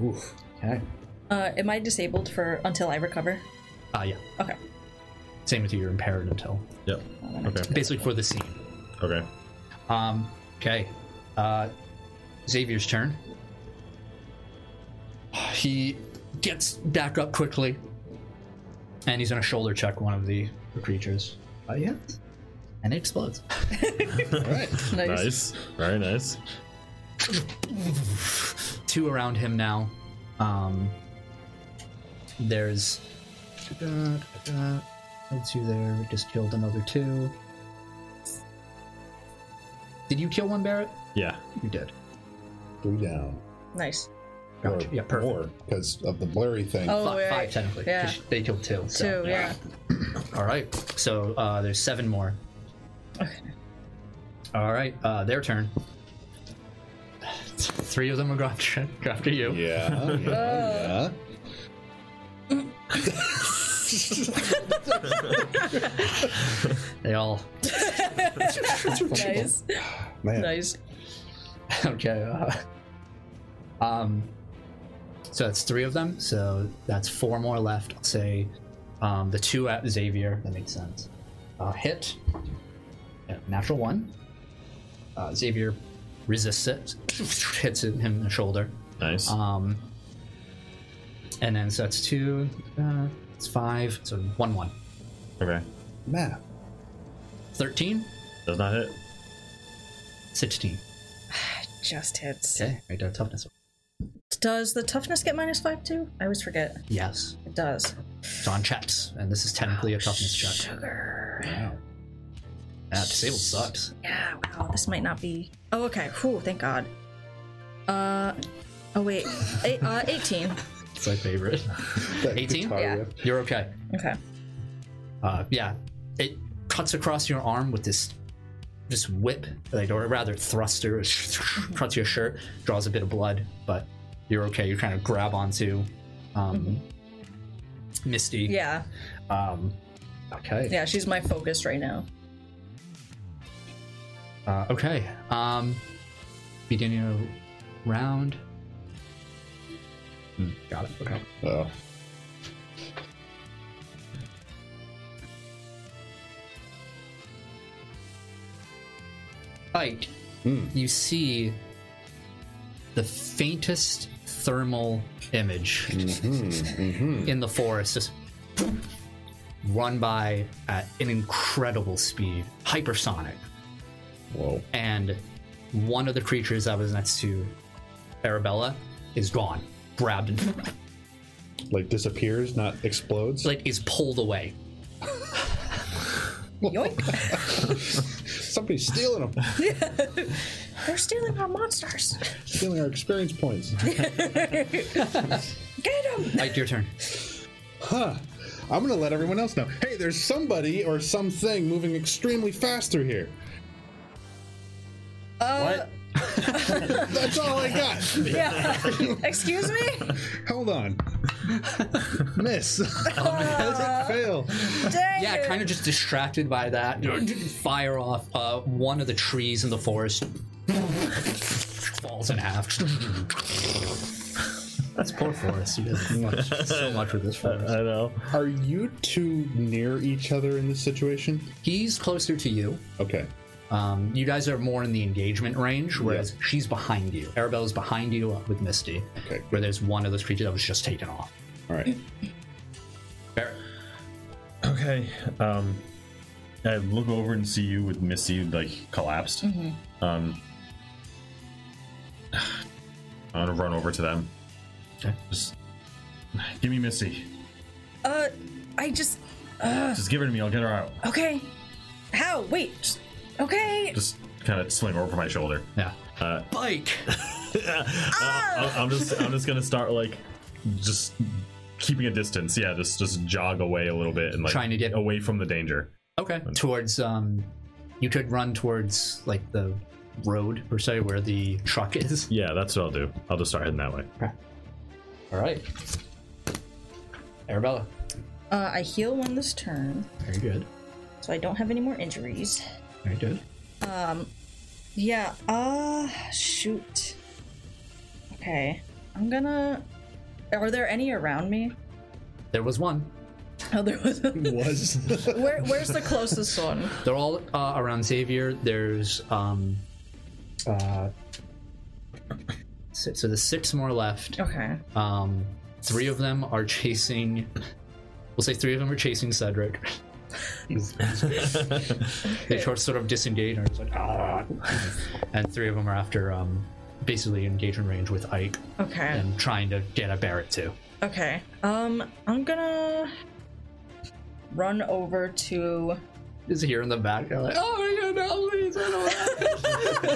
S6: Oof.
S15: Okay.
S12: Uh, am I disabled for until I recover?
S1: Ah, yeah.
S12: Okay.
S1: Same with you, you're impaired until
S2: Yep.
S3: [LAUGHS]
S2: Okay.
S1: basically for the scene.
S2: Okay.
S1: Um, okay. Uh, Xavier's turn. He gets back up quickly, and he's gonna shoulder check one of the creatures. Uh, yeah, and it explodes.
S12: Nice.
S2: Nice. Very nice.
S1: [SIGHS] Two around him now. Um, there's those two there. We just killed another two. Did you kill one, Barrett?
S2: Yeah.
S1: You did.
S6: Three down.
S12: Nice.
S1: Gotcha. Yeah, perfect.
S6: Because of the blurry thing.
S12: Oh,
S1: Fi-
S12: right.
S1: Five technically. 'cause
S12: Yeah.
S1: They killed two.
S12: Two,
S1: So.
S12: yeah.
S1: All right. So uh, there's seven more. All right. Uh, their turn. Three of them are go after, go after you.
S6: Yeah. yeah.
S1: They all. [LAUGHS]
S3: [LAUGHS]
S12: Nice.
S6: Man.
S12: Nice.
S1: Okay. Uh, um. So that's three of them. So that's four more left. I'll say um, the two at Xavier. That makes sense. Uh, hit. Yeah, natural one. Uh, Xavier resists it. [LAUGHS] Hits him in the shoulder.
S2: Nice.
S1: Um, and then so that's two, uh, it's five, so one, one.
S2: okay.
S6: Math.
S1: 13,
S2: Does not hit.
S1: 16.
S12: Just hits.
S1: Okay, make that uh, toughness.
S12: Does the toughness get minus five too? I always forget.
S1: Yes,
S12: It does.
S1: it's on chaps, and this is technically a toughness check.
S12: Sugar.
S6: Wow.
S1: That disabled sucks.
S12: Yeah, wow, this might not be. Oh, okay. Whew, thank God. Uh, oh, wait. Eight, uh, 18.
S1: It's my favorite. 18?
S12: Yeah.
S1: You're okay.
S12: Okay.
S1: Uh, yeah, it cuts across your arm with this this whip, like, or rather thruster, [LAUGHS] cuts your shirt, draws a bit of blood, but you're okay. You kind of grab onto um, Misty.
S12: Yeah.
S1: Um, okay.
S12: Yeah, she's my focus right now.
S1: Uh, okay. Um, beginning of round. Hmm, got it. Okay.
S6: Oh.
S1: Ike, you see the faintest thermal image in the forest just run by at an incredible speed, hypersonic.
S6: Whoa.
S1: and one of the creatures that was next to Arabella is gone, grabbed and
S6: Like disappears, not explodes.
S1: like is pulled away.
S12: Yoink.
S6: Somebody's stealing them,
S12: They're stealing our monsters.
S6: stealing our experience points.
S12: Get them.
S1: [LAUGHS] Ike, your turn.
S6: Huh. I'm gonna let everyone else know. Hey, there's somebody or something moving extremely fast through here.
S2: what?
S6: [LAUGHS] That's all I got.
S12: Yeah. [LAUGHS] Excuse me?
S6: Hold on. Miss. Fail.
S12: Dang
S1: Yeah,
S12: it.
S1: kind of just distracted by that. Fire off. Uh, one of the trees in the forest falls in half. That's poor forest. He does much, so much with this forest.
S2: I know.
S6: Are you two near each other in this situation?
S1: He's closer to you.
S6: Okay.
S1: Um, you guys are more in the engagement range, whereas she's behind you. Arabella's behind you with Misty,
S6: Okay.
S1: where there's one of those creatures that was just taken off.
S6: All right.
S1: Barrett.
S2: Okay. Um, I look over and see you with Misty like collapsed. Um, I'm gonna run over to them.
S1: Okay.
S2: Just give me Misty.
S12: Uh, I just.
S2: Just give her to me. I'll get her out.
S12: Okay. How? Wait. Okay.
S2: Just kind of sling her over my shoulder.
S1: Yeah.
S2: Uh,
S1: Bike.
S2: I- I'm just I'm just gonna start like just keeping a distance. Yeah, just just jog away a little bit and like
S1: Trying to get-
S2: away from the danger.
S1: Okay. Towards um, you could run towards like the road per se where the truck [LAUGHS] is.
S2: Yeah, that's what I'll do. I'll just start heading that way.
S1: All right, Arabella,
S3: Uh, I heal one this turn,
S1: very good,
S3: so I don't have any more injuries.
S1: very good.
S3: Yeah, uh, shoot. Okay, I'm gonna. Are there any around me? [LAUGHS]
S1: There was one.
S3: Oh, there was.
S1: [LAUGHS]
S6: Was
S3: Where, where's the closest one?
S1: They're all uh, around Xavier. There's um, uh, so, so the six more left.
S3: Okay.
S1: Um, three of them are chasing. We'll say three of them are chasing Cedric. they
S3: [LAUGHS]
S1: sort sort of disengage and are just like ah, and three of them are after um, basically engagement range with Ike
S3: Okay.
S1: and trying to get at Barrett too.
S3: Okay. Um, I'm gonna run over to.
S1: Is here in the back. They're like, oh my god, no, please, I don't want to."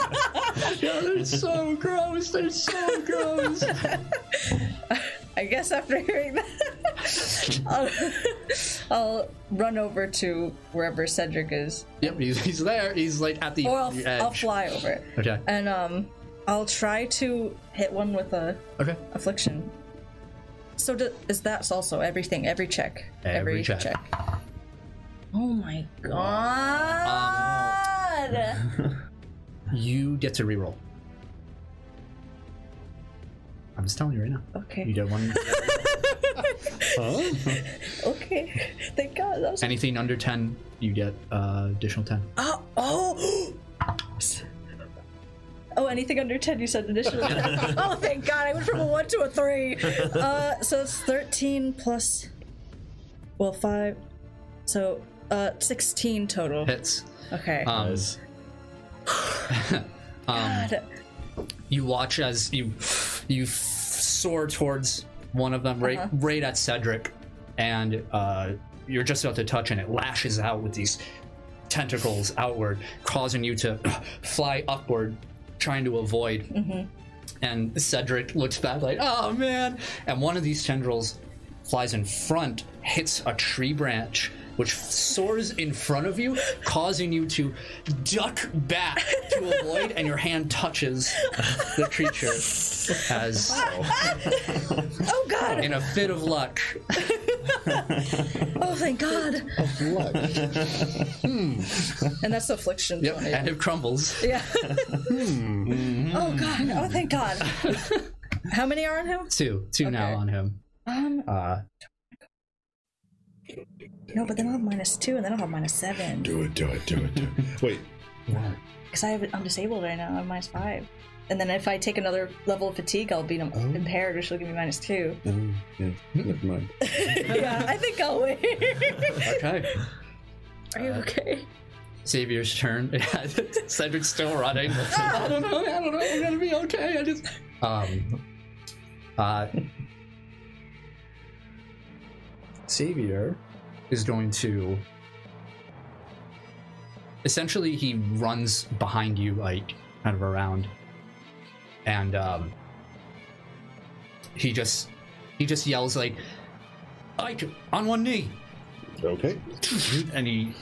S1: [LAUGHS] Yeah, they're so gross. They're so gross.
S3: I guess after hearing that, I'll, [LAUGHS] I'll run over to wherever Cedric is.
S1: yep, he's, he's there. He's like at the
S3: Or I'll,
S1: edge.
S3: I'll fly over.
S1: Okay.
S3: And, um, I'll try to hit one with a
S1: Okay.
S3: affliction. So do, is that's also everything? Every check.
S1: Every check.
S3: Oh my god!
S1: Um, You get to reroll. I'm just telling you right now. You
S3: okay.
S1: get [LAUGHS] one.
S3: [LAUGHS] Okay. Thank God. That was
S1: Anything under ten, you get uh, additional ten.
S3: Oh, oh. [GASPS] Oh, anything under 10, you said
S1: [LAUGHS]
S3: additional. oh, thank God. I went from a 1 to a 3. Uh, so it's 13 plus, well, 5. So uh, 16
S1: [LAUGHS]
S3: total.
S1: Hits.
S3: Okay.
S1: Um,
S3: God.
S1: you watch as you you soar towards one of them, right right at Cedric, and uh, you're just about to touch, and it lashes out with these tentacles outward, causing you to [CLEARS THROAT] fly upward, trying to avoid. And Cedric looks back like, "Oh man!" And one of these tendrils flies in front, hits a tree branch, which soars in front of you, causing you to duck back to avoid, and your hand touches the creature as,
S3: Oh, God.
S1: in a fit of luck,
S3: Oh, thank God. Hmm.
S6: luck.
S3: And that's affliction.
S1: yep, and it crumbles.
S3: Yeah.
S6: Hmm.
S3: Oh, God. Oh, thank God. How many are on him?
S1: Two, two now
S3: Okay.
S1: on him.
S3: Um,
S1: Uh,
S3: no, but then I'll have minus 2, and then I'll have minus 7.
S6: Do it, do it, do it, do it. Wait,
S3: because I have, I'm disabled right now. I'm minus five, and then if I take another level of fatigue, I'll be
S6: Oh.
S3: impaired, which will give me minus two.
S6: no, yeah, never mind.
S3: yeah, I think I'll wait.
S1: okay,
S3: Are you okay?
S1: Xavier's turn. [LAUGHS] Cedric's still running. I don't know. I don't know. I'm gonna be okay. I just. Um. Uh. Xavier is going to. Essentially, he runs behind you, like kind of around, and um. He just, he just yells like, "Ike, on one knee!"
S16: Okay.
S1: [LAUGHS] and he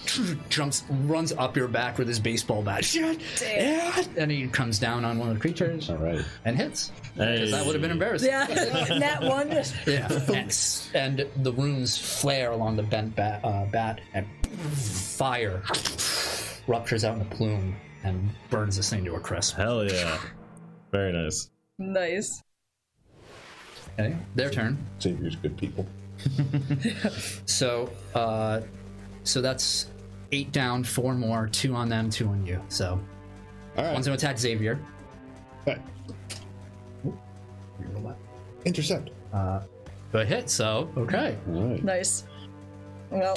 S1: jumps, runs up your back with his baseball bat. Shit! Yeah! And he comes down on one of the creatures
S6: Oh.
S16: All right.
S1: and hits. 'Cause That would have been embarrassing.
S3: Yeah, that one. just-
S1: [LAUGHS] Yeah. And, s- and the runes flare along the bent bat, uh, bat and fire ruptures out in a plume and burns this thing to a crisp.
S2: Hell yeah. Very nice.
S3: Nice.
S1: Okay, their turn.
S16: Xavier's good people.
S1: So, uh, so that's eight down, four more, two on them, two on you. So,
S6: All right,
S1: one's going to attack Xavier.
S6: back. intercept.
S1: But hit, so okay.
S6: All right.
S3: Nice. Well,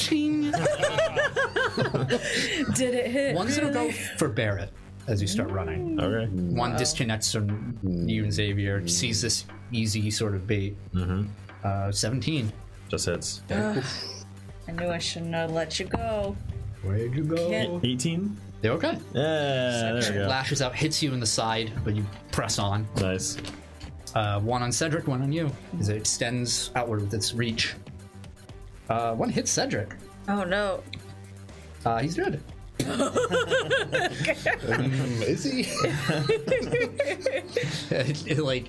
S3: did it hit?
S1: One's gonna go for Barrett as you start running.
S2: Okay.
S1: One disconnects from you and Xavier, sees this easy sort of bait.
S2: Mm-hmm.
S1: Uh, 17.
S2: Just hits.
S3: I knew I shouldn't have let you go.
S1: Where'd you go?
S3: Can't-
S2: 18?
S1: They're okay.
S2: Yeah, there we go.
S1: Lashes out, hits you in the side, but you press on.
S2: Nice.
S1: Uh, one on Cedric, one on you, as it extends outward with its reach. Uh, one hits Cedric.
S3: Oh no.
S1: Uh, he's dead.
S6: Is he?
S1: it, it, [LAUGHS] like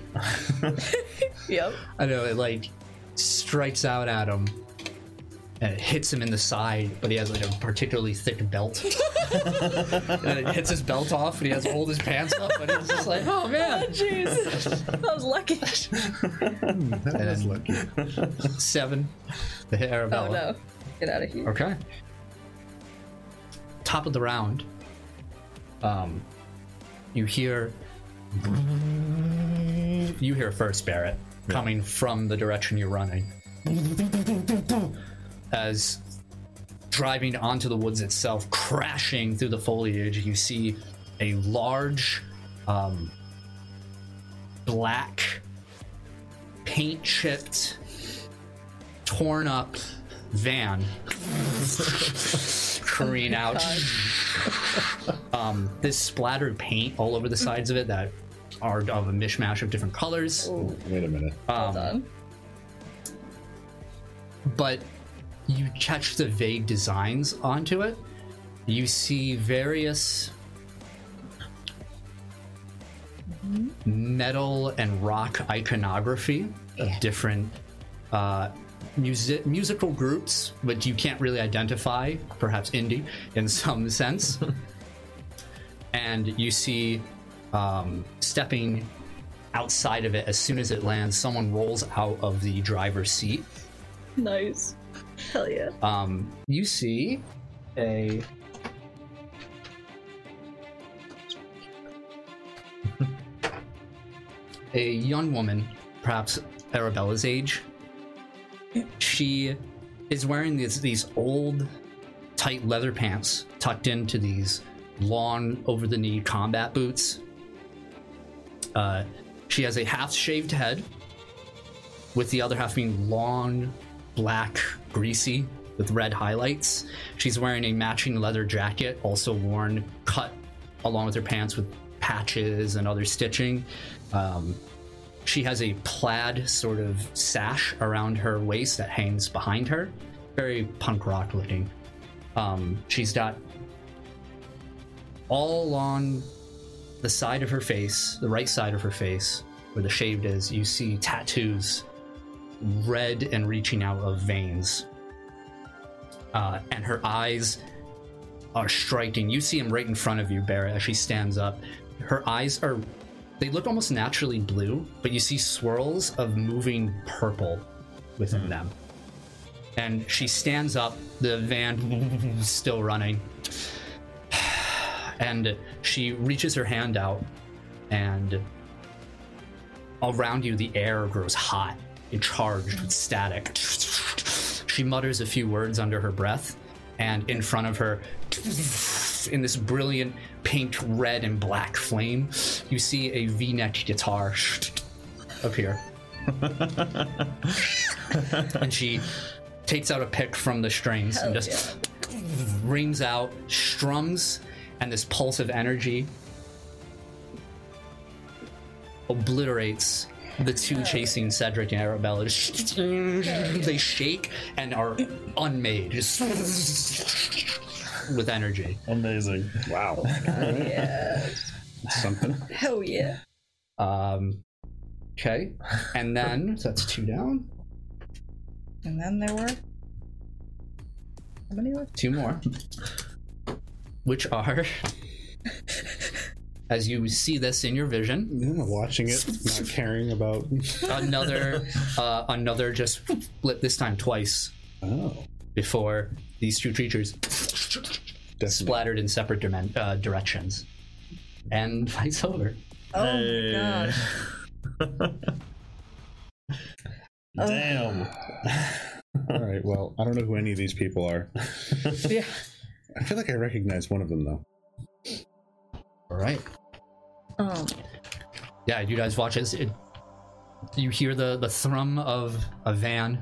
S12: Yep.
S1: I know it like strikes out at him and it hits him in the side, but he has like a particularly thick belt. [LAUGHS] and it hits his belt off, and he has to hold his pants up, and he's just like, "Oh man!"
S12: [LAUGHS] Jeez. I was lucky.
S6: That was lucky.
S1: Seven, the hit
S12: Oh
S1: Arabella.
S12: no. Get out of here.
S1: Okay. Top of the round. Um, you hear. You hear first, Barrett, coming from the direction you're running. As driving onto the woods itself, crashing through the foliage, you see a large, um, black, paint chipped, torn up van careen out. um, this splattered paint all over the sides of it that are of a mishmash of different colors.
S6: Wait a minute.
S3: Uh,
S12: Hold on.
S1: but you catch the vague designs onto it. You see various metal and rock iconography of different uh, music musical groups, but you can't really identify, perhaps indie in [LAUGHS] some sense. and you see um, stepping outside of it as soon as it lands, someone rolls out of the driver's seat
S12: Nice. Hell yeah.
S1: um, you see a. [LAUGHS] A young woman, perhaps Arabella's age. She is wearing these, these old, tight leather pants tucked into these long, over the knee combat boots. Uh, she has a half shaved head, with the other half being long, black, greasy, with red highlights. She's wearing a matching leather jacket, also worn, cut along with her pants with patches and other stitching. Um, she has a plaid sort of sash around her waist that hangs behind her. Very punk rock looking. Um, she's got all along the side of her face, the right side of her face, where the shaved is, you see tattoos red and reaching out of veins. Uh, and her eyes are striking. You see him right in front of you, Barrett, as she stands up. Her eyes are. They look almost naturally blue, but you see swirls of moving purple within them. And she stands up, the van [LAUGHS] still running. [SIGHS] And she reaches her hand out, and around you, the air grows hot and charged with static. She mutters a few words under her breath, and in front of her, in this brilliant pink, red, and black flame, you see a V neck guitar appear. and she takes out a pick from the strings and just rings out, strums, and this pulse of energy obliterates the two chasing Cedric and Arabella. [LAUGHS] They shake and are unmade just with energy.
S5: Amazing.
S2: [LAUGHS]
S6: Wow. Something.
S12: Hell yeah.
S1: Um, okay, and then so that's two down,
S12: And then there were how many were?
S1: two more, which are. As you see this in your vision,
S6: Yeah, watching it, not caring about.
S1: another, uh, another just flip this time twice
S6: Oh,
S1: before these two creatures
S6: definitely.
S1: splattered in separate dimen- uh, directions, and [LAUGHS] vice over.
S12: Oh my gosh.
S2: [LAUGHS]
S12: Oh.
S5: Damn.
S6: All right. Well, I don't know who any of these people are.
S12: Yeah.
S6: I feel like I recognize one of them though.
S1: All right.
S12: Um
S1: Yeah, you guys watch as it, you hear the the thrum of a van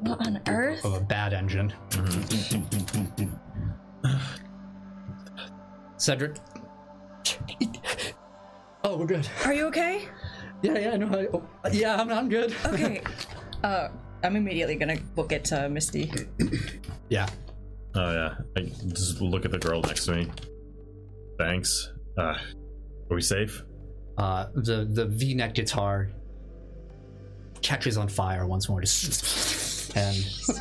S12: what on earth?
S1: of a bad engine. Cedric. [LAUGHS] Oh, we're good.
S12: Are you okay?
S1: Yeah, yeah, no, I, oh, yeah, I'm, I'm good.
S3: Uh.
S12: Okay. uh I'm immediately gonna book it to Misty.
S1: Yeah.
S2: Oh yeah. I just look at the girl next to me. Thanks. Uh, are we safe?
S1: Uh, the the V-neck guitar catches on fire once more, just and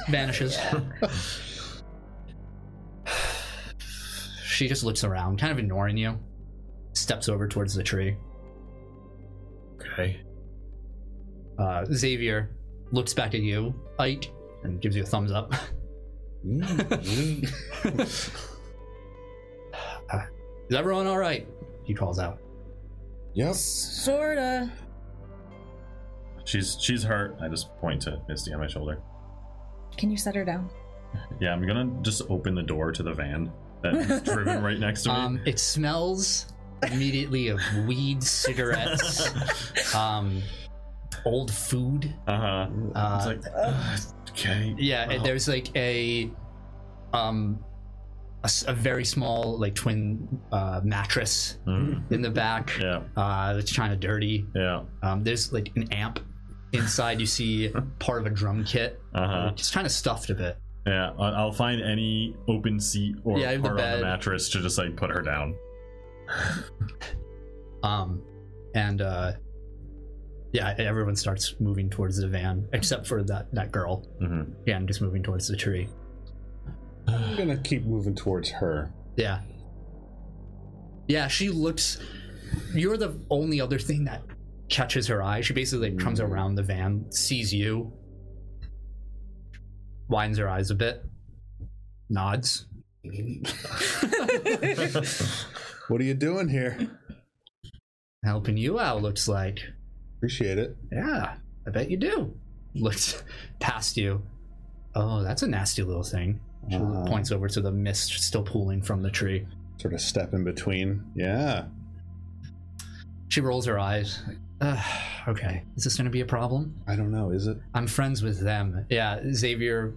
S1: vanishes. she just looks around, kind of ignoring you. Steps over towards the tree.
S2: Okay.
S1: Uh, Xavier looks back at you, Ike, and gives you a thumbs up. [LAUGHS] Uh, Is everyone all right? He calls out.
S6: Yep.
S12: Sorta.
S2: She's she's hurt. I just point to Misty on my shoulder.
S12: Can you set her down?
S2: Yeah, I'm gonna just open the door to the van
S12: [LAUGHS]
S2: that's driven right next to me.
S1: Um, it smells immediately of weed,
S2: [LAUGHS]
S1: cigarettes, um, old food.
S2: [LAUGHS] uh-huh.
S1: Uh,
S2: it's like
S12: uh,
S2: "Ugh, okay.
S1: Yeah, and
S2: well,
S1: there's like a, um, a, s- a very small like twin uh, mattress
S2: mm,
S1: in the back
S2: Yeah,
S1: uh, that's kind of dirty.
S2: yeah.
S1: Um, there's like an amp inside. You
S2: [LAUGHS]
S1: see part of a drum kit.
S2: Uh-huh.
S1: It's kind of stuffed a bit.
S2: Yeah. I- I'll find any open seat or
S1: Yeah, I have the
S2: part on
S1: bed.
S2: the mattress to just like put her down.
S1: Um, and uh, yeah, everyone starts moving towards the van except for that that girl. [LAUGHS]
S2: Mhm.
S1: Yeah, I'm just moving towards the tree.
S6: I'm gonna keep moving towards her.
S1: Yeah. Yeah, she looks. You're the only other thing that catches her eye. She basically like, comes around the van, sees you, winds her eyes a bit, nods.
S2: Mm-hmm.
S6: What are you doing here?
S1: Helping you out, looks like.
S6: Appreciate it.
S1: Yeah, I bet you do. Looks [LAUGHS] past you. Oh, that's a nasty little thing. She
S6: Uh-huh.
S1: points over to the mist still pooling from the tree.
S6: Sort of step in between. Yeah.
S1: She rolls her eyes. like, "Ugh, okay, is this going to be a problem?
S6: I don't know. Is it?
S1: I'm friends with them. Yeah, Xavier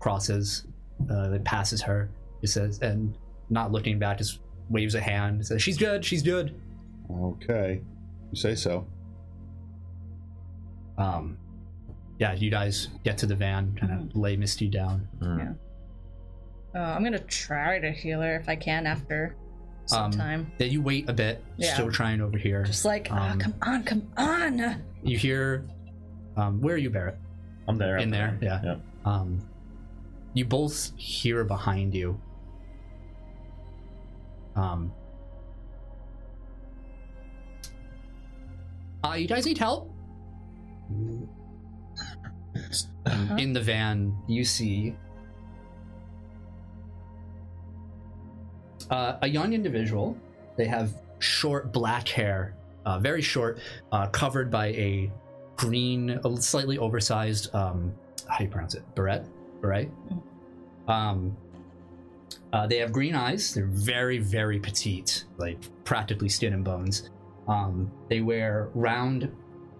S1: crosses, uh, like passes her. He says, and not looking back, just waves a hand. Says, "She's good. She's good."
S6: Okay. You say so.
S1: Um, yeah, you guys get to the van, kind of
S12: Mm-hmm.
S1: lay Misty down.
S2: Mm.
S12: Uh, I'm gonna try to heal her if I can after some
S1: Um,
S12: time.
S1: Then you wait a bit,
S12: Yeah.
S1: still trying over here.
S12: Just like, ah,
S1: um,
S12: come on, come on.
S1: You hear, um, where are you, Barrett?
S2: I'm there.
S6: [LAUGHS]
S1: In there, yeah.
S2: Yeah.
S1: Um, you both hear behind you. Um, uh, you guys need help? In the van, you see uh, a young individual. They have short black hair, uh, very short, uh, covered by a green, a slightly oversized. Um, how do you pronounce it? Beret, beret. Um, uh, they have green eyes. They're very, very petite, like practically skin and bones. Um, they wear round,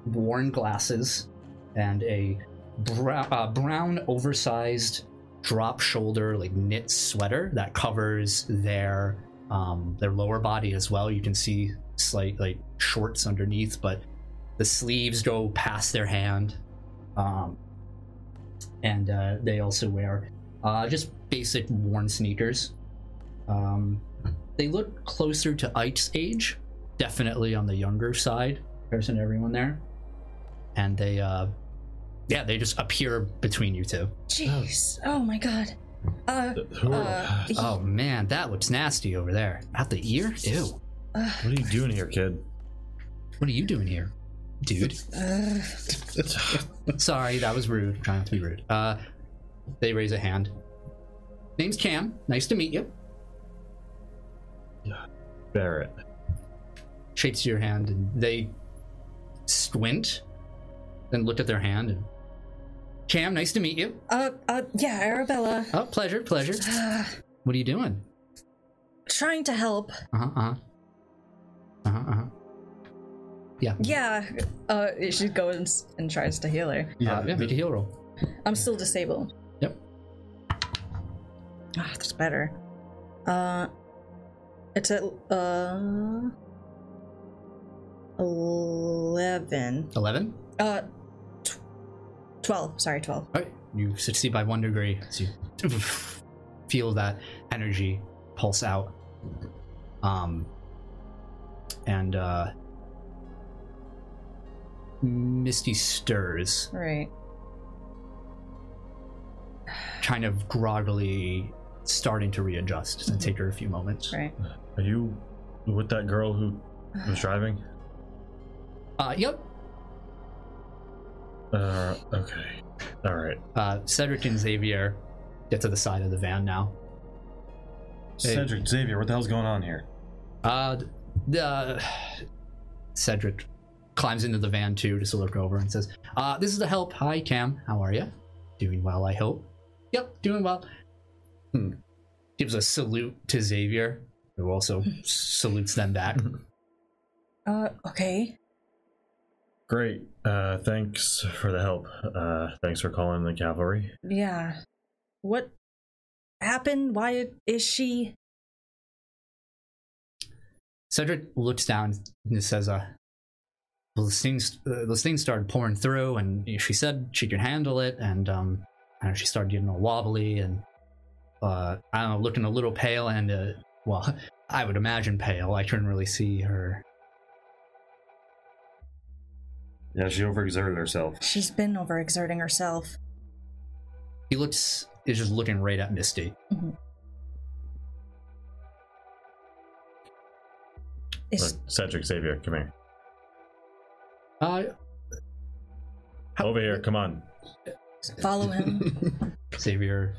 S1: worn glasses and a brown, uh, brown oversized drop shoulder like knit sweater that covers their um, their lower body as well. You can see slight like shorts underneath, but the sleeves go past their hand, um, and uh, they also wear uh, just basic worn sneakers. Um, they look closer to Ike's age, definitely on the younger side, in comparison to everyone there, and they. Uh, yeah, they just appear between you two.
S12: Jeez. Oh my god. Uh,
S2: Who are,
S12: uh, y-
S1: Oh man, that looks nasty over there. At the ear? Ew.
S2: what are you doing here, kid?
S1: What are you doing here? Dude. Sorry, that was rude. Trying not to be rude. Uh they raise a hand. Name's Cam. Nice to meet you.
S2: Barrett.
S1: Shakes your hand and they squint then look at their hand and Cam, nice to meet you.
S12: uh, uh, yeah, Arabella.
S1: Oh, pleasure, pleasure.
S12: Uh,
S1: What are you doing?
S12: trying to help.
S1: Uh-huh. Uh-huh. Uh-huh. uh-huh. Yeah.
S12: Yeah. Uh, she goes and tries to heal her.
S1: Yeah, uh, yeah make a heal roll.
S12: I'm still disabled.
S1: Yep.
S12: Ah, that's better. Uh, it's at uh eleven.
S1: Eleven?
S12: Uh, tw- twelve. Sorry, twelve.
S1: All right, you succeed by one degree. So you [LAUGHS] feel that energy pulse out. Um, and uh, Misty stirs,
S12: Right.
S1: kind of groggily starting to readjust. It's gonna take her a few moments.
S12: Right.
S2: Are you with that girl who was driving?
S1: Uh, yep.
S2: Uh, okay. All right.
S1: Uh, Cedric and Xavier get to the side of the van now. Hey.
S2: Cedric, Xavier, what the hell's going on here?
S1: Uh, th- the [SIGHS] Cedric climbs into the van too, just to look over and says, "Uh, this is the help. Hi, Cam. How are you? Doing well, I hope. Yep, doing well."
S6: Hmm.
S1: Gives a salute to Xavier, who also salutes them back.
S12: Uh, okay.
S2: Great. Uh, thanks for the help. Uh, thanks for calling the cavalry.
S12: Yeah. What happened? Why is she?
S1: Cedric looks down and says, uh, well, this thing's, uh, this thing started pouring through, and she said she could handle it, and, um, I don't know, she started getting all wobbly and, uh, I don't know, looking a little pale, and, uh, well, [LAUGHS] I would imagine pale. I couldn't really see her.
S5: Yeah, she overexerted herself.
S12: She's been overexerting herself.
S1: He looks, is just looking right at Misty.
S12: Is
S2: Look, Cedric, Xavier, come here.
S1: Uh, How-
S2: Over here, come on. [SIGHS]
S12: follow him?
S1: Xavier,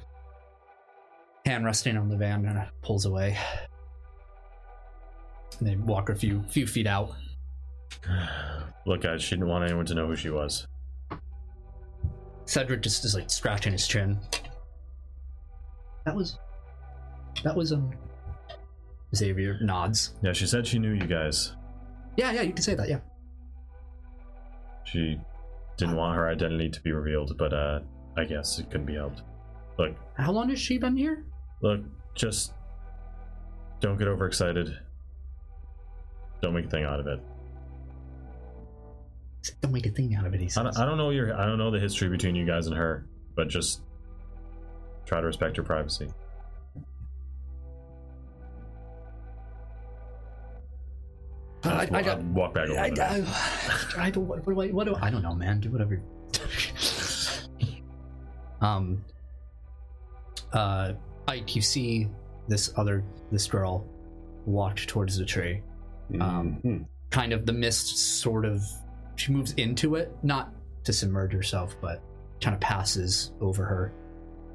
S1: hand resting on the van, and pulls away. And they walk a few, few feet out.
S2: Look, guys, she didn't want anyone to know who she was.
S1: Cedric just is like scratching his chin. That was. That was, um. Xavier nods.
S2: Yeah, she said she knew you guys.
S1: Yeah, yeah, you can say that, yeah.
S2: She didn't want her identity to be revealed, but uh, I guess it couldn't be helped. Look,
S1: How long has she been here?
S2: look, just don't get overexcited. Don't make a thing out of it.
S1: Don't make a thing out of it, he
S2: I
S1: says.
S2: don't, I don't know your, I don't know the history between you guys and her, but just try to respect her privacy.
S1: I, I, got.
S2: walk back over.
S1: I,
S2: there.
S1: I, I, don't- what, do I, what do I, I don't know, man. Do whatever. you- [LAUGHS] um. Uh, Ike, you see this other, this girl walk towards the tree. Um,
S6: Mhm.
S1: kind of the mist sort of she moves into it not to submerge herself but kind of passes over her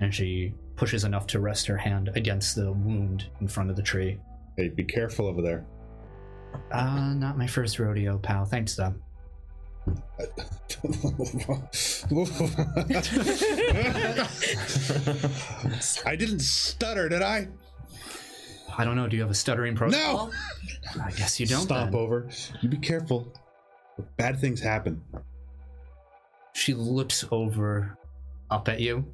S1: and she pushes enough to rest her hand against the wound in front of the tree
S6: Hey, be careful over there.
S1: uh not my first rodeo pal thanks though
S6: I didn't stutter, did I?
S1: i don't know do you have a stuttering protocol
S6: No!
S1: i guess you don't
S6: Stomp
S1: then.
S6: over. You be careful. Bad things happen.
S1: she looks over up at you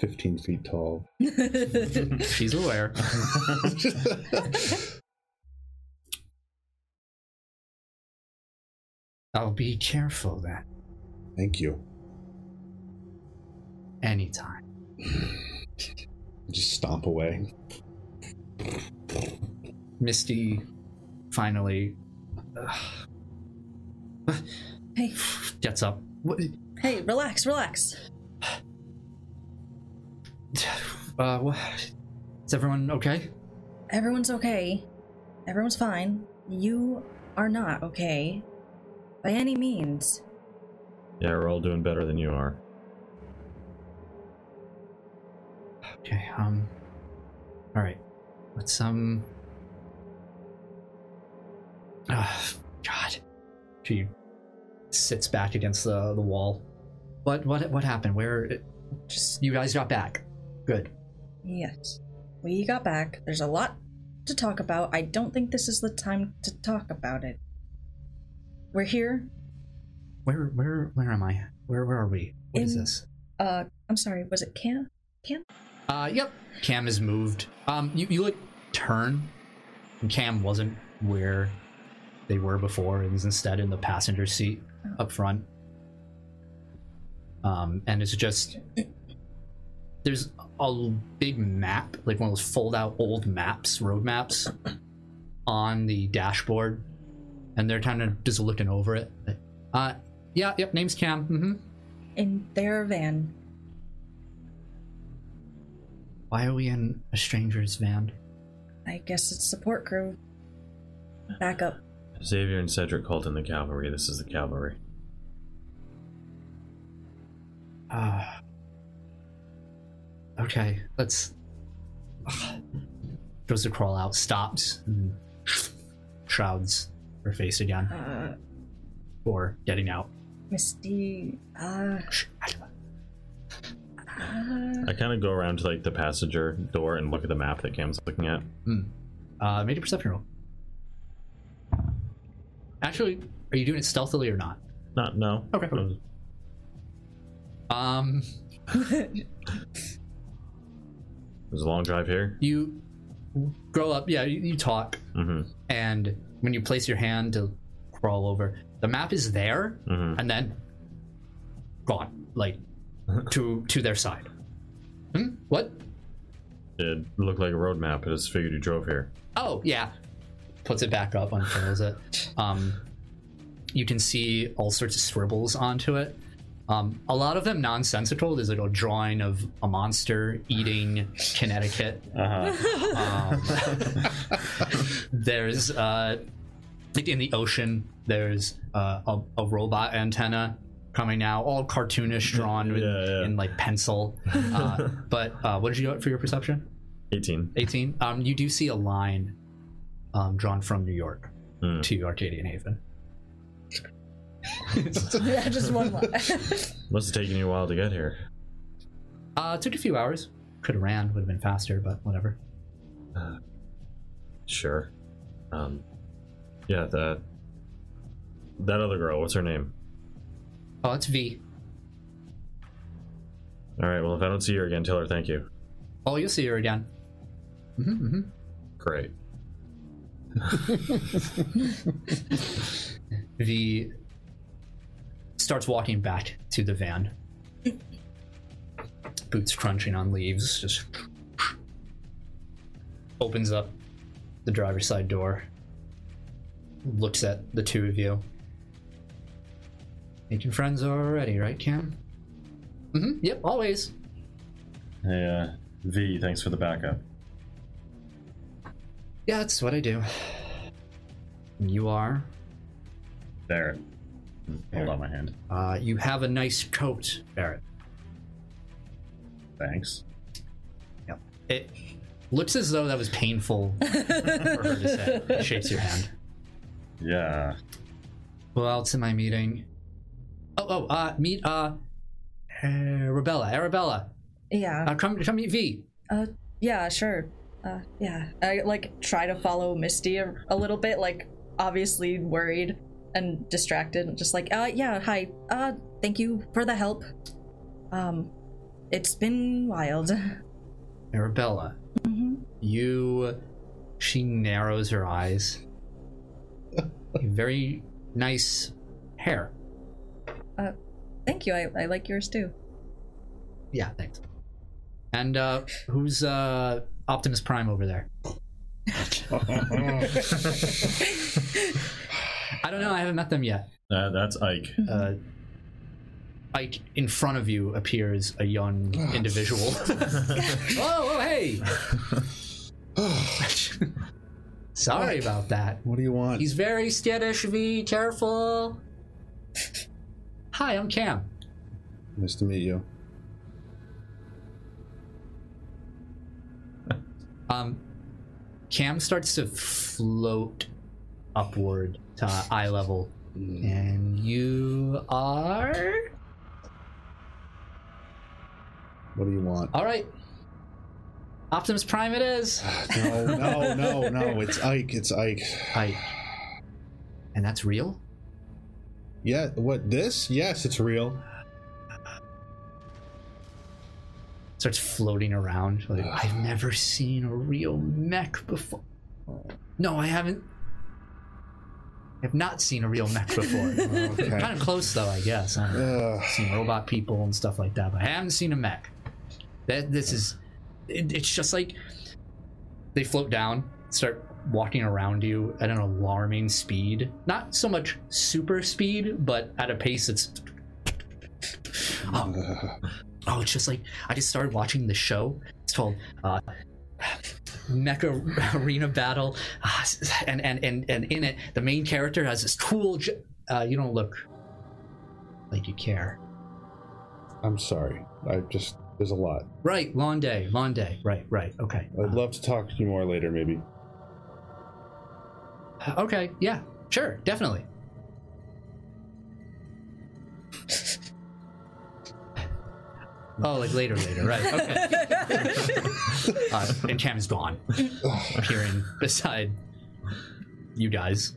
S6: 15
S1: [LAUGHS]
S6: feet tall.
S1: she's aware [LAUGHS] i'll be careful then
S6: Thank you.
S1: anytime
S6: Just stomp [LAUGHS] away.
S1: Misty finally
S12: hey,
S1: gets up. What,
S12: hey, relax, relax.
S1: [SIGHS] uh, what? Is everyone okay?
S12: Everyone's okay. Everyone's fine. You are not okay. By any means.
S2: yeah, we're all doing better than you are.
S1: Okay, um. Alright. Let's, um. Ah, God. She sits back against the, the wall. What, what, what happened? Where. Just. You guys got back. Good.
S12: Yes. We got back. There's a lot to talk about. I don't think this is the time to talk about it. We're here.
S1: Where, where, where am I? Where, where are we? What is
S12: In-
S1: this?
S12: Uh, I'm sorry, was it Can?
S1: Uh, yep. Cam is moved. Um, you, you like turn, and Cam wasn't where they were before, and is instead in the passenger seat up front. Um, and it's just there's a big map, like one of those fold out old maps, road maps, on the dashboard, and they're kind of just looking over it. Like, Uh, yeah, yep, name's Cam. Mm-hmm.
S3: in their van.
S1: Why are we in a stranger's van?
S3: I guess it's support crew. Backup.
S5: Xavier and Cedric called in the cavalry. This is the cavalry.
S1: Ah. okay, let's. Ugh. Goes to crawl out, stops, and shrouds her face again
S3: Uh,
S1: for getting out.
S3: Misty. Uh,
S1: Shh, Adela.
S3: uh,
S12: [LAUGHS]
S5: I kind of go around to like the passenger door and look at the map that Cam's looking at.
S1: Uh, made a perception roll. Actually, are you doing it stealthily or not?
S5: Not no.
S1: Okay.
S5: Um,
S1: Um,
S5: There's a long drive here.
S1: you grow up. Yeah, you, you talk,
S5: Mm-hmm.
S1: and when you place your hand to crawl over, the map is there,
S5: Mm-hmm.
S1: and then gone, like to to their side. Hmm? What?
S5: It looked like a road map. I just figured you drove here.
S1: Oh yeah. Puts it back up, unfurls it. Um, you can see all sorts of scribbles onto it. Um, a lot of them nonsensical. There's like a drawing of a monster eating Connecticut.
S5: Uh-huh. [LAUGHS]
S1: Um, there's uh, like in the ocean. There's uh, a, a robot antenna coming out, all cartoonish, drawn with-
S5: Yeah, yeah.
S1: in like pencil.
S5: [LAUGHS] Uh-huh.
S1: [LAUGHS] Uh, but uh, what did you get for your perception?
S5: 18.
S1: 18 um you do see a line um drawn from new york
S5: Hmm.
S1: to arcadian haven
S3: yeah, just one line.
S5: Must have taken you a while to get here.
S1: uh took a few hours could have ran would have been faster but whatever
S5: Sure. Um. Yeah. That. That other girl. What's her name?
S1: oh it's v
S5: All right. Well, if I don't see her again, tell her thank you.
S1: oh you'll see her again hmm
S5: Great.
S1: v starts walking back to the van boots crunching on leaves just opens up the driver's side door looks at the two of you making friends already right cam hmm yep always
S5: Hey, uh, V. Thanks for the backup.
S1: yeah that's what i do And you are
S5: There. Hold out my hand.
S1: uh, you have a nice coat barrett
S5: Thanks.
S1: It looks as though that was painful for her to say.
S12: [LAUGHS]
S1: She
S3: [LAUGHS]
S1: shakes your hand.
S5: Yeah.
S1: Well, else am I meeting? Oh, oh, uh, meet, uh, Arabella, Arabella.
S3: yeah.
S1: Uh, come, come meet V.
S3: Uh, yeah, sure. Uh, yeah. I like try to follow Misty a, a little bit, like obviously worried and distracted, and just like, uh, yeah, hi. Uh, thank you for the help. Um, it's been
S12: [LAUGHS]
S3: wild.
S1: Arabella.
S12: Mm-hmm.
S1: You. She narrows her eyes. Very nice hair.
S3: Thank you. I, I like
S12: [LAUGHS]
S3: yours too. [LAUGHS]
S1: Yeah, thanks. And, uh, who's, uh, Optimus Prime over there? I don't know. I haven't met them yet.
S5: Uh, that's Ike.
S1: uh, like in front of you appears a young individual. [LAUGHS] oh, oh, hey! Sorry about that.
S6: What do you want?
S1: He's very skittish. Be careful. Hi, I'm Cam.
S6: nice to meet you.
S1: Um, Cam starts to float upward to eye level, and you are
S6: What do you want?
S1: all right. Optimus Prime, it is.
S6: No, no, no, no. It's Ike. It's Ike.
S1: Hi. And that's real.
S6: Yeah, what? This? Yes, it's real.
S1: starts floating around. Like, I've never seen a real mech before. No, I haven't. I have not seen a real mech before.
S6: Okay.
S1: kind of close though, I guess. I've
S6: Ugh.
S1: seen robot people and stuff like that, but I haven't seen a mech. That this is, it, it's just like they float down, start walking around you at an alarming speed. Not so much super speed, but at a pace that's. Oh, oh, it's just like I just started watching the show. It's called uh, Mecha [LAUGHS] Arena Battle, [SIGHS] uh, and and and and in it, the main character has this cool. J- uh, you don't look like you care.
S4: I'm sorry. I just there's a lot.
S1: Right, long day, long day. Right, right. Okay.
S4: I'd love to talk to you more later, maybe.
S1: Uh, Okay, yeah, sure, definitely. [LAUGHS] oh, like later, later, right?
S3: [LAUGHS]
S1: Okay. uh, and Cam's gone, appearing beside you guys.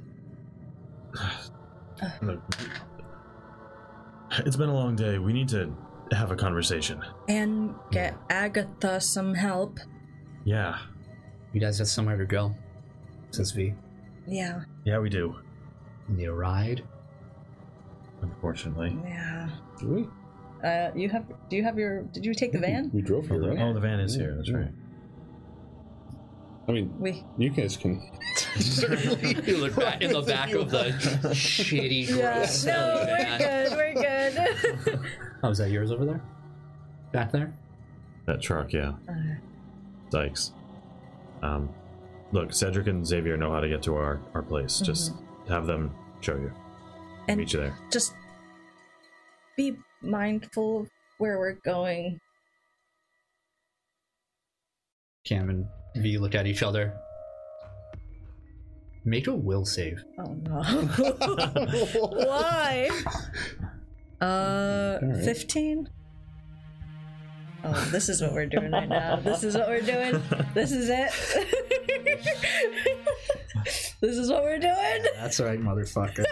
S2: Look, It's been a long day. We need to have a conversation.
S3: And get Agatha some help.
S2: Yeah.
S1: You guys have somewhere to go. Since we
S3: Yeah,
S2: Yeah, we do.
S1: need a ride.
S2: Unfortunately.
S3: yeah.
S4: We
S12: Uh, you have? Do you have your? Did you take the
S6: [LAUGHS]
S12: van?
S4: we drove
S2: Oh,
S4: here,
S2: the,
S4: right?
S2: oh, the van is here. That's right.
S4: I mean,
S12: We.
S4: you guys
S1: [LAUGHS]
S4: can.
S1: You look back in the back
S12: [LAUGHS]
S1: of the shitty, gross
S12: No, we're
S1: silly van.
S12: good. We're good. [LAUGHS]
S1: Oh, is that yours over there? Back there?
S2: That truck, yeah. Dykes. Um, look, Cedric and Xavier know how to get to our, our place. Just have them show you.
S3: And-
S2: Meet you there.
S3: Just be mindful of where we're going.
S1: Cam and V look at each other. Make a will save.
S3: Oh no.
S6: [LAUGHS]
S3: Why? Uh, 15? Oh, this is what we're doing right now. This is what we're doing. This is it. [LAUGHS] this is what we're doing. [LAUGHS]
S1: That's alright, motherfucker.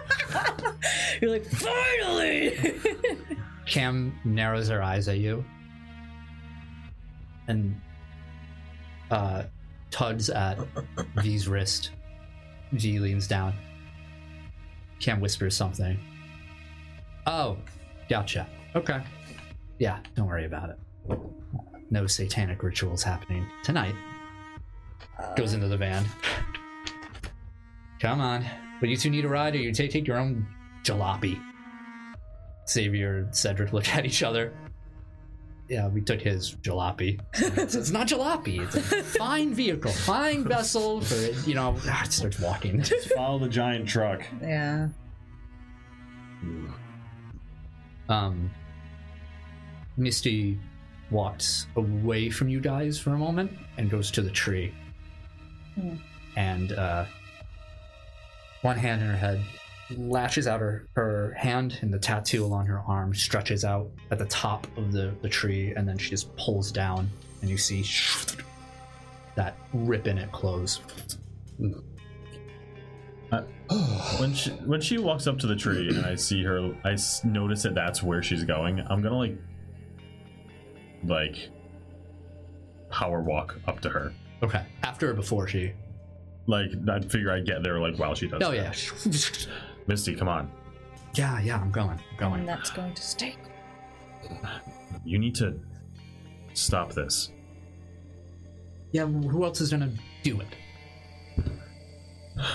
S3: You're like, finally!
S1: Cam narrows her eyes at you and uh, tugs at V's wrist. V leans down. Cam whispers something. Oh, gotcha. Okay. Yeah, don't worry about it. No satanic rituals happening tonight. Goes into the van. Come on. But you two need a ride or you take, take your own jalopy. Xavier and Cedric look at each other. Yeah, we took his jalopy. it's, it's not jalopy. It's a fine vehicle, fine vessel for you know. Ah, it starts walking.
S5: Follow the giant truck.
S12: yeah.
S1: Um, Misty walks away from you guys for a moment and goes to the tree. And uh, one hand in her head lashes out her, her hand, and the tattoo along her arm stretches out at the top of the, the tree, and then she just pulls down, and you see that rip in it close.
S2: When she when she walks up to the tree and I see her, I s- notice that that's where she's going. I'm gonna like like power walk up to her.
S1: Okay. After or before she?
S2: Like I figure I get there like while she does.
S1: Oh,
S2: that.
S1: yeah.
S2: Misty, come on.
S1: Yeah, yeah, I'm going. I'm going.
S12: And that's going to stay.
S2: You need to stop this.
S1: Yeah, well, who else is gonna do it?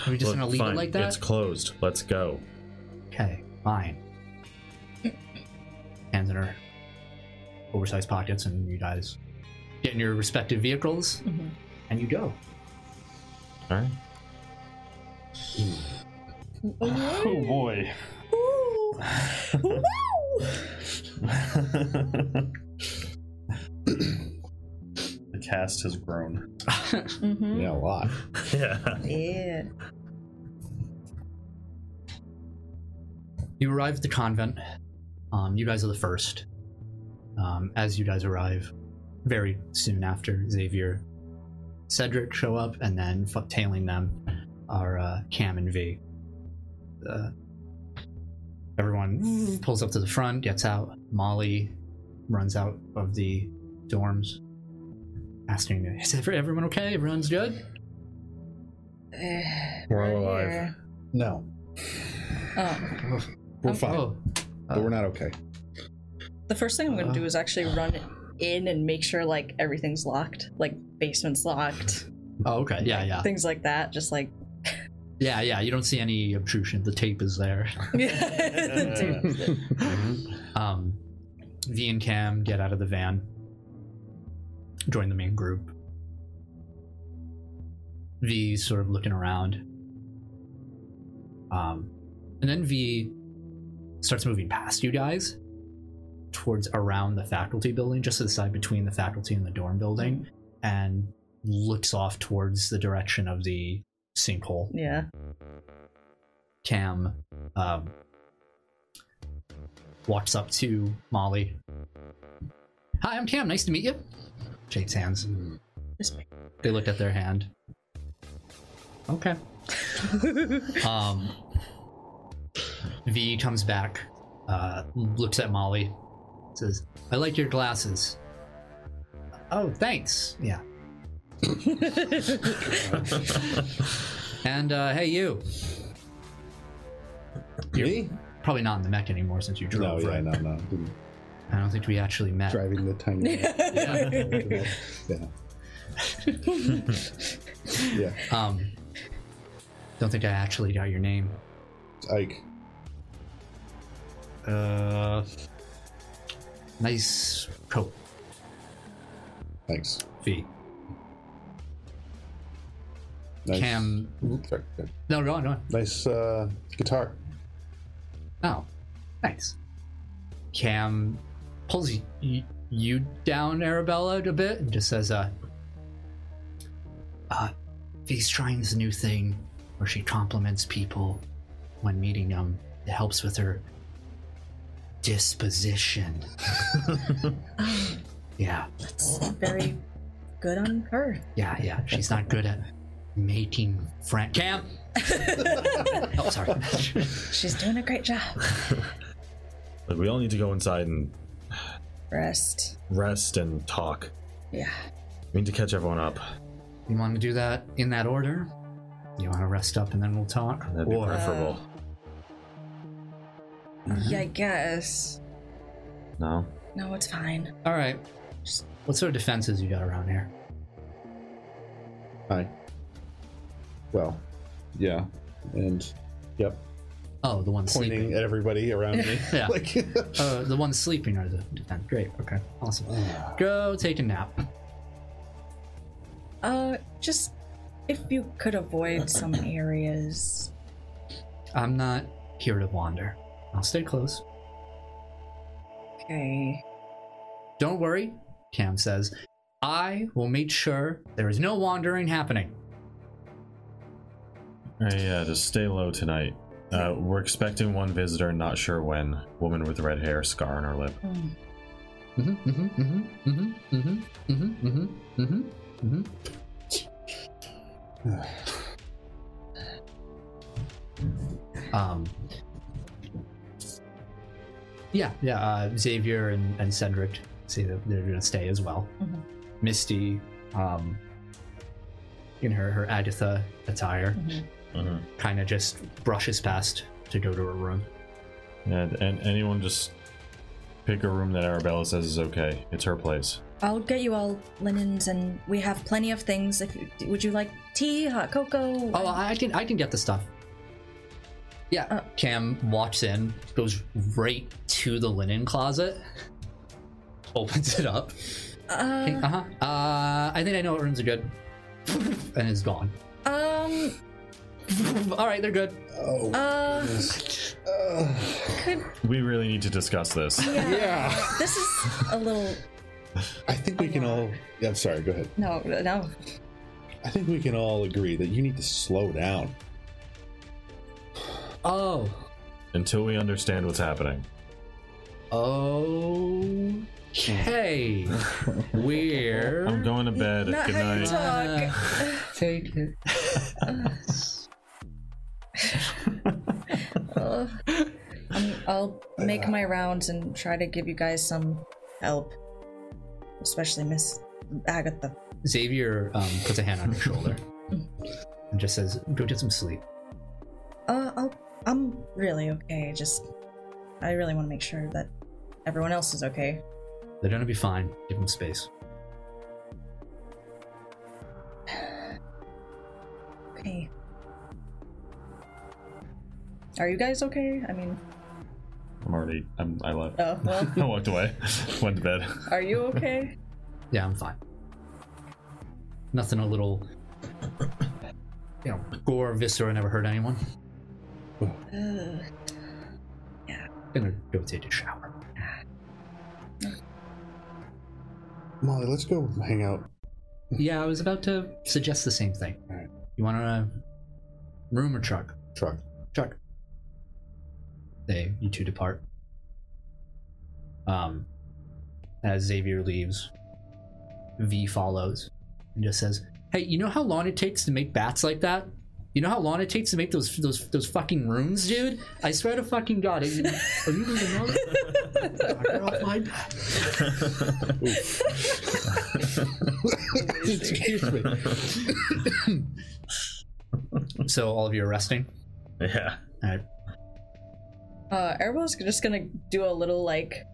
S1: Are we just
S2: Look,
S1: gonna leave
S2: fine,
S1: it like that?
S2: It's closed. Let's go.
S1: Okay, fine. Hands in her oversized pockets, and you guys get in your respective vehicles, and you go.
S2: All right. Oh [LAUGHS] boy.
S5: The cast has grown.
S3: Mm-hmm.
S4: Yeah, a lot.
S2: [LAUGHS] Yeah.
S3: [SIGHS]
S12: Yeah.
S1: You arrive at the convent. Um, you guys are the first. Um, as you guys arrive, very soon after, Xavier, Cedric show up, and then f- tailing them are uh, Cam and V. Uh, everyone pulls up to the front, gets out. Molly runs out of the dorms, asking, "Is ev- everyone okay? Everyone's good?"
S2: We're all alive.
S6: No,
S12: Um,
S6: we're fine,
S1: Oh,
S6: but we're not okay.
S12: the first thing I'm going to do is actually run
S3: in and make sure like everything's locked, like basement's locked,
S1: Oh, okay. Yeah, yeah.
S3: things like that. Just like [LAUGHS]
S1: Yeah, yeah. You don't see any obtrusion. The tape is there. Uh,
S3: Dude.
S1: Um, V and Cam get out of the van, join the main group. V sort of looking around. Um, and then V starts moving past you guys towards around the faculty building, just to the side between the faculty and the dorm building, and looks off towards the direction of the sinkhole.
S3: yeah.
S1: Cam um, walks up to Molly. Hi, I'm Cam. Nice to meet you. Shakes hands.
S3: [LAUGHS] This way.
S1: They look at their hand. Okay. um, v comes back, uh, looks at Molly, says, "I like your glasses." Oh, thanks. Yeah. and uh, hey, you.
S6: Me?
S1: Probably not in the mech anymore since you [LAUGHS]
S6: No,
S1: drove.
S6: yeah,
S1: right?
S6: no, no.
S1: I don't think we actually met.
S6: Driving the tiny.
S1: [LAUGHS]
S6: yeah. yeah. yeah.
S1: Um, don't think I actually got your name.
S6: Ike.
S1: Uh, nice coat,
S6: Thanks.
S1: V.
S6: Nice.
S1: Cam.
S6: Sorry, good.
S1: No, go on, go on.
S6: Nice uh, guitar.
S1: Oh, nice. Cam pulls y- y- you down, Arabella, a bit, and just says, uh, uh, V's trying this new thing where she compliments people when meeting them. It helps with her disposition. yeah,
S3: [LAUGHS] Very good on her.
S1: yeah, yeah. She's not good at making friends. Cam! [LAUGHS] oh, sorry. [LAUGHS]
S3: She's doing a great job.
S2: But we all need to go inside and
S3: Rest.
S2: rest and talk.
S3: Yeah.
S2: We need to catch everyone up.
S1: you want to do that in that order? You want to rest up and then we'll talk?
S2: That'd be
S1: Or-
S2: preferable.
S3: Yeah, I guess.
S2: No?
S3: No, it's fine.
S1: All right. What sort of defenses you got around here?
S6: Hi. Well, yeah. And yep.
S1: Oh, the one
S6: Pointing
S1: sleeping.
S6: at everybody around me.
S1: [LAUGHS] Yeah.
S6: [LAUGHS] Like
S1: Uh, the one sleeping are the defense. Great. Okay. Awesome. Go take a nap.
S3: Uh, just if you could avoid some areas.
S1: I'm not here to wander. I'll stay close.
S3: Okay.
S1: Don't worry, Cam says. I will make sure there is no wandering happening.
S2: Hey, Uh, yeah, just stay low tonight. Uh, we're expecting one visitor, not sure when. Woman with red hair, scar on her lip.
S3: Hmm,
S1: Mhm, mhm, mhm, mhm, mhm, mhm, mhm, mhm, mhm. Um. Yeah, yeah. Uh, Xavier and, and Cedric say that they're going to stay as well.
S3: Mhm.
S1: Misty, um, in her her Agatha attire,
S3: hmm.
S2: Mhm.
S1: kind of just brushes past to go to her room.
S2: And, and anyone just pick a room that Arabella says is okay. It's her place.
S3: I'll get you all linens, and we have plenty of things. If would you like tea, hot cocoa?
S1: Oh, I can I can get the stuff. Yeah,
S3: Uh,
S1: Cam walks in, goes right to the linen closet, [LAUGHS] opens it up.
S3: Uh,
S1: Uh huh. Uh, I think I know what rooms are good, [LAUGHS] and is gone. [LAUGHS]
S3: um,
S1: All right, they're good.
S6: Oh,
S3: uh,
S6: uh,
S2: We really need to discuss this.
S6: Yeah.
S3: this is a little
S6: I think we can all yeah, I'm sorry, go ahead.
S3: no, no.
S6: I think we can all agree that you need to slow down.
S1: [LAUGHS] Oh,
S2: Until we understand what's happening.
S1: okay.
S2: I'm
S1: We're
S2: going to bed.
S3: Not
S2: Good
S3: how you
S2: night.
S3: talk.
S1: Uh, take it.
S3: Uh, I'm, I'll make my rounds and try to give you guys some help, especially Miss Agatha.
S1: Xavier um, puts a hand on her shoulder and just says, "Go get some sleep."
S3: Uh, I'll, I'm really okay. Just, I really want to make sure that everyone else is okay.
S1: They're gonna be fine. Give them space.
S12: Okay. Are you guys okay? I mean,
S5: I'm already. I'm, I left.
S12: oh, well,
S1: [LAUGHS]
S5: I walked
S2: [LAUGHS]
S5: away. Went to bed.
S12: are you okay?
S1: Yeah, I'm fine. Nothing a little, you know, gore or viscera never hurt anyone.
S12: Ugh.
S1: Gonna go take a shower.
S6: Molly, let's go hang out.
S1: Yeah, I was about to suggest the same thing.
S6: Alright.
S1: You want a room or truck?
S6: Truck.
S1: Truck. They you two depart. Um, as Xavier leaves, V follows and just says, "Hey, you know how long it takes to make bats like that? You know how long it takes to make those those those fucking rooms, dude? I swear to fucking God, are [LAUGHS] you, are you losing all God, you're off my back. Excuse me. so all of you are resting.
S5: yeah.
S1: All right.
S12: Uh, Erbo's just gonna do a little like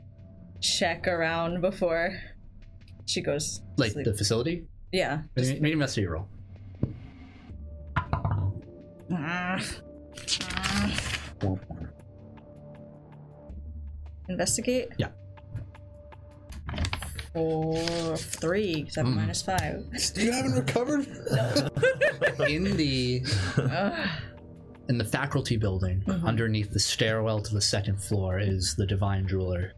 S12: check around before she goes.
S1: like
S12: sleep.
S1: the facility.
S12: yeah.
S1: Just made him investigate roll.
S12: Investigate.
S1: Yeah.
S12: Four, three, because I have a
S1: Mm.
S12: minus five.
S6: You haven't recovered?
S1: [LAUGHS] In the in the faculty building,
S12: Mm-hmm.
S1: underneath the stairwell to the second floor, is the divine jeweler.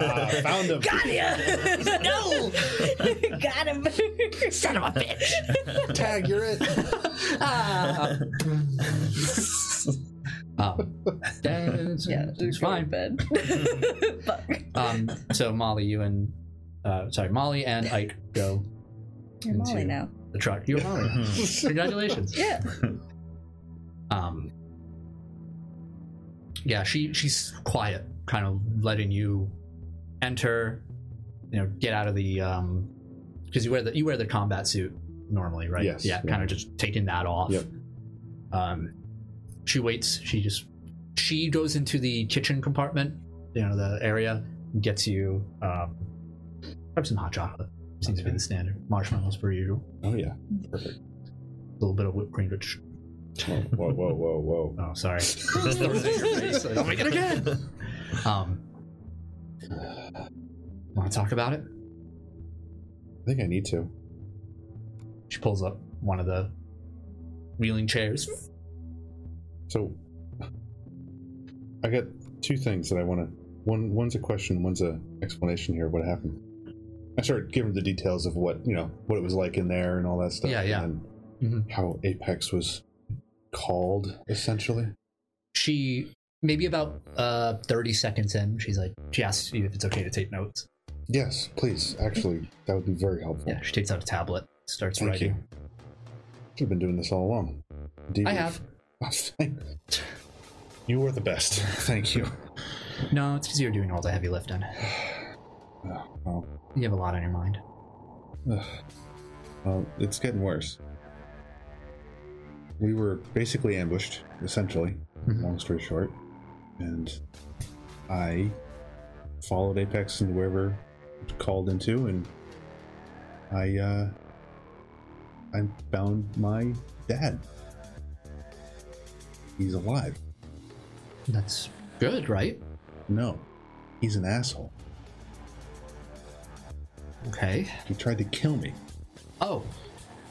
S6: Ah, found
S12: [LAUGHS] no!
S6: him.
S12: [LAUGHS] Got him. Son of a bitch.
S6: Tag,
S12: [LAUGHS]
S6: you're it.
S12: [LAUGHS]
S1: Um, yeah, it's,
S12: Yeah,
S1: it's fine.
S12: Bed. Fuck.
S1: Um, so Molly, you and uh, sorry, Molly and Ike go
S12: You're
S1: into
S12: Molly now.
S1: the truck. You're Molly. now. Congratulations.
S12: [LAUGHS] Yeah.
S1: um yeah she she's quiet kind of letting you enter you know get out of the um because you wear the you wear the combat suit normally right
S6: Yes,
S1: yeah
S6: yeah.
S1: kind of just taking that off
S6: Yep.
S1: um she waits she just she goes into the kitchen compartment you know the area gets you um perhaps some hot chocolate seems to be the standard marshmallows per usual
S6: [LAUGHS] Oh, yeah.
S1: a little bit of whipped cream which
S6: Whoa, whoa, whoa, whoa, whoa.
S1: Oh, [LAUGHS] sorry. I'll make it again. [LAUGHS] Um, want to talk about it?
S6: I think I need to.
S1: She pulls up one of the wheeling chairs.
S6: So, I got two things that I want to. One, one's a question. One's a explanation here of what happened. I started giving the details of what you know, what it was like in there, and all that stuff.
S1: Yeah, yeah.
S6: And
S1: Mhm.
S6: How Apex was called, essentially.
S1: She maybe about uh 30 seconds in. She's like, she asks you if it's okay to take notes.
S6: Yes, please. Actually, that would be very helpful.
S1: Yeah, she takes out a tablet, starts
S6: Thank
S1: writing.
S6: you. You've been doing this all along. Indeed.
S1: I
S6: [LAUGHS]
S1: have.
S6: you were the best. Thank you.
S1: No, it's because you're doing all the heavy lifting.
S6: well.
S1: You have a lot on your mind.
S6: Well, it's getting worse. We were basically ambushed, essentially,
S1: Mhm.
S6: long story short. And I followed Apex and wherever it called into, and I, uh, I found my dad. He's alive.
S1: That's good, right?
S6: No, he's an asshole.
S1: Okay.
S6: He tried to kill me.
S1: Oh,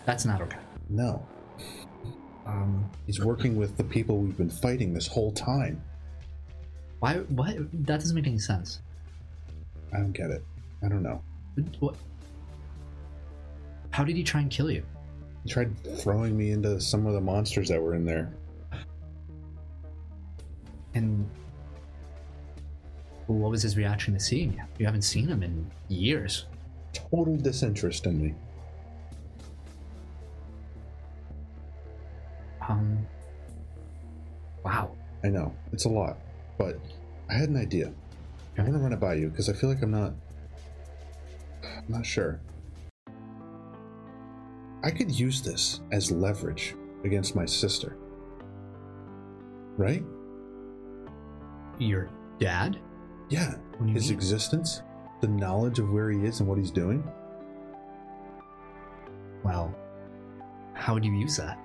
S1: that's not okay.
S6: No,
S1: Um,
S6: he's working with the people we've been fighting this whole time.
S1: why? What? That doesn't make any sense.
S6: I don't get it. I don't know.
S1: What? How did he try and kill you?
S6: He tried throwing me into some of the monsters that were in there.
S1: And what was his reaction to seeing you? You haven't seen him in years.
S6: Total disinterest in me.
S1: Um. Wow.
S6: I know, it's a lot, but I had an idea. I want to run it by you because I feel like I'm not. I'm not sure. I could use this as leverage against my sister. Right?
S1: Your dad?
S6: Yeah.
S1: What do you
S6: His
S1: mean? Mm-hmm.
S6: existence? the knowledge of where he is and what he's doing?
S1: Well, how would you use that?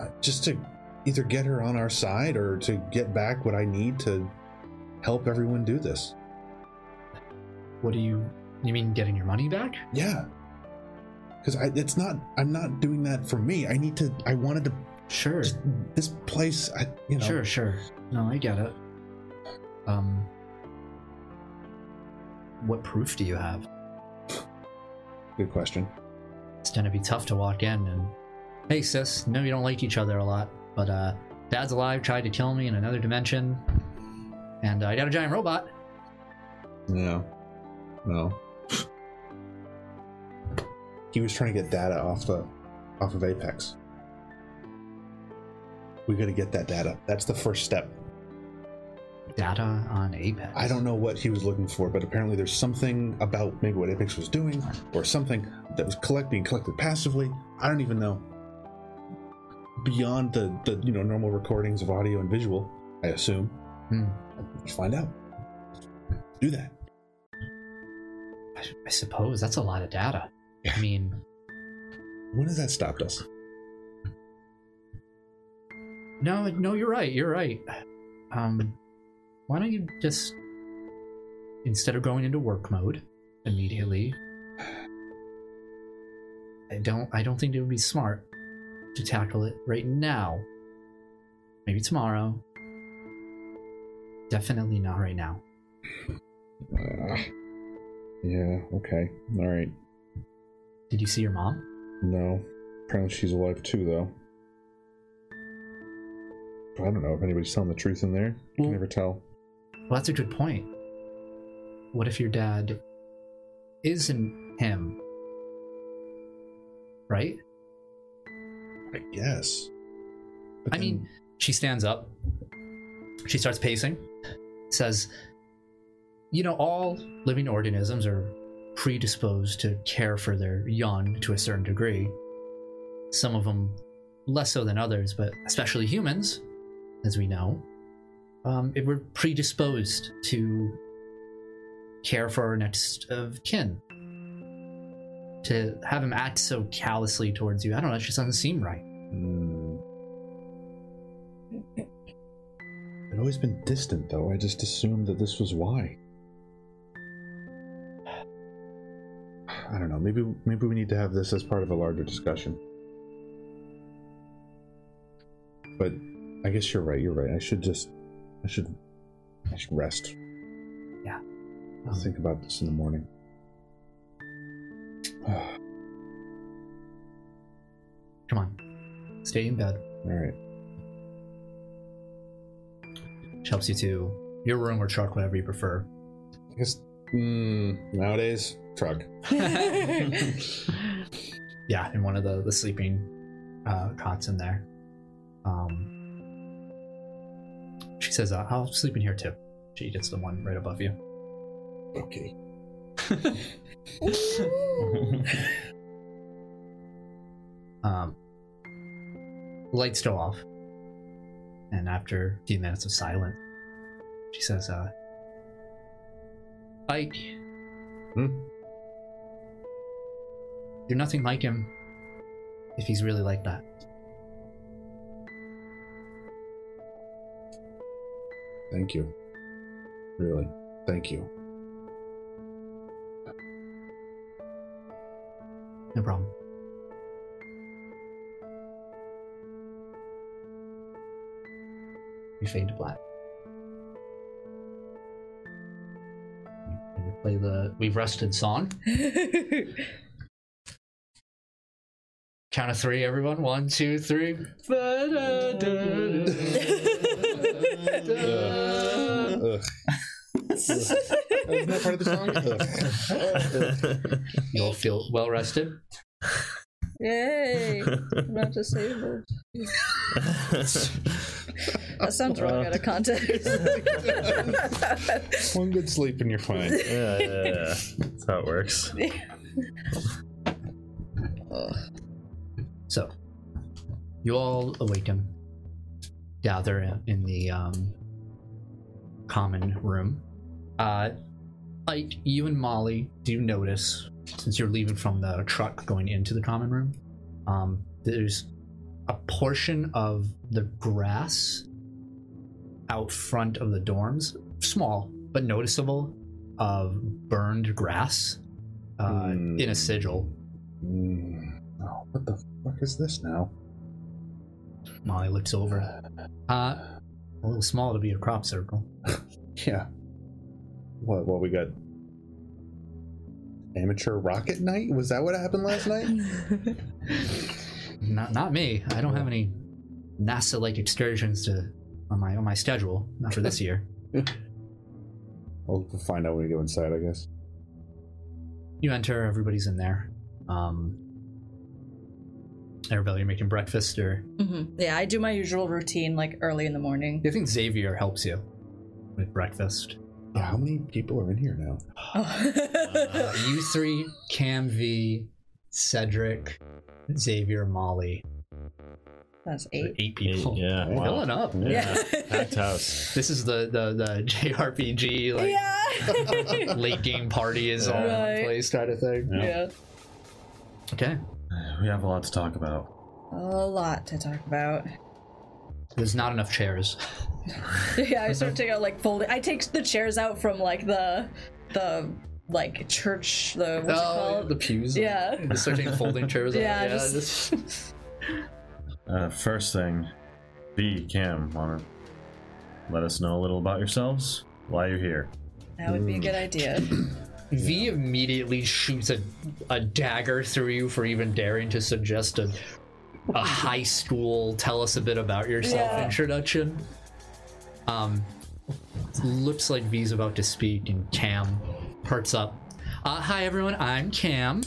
S6: Uh, just to either get her on our side or to get back what I need to help everyone do this.
S1: What do you you mean getting your money back?
S6: Yeah. Because it's not, I'm not doing that for me. I need to, I wanted to,
S1: Sure.
S6: just, this place, I, you know.
S1: Sure, sure. No, I get it. Um What proof do you have?
S6: Good question.
S1: It's gonna be tough to walk in and Hey sis, no you don't like each other a lot, but uh Dad's alive, tried to kill me in another dimension. And uh, I got a giant robot.
S6: Yeah. Well. He was trying to get data off the off of Apex. We gotta get that data. That's the first step.
S1: Data on Apex.
S6: I don't know what he was looking for, but apparently there's something about maybe what Apex was doing, or something that was collecting collected passively. I don't even know. Beyond the, the you know normal recordings of audio and visual, I assume.
S1: Hmm.
S6: Let's find out. Do that.
S1: I, I suppose that's a lot of data. I mean,
S6: When has that stopped us?
S1: no, no, you're right. You're right. Um, why don't you just, instead of going into work mode immediately, I don't. I don't think it would be smart to tackle it right now. Maybe tomorrow. Definitely not right now.
S6: Uh, yeah, okay. All right.
S1: Did you see your mom?
S6: No. Apparently she's alive too, though. I don't know if anybody's telling the truth in there. You can
S1: Well-
S6: never tell.
S1: Well, that's a good point. What if your dad isn't him? Right?
S6: I guess. But
S1: I mean, she stands up. She starts pacing. Says, You know, all living organisms are predisposed to care for their young to a certain degree. Some of them less so than others, but especially humans, as we know, um, it, we're predisposed to care for our next of kin. To have him act so callously towards you, I don't know, it just doesn't seem right.
S6: Mm. I've always been distant, though. I just assumed that this was why. I don't know. Maybe maybe we need to have this as part of a larger discussion. But I guess you're right. You're right. I should just, I should, I should rest.
S1: Yeah.
S6: I'll
S1: Um,
S6: think about this in the morning.
S1: Come on. Stay in bed.
S6: All right.
S1: She helps you to your room or truck, whatever you prefer.
S6: I guess mm, nowadays truck.
S1: yeah, in one of the, the sleeping uh, cots in there. Um, she says, uh, I'll sleep in here too. She gets the one right above you.
S6: Okay.
S1: Um, lights go off. And after a few minutes of silence, she says, uh, Ike.
S6: Hmm?
S1: You're nothing like him if he's really like that.
S6: Thank you. Really. Thank you.
S1: No problem. You fade to black. And we play the We've Rested song. Count of three, everyone. One, two, three.
S6: Ugh. Isn't that part of the song? Ugh.
S1: You'll feel well rested.
S12: [LAUGHS] Yay! I'm not disabled. That sounds wrong out of context.
S6: One good sleep and you're fine.
S5: yeah, yeah, yeah. That's how it works.
S1: So, you all awaken, gather in the um, common room. Uh, Ike, you and Molly do notice, since you're leaving from the truck going into the common room, um, there's a portion of the grass out front of the dorms, small but noticeable, of burned grass uh,
S6: Hmm.
S1: in a sigil.
S6: Mm. Oh, what the fuck is this now?
S1: Molly looks over. Uh, a little small to be a crop circle.
S6: Yeah. What? What we got? Amateur rocket night? Was that what happened last night?
S12: Mm-hmm.
S1: Not not me. I don't have any NASA like excursions to on my on my schedule. Not for
S2: [LAUGHS]
S1: this year.
S6: We'll find out when we go inside, I guess.
S1: You enter, everybody's in there. Um Arabella, you're making breakfast or
S3: Mm-hmm. Yeah, I do my usual routine like early in the morning.
S1: I think Xavier helps you with breakfast.
S6: Yeah, how many people are in here now?
S12: [LAUGHS]
S3: Oh.
S1: You three, Cam V, Cedric, Xavier, Molly.
S3: That's eight.
S1: Eight
S2: Eight,
S1: people.
S2: yeah.
S6: Wow.
S1: Filling up.
S3: Yeah. [LAUGHS]
S2: Packed house.
S1: This is the the, the [LAUGHS] JRPG like
S3: [LAUGHS] Yeah.
S1: late game party is all in one
S3: Right.
S1: place kind of thing.
S3: yeah.
S1: Okay.
S2: We have a lot to talk about.
S3: A lot to talk about. [LAUGHS]
S1: There's not enough chairs.
S3: Yeah, I start to go like folding. I take the chairs out from like the the like church. The what's it called?
S1: Oh, the pews.
S3: Yeah.
S1: Just searching folding chairs.
S3: [LAUGHS] Yeah,
S1: yeah
S3: just-
S1: just-
S2: Uh, first thing, B, Cam, wanna let us know a little about yourselves? Why you're here?
S3: That would be a good idea.
S1: V immediately shoots a, a dagger through you for even daring to suggest a, a high school tell us a bit about yourself
S3: Yeah.
S1: introduction. Um, looks like V's about to speak, and Cam parts up. Uh, hi, everyone. I'm Cam.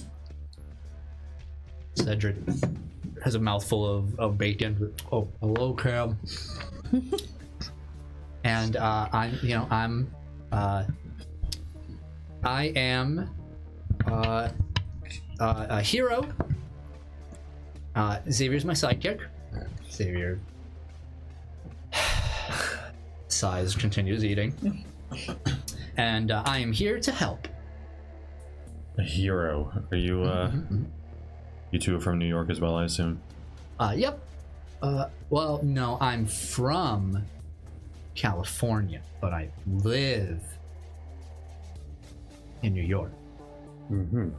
S1: Cedric has a mouthful of, of bacon. Oh, hello, Cam. and uh, I'm, you know, I'm. Uh, I am uh, uh, a hero. Uh, Xavier's my sidekick. Xavier [SIGHS] sighs, continues eating. And uh, I am here to help.
S2: A hero. Are you, uh, you two are from New York as well, I assume?
S1: Uh, yep. Uh, well, no, I'm from California, but I live in New York.
S3: And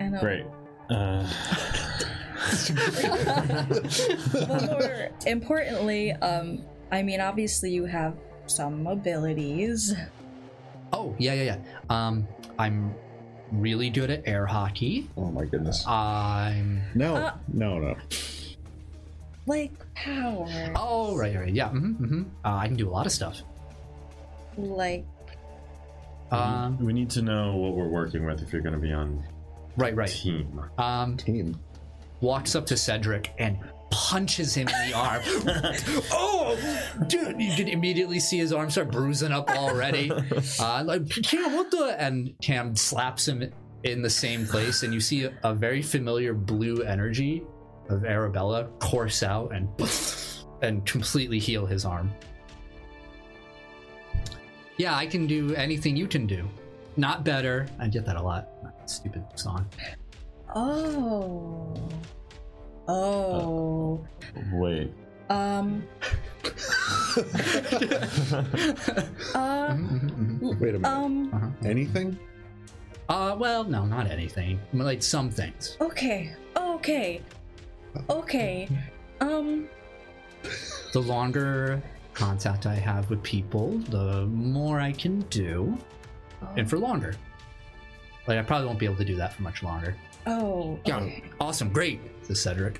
S3: a
S2: Great. Uh,
S3: But more importantly, um, I mean, obviously you have some abilities.
S1: Oh, yeah, yeah, yeah. Um, I'm really good at air hockey.
S6: Oh my goodness.
S1: Uh, I'm
S6: No, no, no.
S3: Like power.
S1: Oh, right, right, yeah. hmm hmm Uh, I can do a lot of stuff.
S3: Like
S1: Uh,
S2: we need to know what we're working with if you're gonna be on
S1: right, right.
S2: team.
S1: Um,
S6: Team.
S1: walks up to Cedric and punches him in the arm. oh, dude! You can immediately see his arm start bruising up already. Uh, like Cam, what the? And Cam slaps him in the same place, and you see a, a very familiar blue energy of Arabella course out and [LAUGHS] and completely heal his arm. Yeah, I can do anything you can do. Not better. I get that a lot. Stupid song.
S3: oh, oh,
S2: Wait.
S3: um, uh,
S6: Wait a minute.
S3: um.
S6: Anything?
S1: Uh, well, no, not anything. I mean, Like some things.
S3: Okay, okay, okay. Um,
S1: The longer contact I have with people, the more I can do, and for longer. Like I probably won't be able to do that for much longer.
S3: oh,
S1: Yeah,
S3: okay.
S1: awesome, great, says Cedric.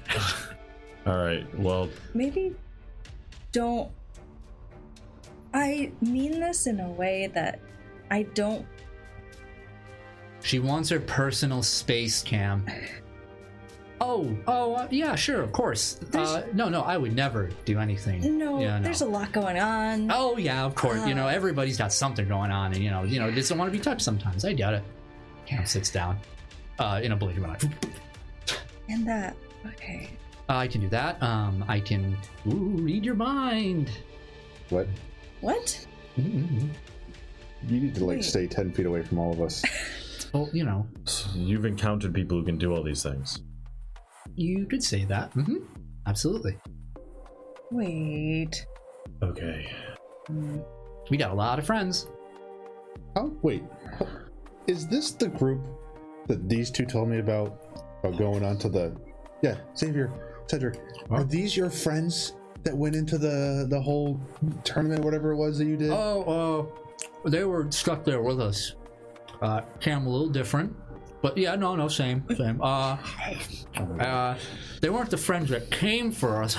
S2: All right. Well,
S3: maybe don't i mean this in a way that i don't
S1: she wants her personal space, Cam. Oh, oh, uh, yeah, sure, of course. Uh, no, no, I would never do anything.
S3: no
S1: Yeah, no.
S3: there's a lot going on
S1: Oh yeah, of course. you know, everybody's got something going on, and you know, you know, just don't want to be touched sometimes. I doubt it. Cam sits down, uh, in a blink of an eye.
S3: and that okay
S1: I can do that. Um, I can ooh, read your mind. Mm-hmm.
S6: What?
S3: what
S1: Mm-mm-mm.
S6: You need to like stay ten feet away from all of us.
S1: Well, you know,
S2: You've encountered people who can do all these things.
S1: you could say that. hmm Absolutely.
S3: Wait.
S2: Okay.
S1: We got a lot of friends.
S6: Oh wait, is this the group that these two told me about? About going on to the yeah, Xavier, Cedric. Are these your friends that went into the the whole tournament, whatever it was that you did?
S1: Oh, uh, they were stuck there with us. Uh, Cam a little different, but yeah, no, no, same, same. Uh, uh, they weren't the friends that came for us,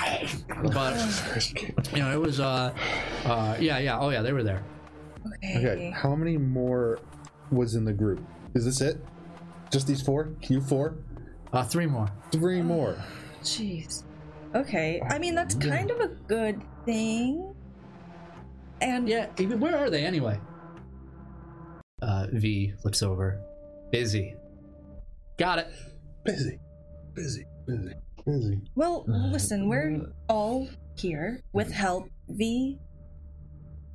S1: but you know, it was. Uh, uh, yeah, yeah, oh yeah, they were there.
S6: Okay, how many more was in the group? Is this it? Just these four? You four?
S1: Uh, three more.
S3: Um,
S6: Three more.
S3: Jeez. Okay. I mean, that's kind of a good thing. And
S1: Yeah, even where are they anyway? Uh, V flips over. Busy. Got it.
S6: Busy. Busy. Busy.
S17: Busy.
S3: well, listen, we're
S2: [SIGHS]
S3: all here with help. V.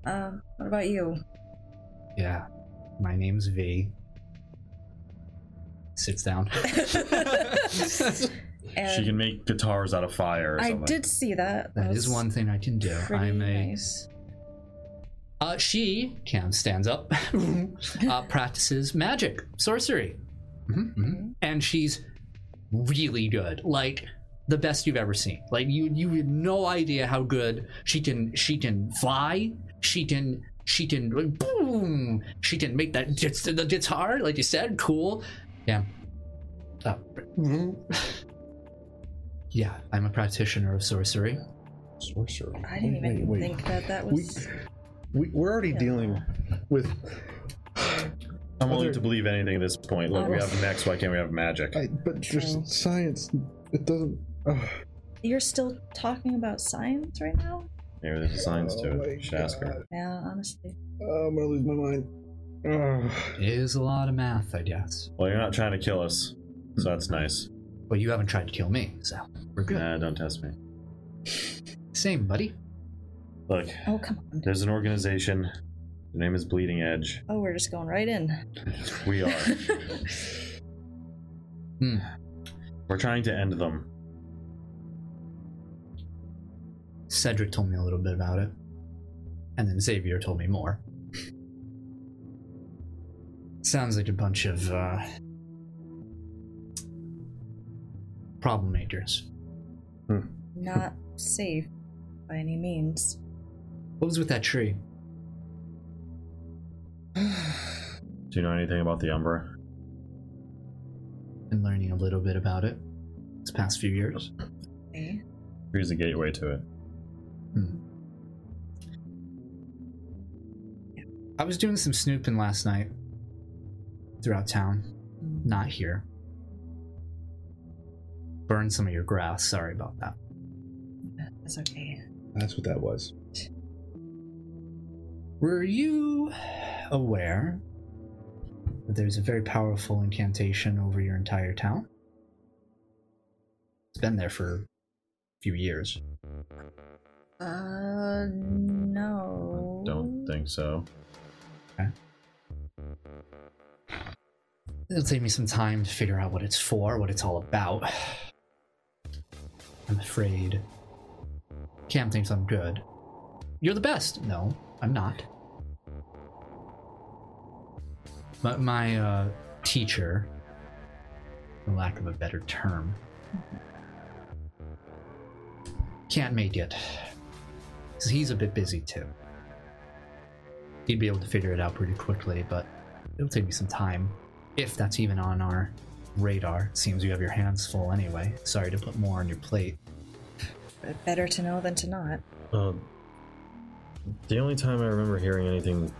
S3: Um, what
S1: [LAUGHS]
S3: about you?
S1: Yeah. My name's V. Sits [LAUGHS] down.
S3: And
S2: She can make guitars out of fire or
S3: I
S2: something.
S3: did see that.
S1: That is
S3: was
S1: one thing I can do.
S3: pretty
S1: I'm a.
S3: nice.
S1: Uh, she Cam stands up, [LAUGHS] uh, practices magic, sorcery,
S3: Mm-hmm,
S1: Mhm, mhm. and she's really good. Like the best you've ever seen. Like you, you have no idea how good she can. She can fly. She can. She can. Boom. She can make that gits- the guitar, like you said. Cool. Yeah. Uh, [LAUGHS] yeah, I'm a practitioner of sorcery.
S6: Sorcerer.
S3: I didn't
S6: Wait,
S3: even
S6: wait, wait.
S3: think that that
S6: We,
S3: was.
S6: we, we're already dealing with.
S2: I'm willing to believe anything at this point. Look, we have next. Why can't we have magic?
S6: I, but there's science. It doesn't. ugh.
S3: You're still talking about science right now?
S2: Maybe there's a science to it. Should ask her.
S3: Yeah, honestly.
S6: Oh, I'm gonna lose my mind. Ugh.
S1: It is a lot of math, I guess.
S2: Well, you're not trying to kill us, so that's nice.
S1: Well, you haven't tried to kill me, so we're good.
S2: Nah, don't test me.
S1: Same, buddy.
S2: Look,
S3: Oh, come on.
S2: there's an organization. Their name is Bleeding Edge. [LAUGHS]
S3: Oh, we're just going right in.
S2: We are.
S1: Hmm.
S2: We're trying to end them.
S1: Cedric told me a little bit about it. And then Xavier told me more. Sounds like a bunch of uh, problem makers.
S3: [LAUGHS] Not safe by any means.
S1: What was with that tree?
S2: Do you know anything about the Umbra?
S1: Been learning a little bit about it this past few years.
S3: Okay.
S2: Here's a gateway to it.
S1: I was doing some snooping last night throughout town. Not here. Burned some of your grass. Sorry about that.
S3: That's okay.
S6: That's what that was.
S1: Were you aware that there's a very powerful incantation over your entire town? It's been there for a few years.
S3: Uh, no.
S2: Don't think so.
S1: It'll take me some time to figure out what it's for, what it's all about. I'm afraid. Cam thinks I'm good. You're the best! No, I'm not. But my uh, teacher, for lack of a better term, can't make it. So he's a bit busy too. He'd be able to figure it out pretty quickly, but it'll take me some time if that's even on our radar. It seems you have your hands full anyway. Sorry to put more on your plate.
S3: But better to know than to not.
S2: Um, the only time I remember hearing anything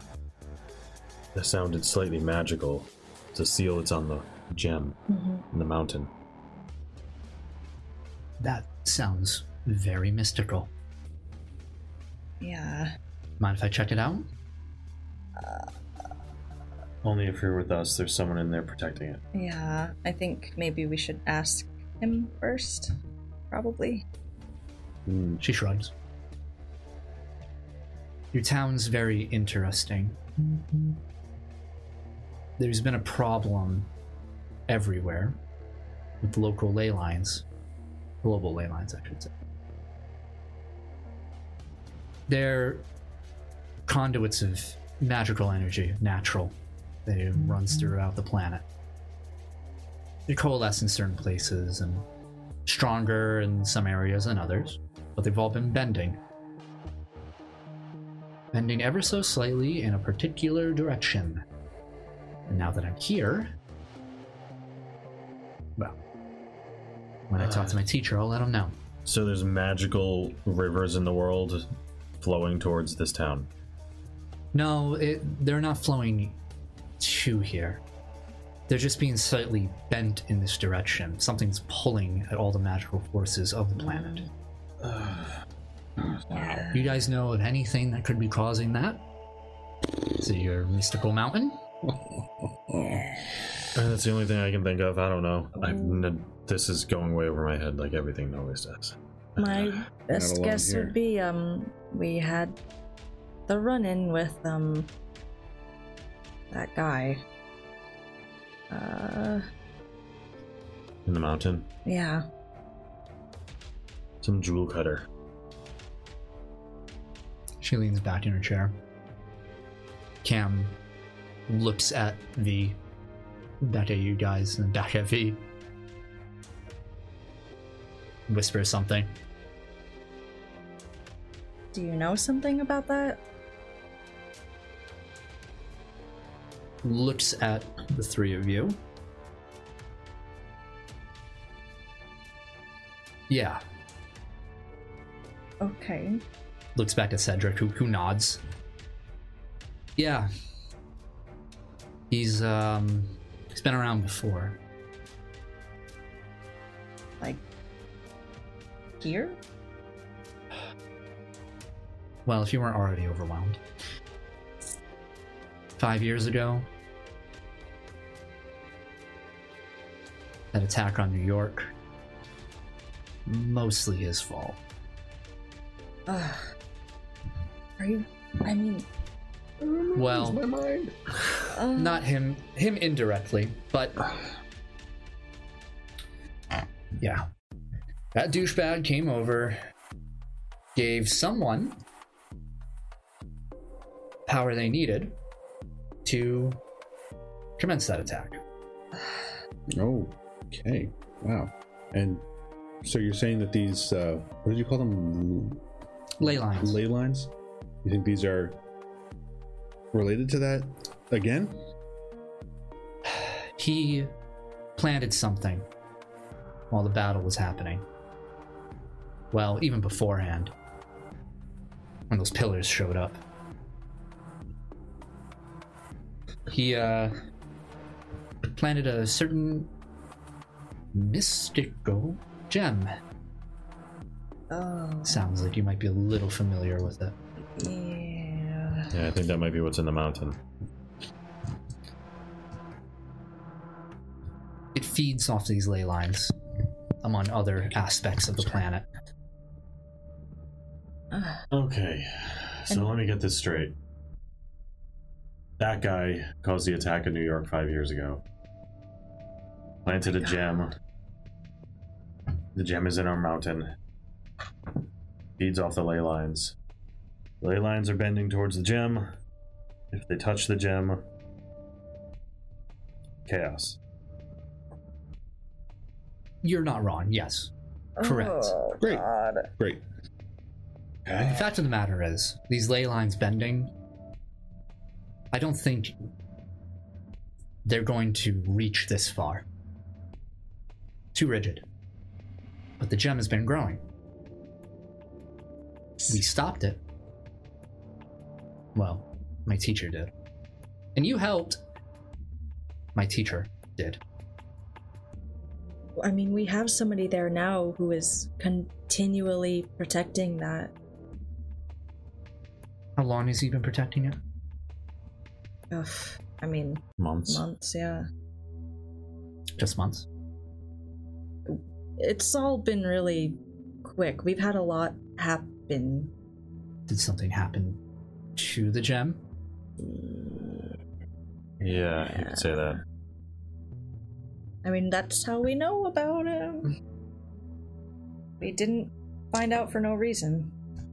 S2: that sounded slightly magical is the seal that's on the gem
S3: Mm-hmm.
S2: in the mountain.
S1: That sounds very mystical.
S3: Yeah.
S1: Mind if I check it out?
S2: Only if you're with us, there's someone in there protecting it.
S3: Yeah. I think maybe we should ask him first. Probably.
S1: She shrugs. Your town's very interesting. There's been a problem everywhere with local ley lines, global ley lines, I should say. They're conduits of magical energy, natural. They runs throughout the planet. They coalesce in certain places and stronger in some areas than others, but they've all been bending. Bending ever so slightly in a particular direction. And now that I'm here, well, when I talk to my teacher, I'll let him know.
S2: So there's magical rivers in the world flowing towards this town.
S1: No, it, they're not flowing to here. They're just being slightly bent in this direction. Something's pulling at all the magical forces of the planet. You guys know of anything that could be causing that? Is it your mystical mountain?
S2: Uh, that's the only thing I can think of. I don't know. I've n- this is going way over my head, like everything always does.
S3: My best
S4: alone
S3: guess
S4: here.
S3: would be um we had the run in with um that guy. Uh
S2: In the mountain,
S3: yeah.
S2: some jewel cutter.
S1: She leans back in her chair. Cam looks at V. Back at you guys and back at V. Whispers something.
S3: Do you know something about that?
S1: Looks at the three of you. Yeah.
S3: Okay.
S1: Looks back at Cedric, who, who nods. Yeah. He's um he's been around before.
S3: Like here?
S1: Well, if you weren't already overwhelmed. Five years ago, that attack on New York, mostly his fault.
S3: Ugh. Are you I mean
S1: Well, [SIGHS]
S3: uh,
S1: not him, him indirectly, but yeah, that douchebag came over, gave someone power they needed to commence that attack.
S4: Oh, okay. Wow. And so you're saying that these, uh, what did you call them?
S1: Ley lines.
S4: Ley lines? You think these are related to that again?
S1: he planted something while the battle was happening. Well, even beforehand, when those pillars showed up. He uh, planted a certain mystical gem.
S3: oh
S1: Sounds like you might be a little familiar with it.
S3: yeah.
S2: Yeah, I think that might be what's in the mountain.
S1: It feeds off these ley lines, among other aspects of the planet.
S3: Ah.
S2: Okay, so let me get this straight. That guy caused the attack in New York five years ago. Planted a gem. The gem is in our mountain. Feeds off the ley lines. The ley lines are bending towards the gem. If they touch the gem, chaos.
S1: You're not wrong, yes. Correct.
S3: Oh,
S4: Great.
S3: God.
S4: Great.
S1: The fact of the matter is, these ley lines bending, I don't think they're going to reach this far. Too rigid. But the gem has been growing. We stopped it. Well, my teacher did. And you helped. My teacher did.
S3: I mean, we have somebody there now who is continually protecting that.
S1: How long has he been protecting it?
S3: Ugh, I mean,
S2: Months.
S3: months, yeah.
S1: Just months.
S3: It's all been really quick. We've had a lot happen.
S1: Did something happen to the gem.
S2: Yeah, you could say that.
S3: I mean, that's how we know about him. We didn't find out for no reason.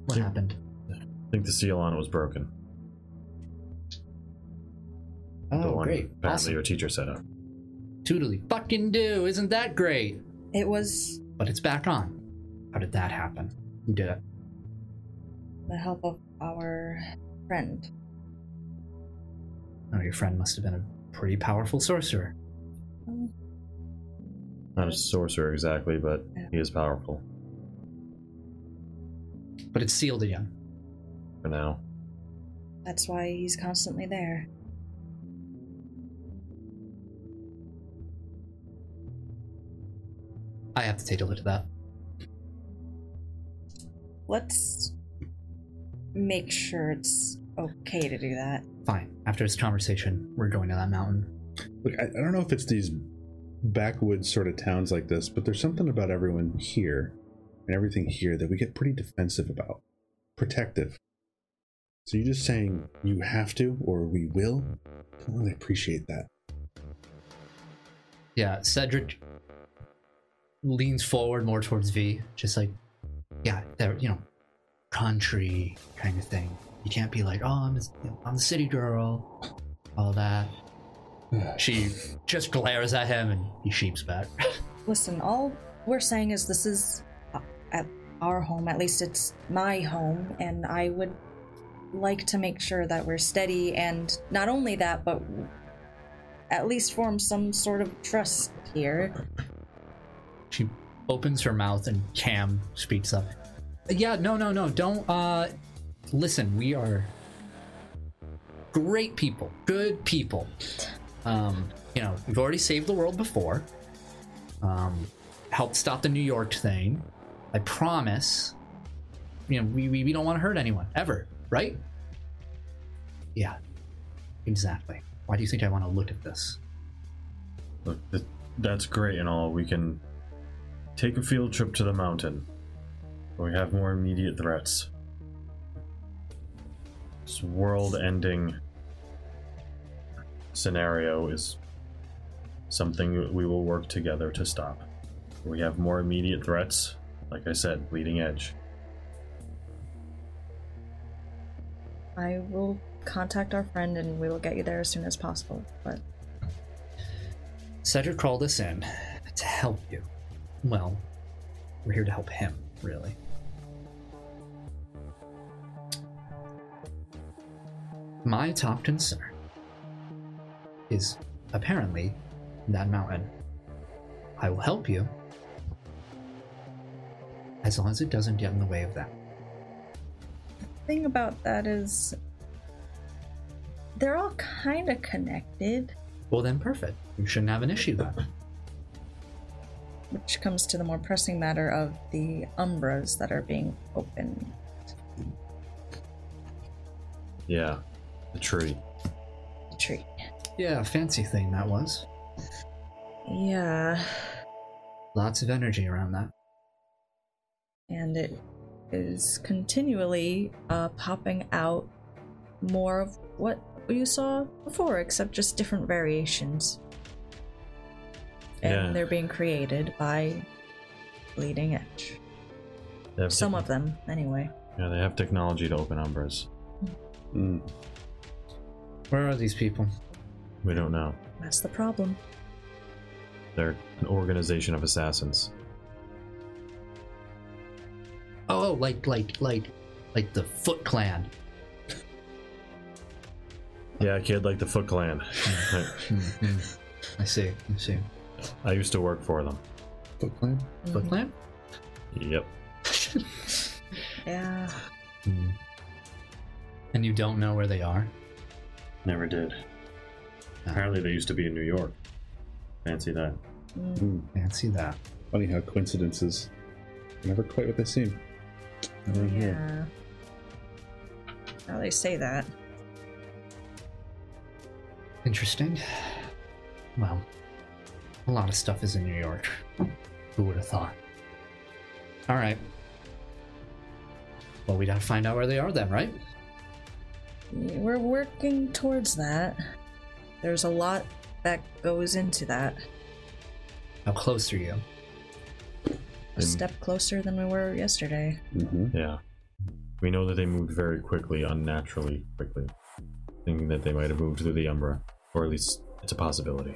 S1: What happened?
S2: I think the seal on it was broken. the
S1: Oh,
S2: one
S1: great.
S2: apparently
S1: Awesome.
S2: your teacher set up.
S1: Tootly fucking do. Isn't that great?
S3: It was
S1: But it's back on. How did that happen? Who did it?
S3: the help of our friend.
S1: Oh, your friend must have been a pretty powerful sorcerer.
S2: Not a sorcerer exactly, but he is powerful
S1: But it's sealed again.
S2: for now.
S3: That's why he's constantly there.
S1: I have to take a look at that.
S3: Let's make sure it's okay to do that.
S1: Fine. After this conversation, we're going to that mountain.
S6: Look, I, I don't know if it's these backwoods sort of towns like this, but there's something about everyone here and everything here that we get pretty defensive about, protective. So you're just saying you have to or we will? I don't really appreciate that.
S1: Yeah, Cedric leans forward more towards V, just like, yeah, they're, you know, country kind of thing. You can't be like, oh, I'm, you know, I'm the city girl, all that. [SIGHS] She just glares at him and he sheeps back.
S3: Listen, all we're saying is this is uh, at our home, at least it's my home, and I would like to make sure that we're steady and not only that, but at least form some sort of trust here.
S1: She opens her mouth and Cam speaks up. Yeah, no, no, no. Don't uh listen, we are great people, good people. Um, you know, we've already saved the world before. Um helped stop the New York thing. I promise. You know, we, we, we don't want to hurt anyone, ever, right? Yeah. Exactly. Why do you think I want to look at this?
S2: Look, th- that's great and all. We can take a field trip to the mountain. Where we have more immediate threats. This world ending scenario is something we will work together to stop. We have more immediate threats. Like I said, bleeding edge.
S3: I will contact our friend and we will get you there as soon as possible. But
S1: Cedric called us in to help you. Well, we're here to help him, really. My top concern is apparently that mountain. I will help you as long as it doesn't get in the way of that.
S3: thing about that is they're all kind of connected,
S1: Well, then, perfect. You shouldn't have an issue then.
S3: which comes to the more pressing matter of the umbras that are being opened.
S2: Yeah, the tree.
S3: tree.
S1: Yeah, fancy thing that was.
S3: Yeah,
S1: Lots of energy around that.
S3: and it is continually uh, popping out more of what you saw before, except just different variations. And
S2: Yeah.
S3: they're being created by Bleeding Edge.
S2: They have
S3: Some
S2: techn-
S3: of them, anyway.
S2: Yeah, they have technology to open umbras.
S6: Hmm.
S1: Where are these people?
S2: We don't know.
S3: That's the problem.
S2: They're an organization of assassins.
S1: Oh, like like like like the Foot Clan.
S2: Yeah, kid, like the Foot Clan.
S1: Hmm, I see. I see.
S2: [LAUGHS] I used to work for them.
S6: Foot clan?
S1: Foot
S3: Mm-hmm.
S1: Clan?
S2: Yep.
S3: Yeah.
S1: Hmm. And you don't know where they are?
S2: Never did. Apparently, they used to be in New York. Fancy that.
S3: Mm-hmm.
S1: Fancy that.
S6: Funny how coincidences are never quite what they seem. Um, Right here.
S3: Yeah. Now they say that.
S1: Interesting. Well, a lot of stuff is in New York. Who would have thought? All right. Well, we gotta find out where they are then, right?
S3: We're working towards that. There's a lot that goes into that.
S1: How close are you?
S3: A step closer than we were yesterday.
S6: mm-hmm.
S2: Yeah. We know that they moved very quickly, unnaturally quickly. Thinking that they might have moved through the Umbra, or at least it's a possibility.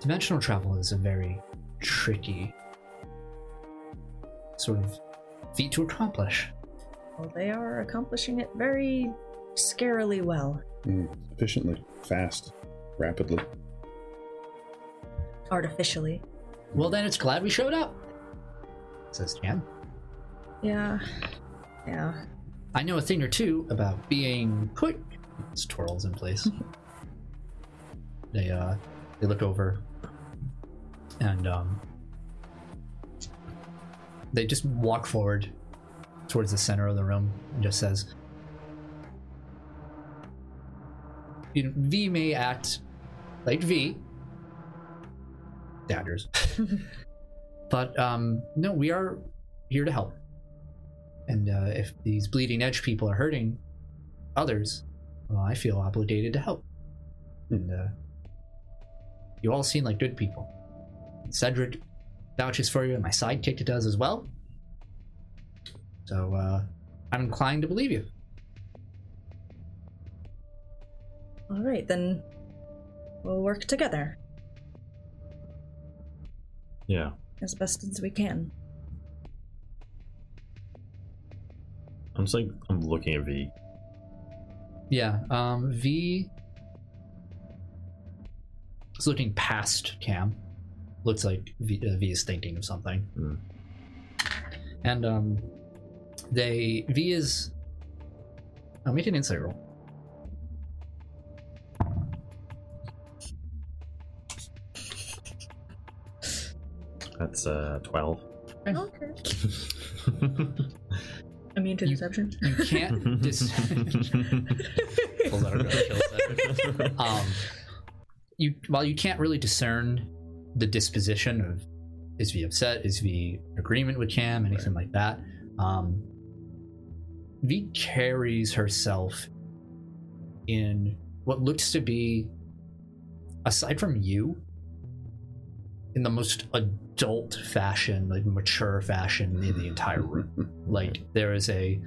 S1: Dimensional travel is a very tricky sort of feat to accomplish.
S3: Well, they are accomplishing it very scarily well.
S6: Mm. efficiently, fast, [LAUGHS] rapidly.
S3: Artificially.
S1: Well, then it's glad we showed up, says Jan.
S3: Yeah. Yeah.
S1: I know a thing or two about being quick. This twirls in place. they uh, they look over, and um, they just walk forward towards the center of the room and just says, "You know, V may act like V, daggers, but um, no, we are here to help." And uh, if these bleeding edge people are hurting others, well, I feel obligated to help. And uh, you all seem like good people. Cedric vouches for you, and my sidekick does as well. So uh, I'm inclined to believe you.
S3: All right, then we'll work together
S2: Yeah.
S3: as best as we can.
S2: I'm just like, I'm looking at V.
S1: Yeah. Um, v is looking past Cam. Looks like V, uh, v is thinking of something.
S2: Hmm.
S1: And um, they V is. Oh, make an insight roll.
S2: That's uh, 12.
S3: Okay. Immune to
S1: You-
S3: deception?
S1: You
S2: [LAUGHS]
S1: can't. dis- Pulls [LAUGHS] out her gun, kills it. [LAUGHS] Um, you while you can't really discern the disposition of is V upset, is V agreement with Cam, anything like that. Um, v carries herself in what looks to be, aside from you, in the most adult fashion, like mature fashion in the entire room. Like there is a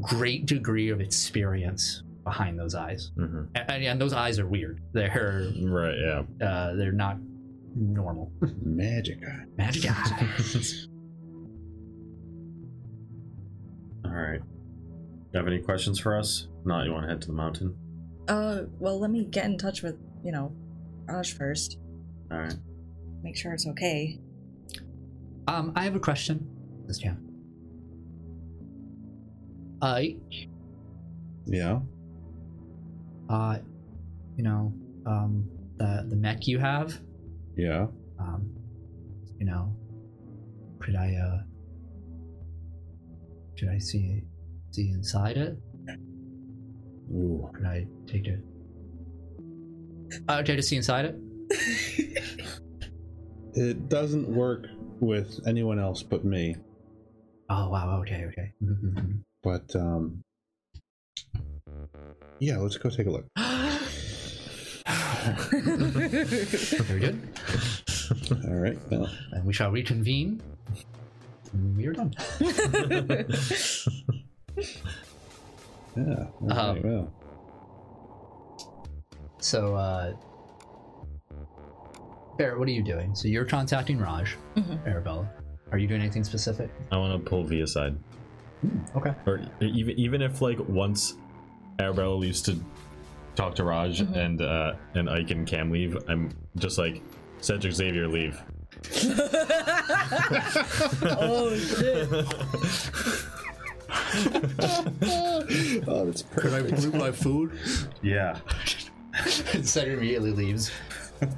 S1: great degree of experience behind those eyes,
S2: hmm
S1: and, and- and those eyes are weird. They're
S2: Right, yeah.
S1: uh, they're not normal.
S6: Magic eye.
S1: Magic eyes.
S2: Alright. You have any questions for us? Not, you want to head to the mountain?
S3: [LAUGHS] Uh, well, let me get in touch with, you know, Raj first.
S2: Alright.
S3: Make sure it's okay.
S1: [LAUGHS] um, I have a question. This yeah. Uh,
S6: Yeah.
S1: uh, you know, um, the the mech you have,
S6: Yeah.
S1: um, you know, could I uh, should I see see inside it?
S6: Ooh.
S1: Could I take it? Uh, okay, to see inside it.
S6: It doesn't work with anyone else but me.
S1: Oh wow. Okay. Okay. Mhm,
S6: But um Yeah, let's go take a [LAUGHS] look.
S1: mhm. Very good.
S6: All right. Well,
S1: And we shall reconvene. when We are done.
S6: yeah. all
S1: Uh-huh.
S6: right, well.
S1: So, uh, Barrett, what are you doing? So you're contacting Raj, Arabella. Are you doing anything specific?
S2: I want to pull V aside.
S1: Okay.
S2: Or even, even if, like, once Arabella leaves to talk to Raj and uh, and Ike and Cam leave, I'm just like, Cedric Xavier leave.
S6: Oh, that's perfect.
S1: [LAUGHS]
S5: Yeah.
S1: Cedric immediately leaves.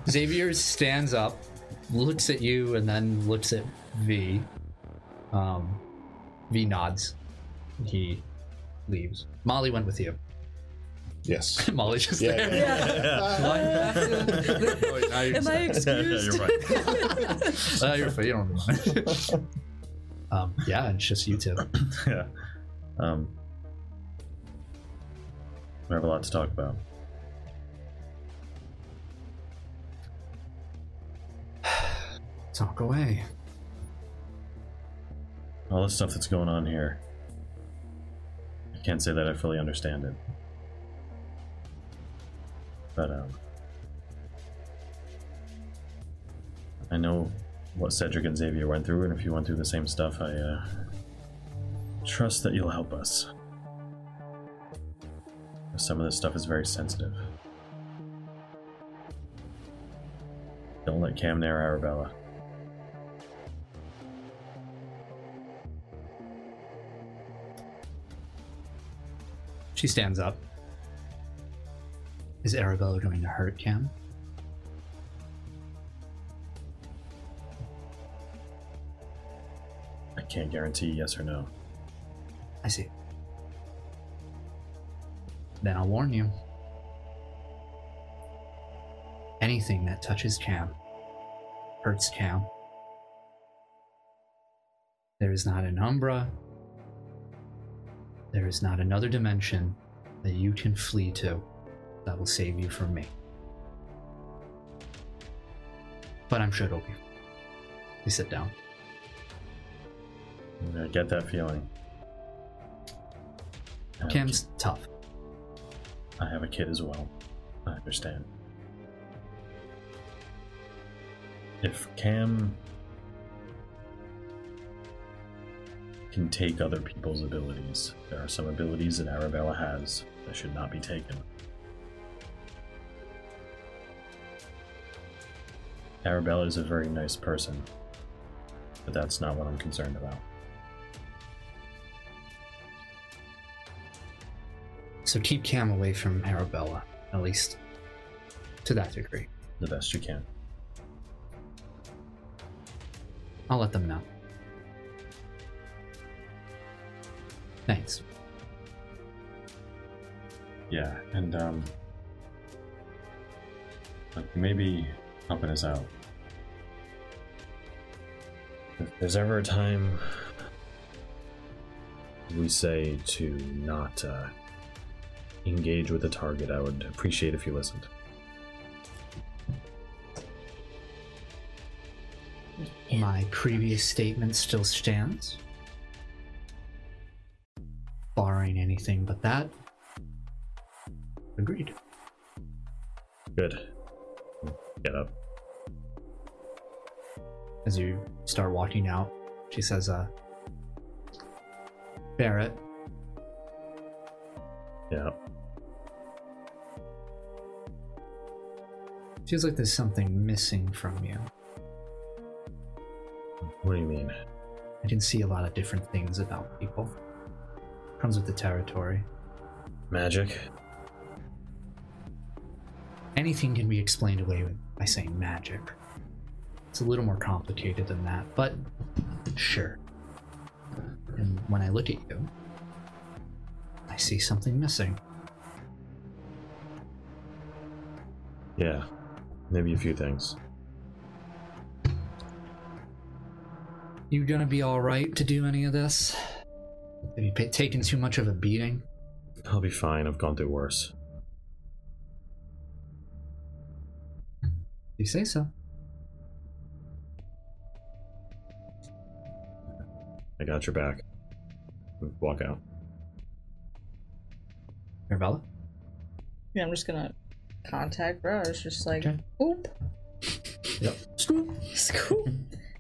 S1: Xavier stands up, looks at you, and then looks at V. Um, v nods. He leaves. Molly went with you. [LAUGHS]
S6: Yes. [LAUGHS]
S1: Molly's just
S6: Yeah,
S1: there.
S6: yeah, yeah.
S1: [LAUGHS] Uh-huh. Am I excused?
S2: You're right.
S1: Uh, you're fine, you don't mind. Um, yeah, it's just you two.
S2: [LAUGHS] yeah. Um, we have a lot to talk about.
S1: Talk away.
S2: All this stuff that's going on here. I can't say that I fully understand it. But, um, I know what Cedric and Xavier went through, and if you went through the same stuff, I, uh, trust that you'll help us. Some of this stuff is very sensitive. Don't let Cam near Arabella.
S1: She stands up. Is Arabella going to hurt Cam?
S2: I can't guarantee yes or no.
S1: I see. Then I'll warn you. Anything that touches Cam hurts Cam. There is not an umbra. There is not another dimension that you can flee to that will save you from me. But I'm sure it'll be. You sit down.
S2: I get that feeling. I have a
S1: Cam's tough.
S2: I have a kid as well. I understand. If Cam can take other people's abilities, there are some abilities that Arabella has that should not be taken. Arabella is a very nice person, but that's not what I'm concerned about.
S1: So keep Cam away from Arabella, at least to that degree.
S2: The best you can.
S1: I'll let them know. Thanks.
S2: Yeah, and um, like maybe helping us out. If there's ever a time we say to not uh, engage with the target, I would appreciate if you listened.
S1: My previous statement still stands. Barring anything but that. Agreed.
S2: Good. Get up.
S1: As you start walking out, she says, uh, Barrett,
S2: Yeah.
S1: feels like there's something missing from you.
S2: What do you mean?
S1: I can see a lot of different things about people. Comes with the territory.
S2: Magic?
S1: Anything can be explained away with- by saying magic. It's a little more complicated than that, but sure. And when I look at you, I see something missing.
S2: Yeah. Maybe a few things.
S1: You gonna be alright to do any of this? Have you pa- taken too much of a beating?
S2: I'll be fine. I've gone through worse.
S1: You say so.
S2: I got your back. Walk out.
S1: Arabella?
S3: Yeah, I'm just gonna contact Rush. Just like,
S1: Okay.
S3: oop.
S1: Yep.
S3: Scoop. Scoop.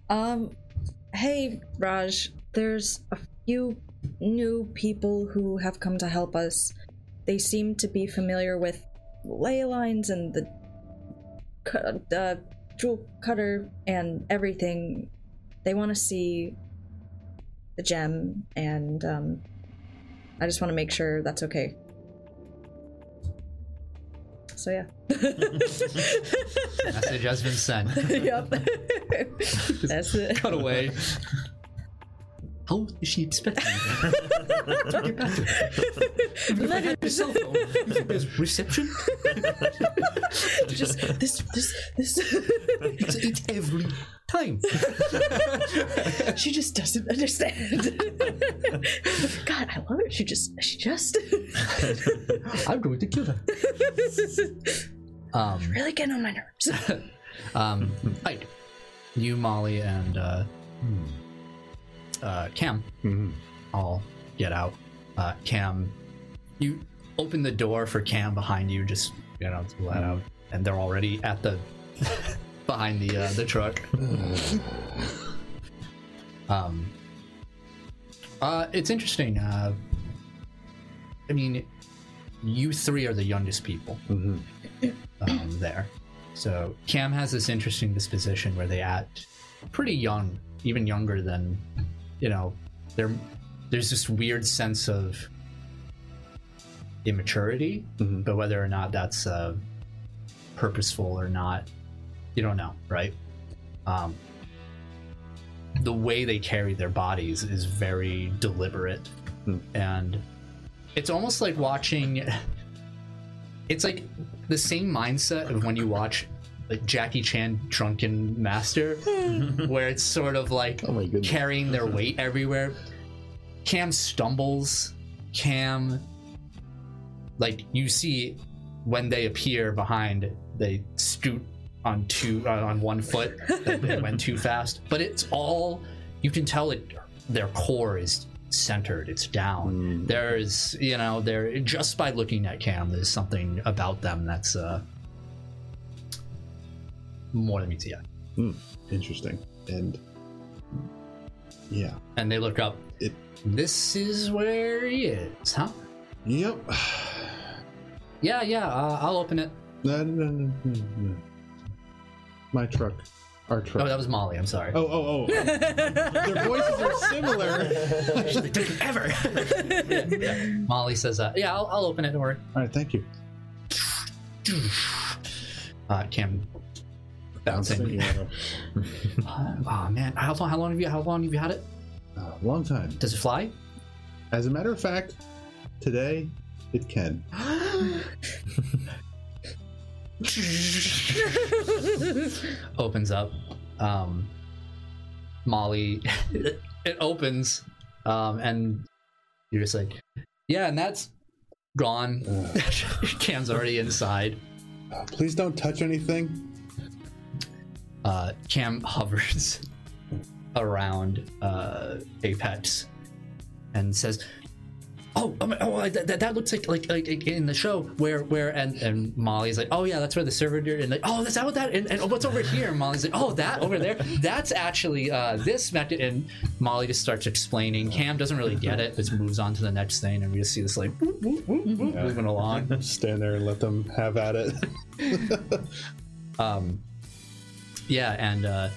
S3: um, hey, Raj, there's a few new people who have come to help us. They seem to be familiar with ley lines and the cu- uh, jewel cutter and everything. They want to see the gem, and um, I just want to make sure that's okay. So yeah. [LAUGHS]
S1: Message has been
S3: [LAUGHS]
S1: sent.
S3: yep.
S1: [LAUGHS]
S3: That's it.
S1: Cut away. How is she expecting that? Get back to her.
S3: [LAUGHS] Let it
S1: Your cell phone. You think There's reception?
S3: just this this this
S1: It's, it's every time.
S3: [LAUGHS] She just doesn't understand. [LAUGHS] God, I love it. She just, she just [LAUGHS]
S1: I'm going to kill her. Um,
S3: really getting on my nerves. [LAUGHS]
S1: [LAUGHS] um, Ike, you, Molly, and uh, uh, Cam all get out. Uh, Cam, you open the door for Cam behind you, just you know, to let out, and they're already at the [LAUGHS] behind the uh, the truck.
S6: Mm-hmm.
S1: um, uh, it's interesting. Uh, I mean, you three are the youngest people um, there. So Cam has this interesting disposition where they act pretty young, even younger than you know. There, there's this weird sense of immaturity, but whether or not that's uh, purposeful or not, you don't know, right? Um, the way they carry their bodies is very deliberate, and it's almost like watching. It's like the same mindset of when you watch like Jackie Chan Drunken
S6: [LAUGHS]
S1: Master, where it's sort of like
S6: Oh my goodness.
S1: carrying
S6: [LAUGHS]
S1: their weight everywhere. Cam stumbles. Cam, like you see, when they appear behind, they scoot on two uh, on one foot. they, they went too fast, but it's all you can tell. It their core is centered. It's down. There is, you know, there just by looking at Cam, there's something about them that's uh more than meets the eye.
S6: Interesting. And yeah.
S1: And they look up.
S6: It-
S1: This is where he is, huh?
S6: Yep. [SIGHS]
S1: Yeah, yeah. Uh, I'll open it.
S6: No, no, no, no, no, no. My truck. Our
S1: Oh,
S6: truck.
S1: that was Molly. I'm sorry.
S6: [LAUGHS] Oh, oh, oh. Their voices are similar. [LAUGHS]
S1: [LAUGHS] ever. Molly says, uh, "Yeah, I'll, I'll open it. Don't worry."
S6: All right, thank you.
S1: Uh, Cam bouncing. [LAUGHS]
S6: Yeah,
S1: oh man, how long? How long have you? How long have you had it?
S6: uh, long time.
S1: Does it fly?
S6: As a matter of fact, today it can.
S1: [LAUGHS] opens up. Um, Molly, [LAUGHS] it opens, um, and you're just like, yeah, and that's gone. [LAUGHS] Cam's already inside.
S6: Uh, please don't touch anything.
S1: Uh, Cam [LAUGHS] hovers around uh, Apex and says, "Oh, um, oh uh, that, that- that looks like, like like in the show where where and and Molly's like, oh yeah, that's where the server did, and like, oh, is that what that? And, and what's over here? And Molly's like, oh, that over there, that's actually uh, this method. And Molly just starts explaining. Cam doesn't really get it. Just moves on to the next thing, and we just see this like whoop, whoop, whoop, whoop, moving along.
S6: Stand there and let them have at [LAUGHS] it.
S1: um yeah and uh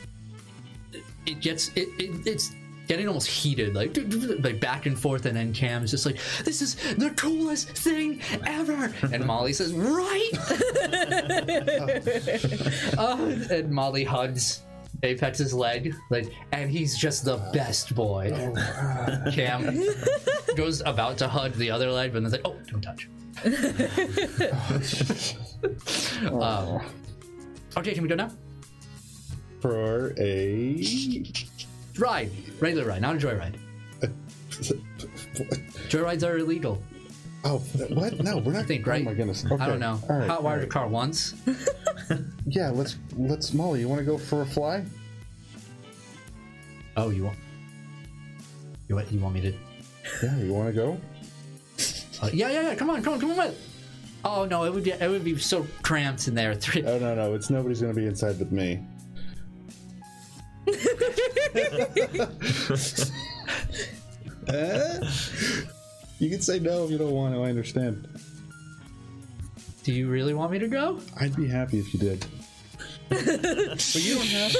S1: it gets it, it it's getting almost heated like like back and forth and then cam is just like this is the coolest thing ever and molly says right [LAUGHS] uh, and molly hugs apex's leg like and he's just the best boy cam goes about to hug the other leg but then's like oh don't touch um, okay can we go now
S6: For a.
S1: ride, regular ride, not a joyride. Joyrides are illegal,
S6: Oh, what? No, we're not.
S1: I think, right?
S6: Oh my goodness.
S1: I don't know.
S6: All right,
S1: Hot
S6: all
S1: wired
S6: right.
S1: a car once.
S6: Yeah, let's let's Molly. You want to go for a fly?
S1: Oh, you want? You want? You want me to?
S6: Yeah, you want to go?
S1: Uh, yeah, yeah, yeah. Come on, come on, come on. With. Oh no, it would be it would be so cramped in there. [LAUGHS] Three.
S6: Oh no, no, it's nobody's gonna be inside with [LAUGHS] me. Eh? you can say no if you don't want to. I understand.
S1: Do you really want me to go?
S6: I'd be happy if you did. but you don't have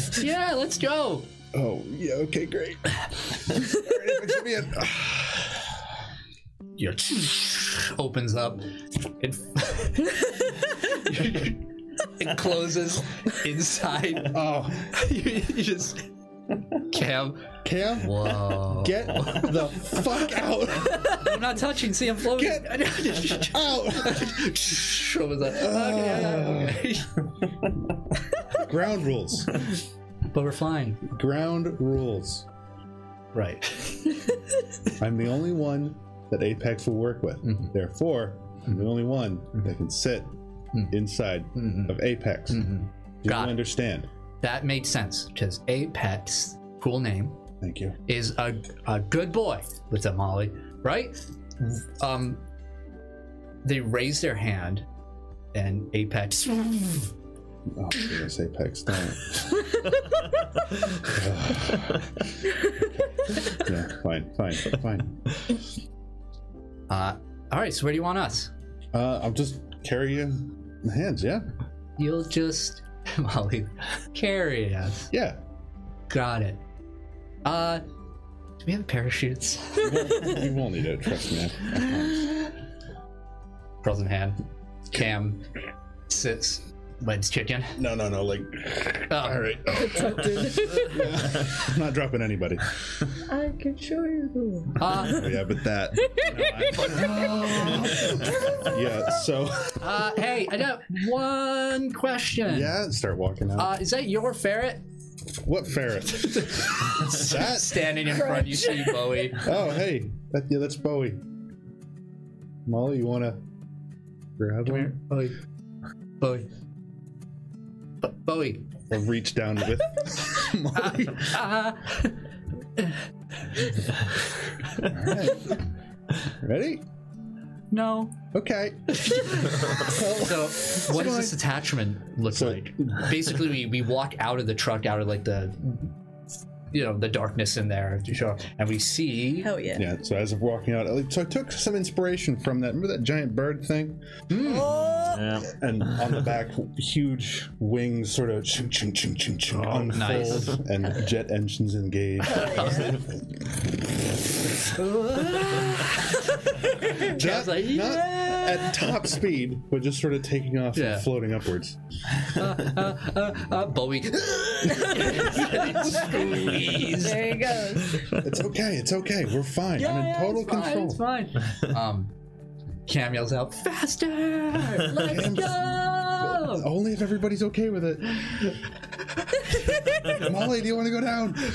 S6: to.
S1: Yeah, let's go.
S6: Oh, yeah. Okay, great. [LAUGHS]
S1: Your [LAUGHS] opens up. It, [LAUGHS] it closes inside. [LAUGHS]
S6: Oh,
S1: you just Cam.
S6: Cam,
S1: Whoa.
S6: get the fuck [LAUGHS] out!
S1: I'm not touching. See, I'm floating.
S6: Get
S1: [LAUGHS] What was that? Okay, okay.
S6: Ground rules.
S1: But we're flying.
S6: Ground rules.
S1: Right. [LAUGHS]
S6: I'm the only one that Apex will work with.
S1: Mm-hmm.
S6: Therefore, I'm the only one that can sit inside of Apex. Do
S1: Mm-hmm. Got
S6: you
S1: it.
S6: understand?
S1: That made sense because Apex, cool name,
S6: Thank you.
S1: is a, a good boy with a Molly, right? Um, they raise their hand, and Apex
S6: Oh, goodness, Apex. Damn it. yeah, fine, fine, fine.
S1: [LAUGHS] Uh, all right, so where do you want us?
S6: Uh, I'll just carry you in the hands, yeah?
S1: You'll just [LAUGHS] Molly carry us.
S6: Yeah.
S1: Got it. Uh, do we have parachutes?
S6: You won't need it, trust me.
S1: Girls in hand. Cam sits, legs chicken.
S6: No, no, no, like,
S1: Oh,
S6: all right. I'm not dropping anybody.
S13: I can show you the
S1: [LAUGHS]
S13: one.
S1: Uh,
S6: Yeah, but that. yeah,
S1: [LAUGHS]
S6: so.
S1: uh, hey, I got one question.
S6: Yeah, start walking out.
S1: Uh, is that your ferret
S6: what ferret? that?
S1: standing in front? You see Bowie.
S6: Oh, hey. That, yeah, that's Bowie. Molly, you wanna grab
S1: Come
S6: him?
S1: here, Bowie. Bowie. Bo- Bowie.
S6: Or reach down with
S1: [LAUGHS]
S6: Molly?
S1: Uh,
S6: Alright. Ready?
S1: no. [LAUGHS]
S6: Okay.
S1: So, what does
S6: fine.
S1: this attachment look
S6: So-
S1: like? Basically, we, we walk out of the truck, out of like the, you know, the darkness in there, if you show, and we see.
S12: Hell yeah.
S6: Yeah, so as I'm walking out, like, so I took some inspiration from that. Remember that giant bird thing?
S5: Yeah.
S6: And on the [LAUGHS] back, huge wings sort of chung, chung, chung, chung, chung, unfold,
S1: Oh, nice.
S6: and jet
S1: [LAUGHS]
S6: engines engage.
S1: Cam's
S6: Not,
S1: like,
S6: [LAUGHS] not at top speed, but just sort of taking off
S1: Yeah.
S6: and floating upwards.
S1: Uh,
S6: [LAUGHS]
S1: Bowie. Squeeze.
S12: There you go.
S6: It's okay, it's okay, we're fine. I'm in total control.
S1: It's fine. Um, Cam yells out,
S6: [LAUGHS]
S1: "Faster! Let's
S6: Cam's-
S1: go!"
S6: [LAUGHS] Only if everybody's okay with it. Oh. Molly, do you want to go down?
S1: [LAUGHS]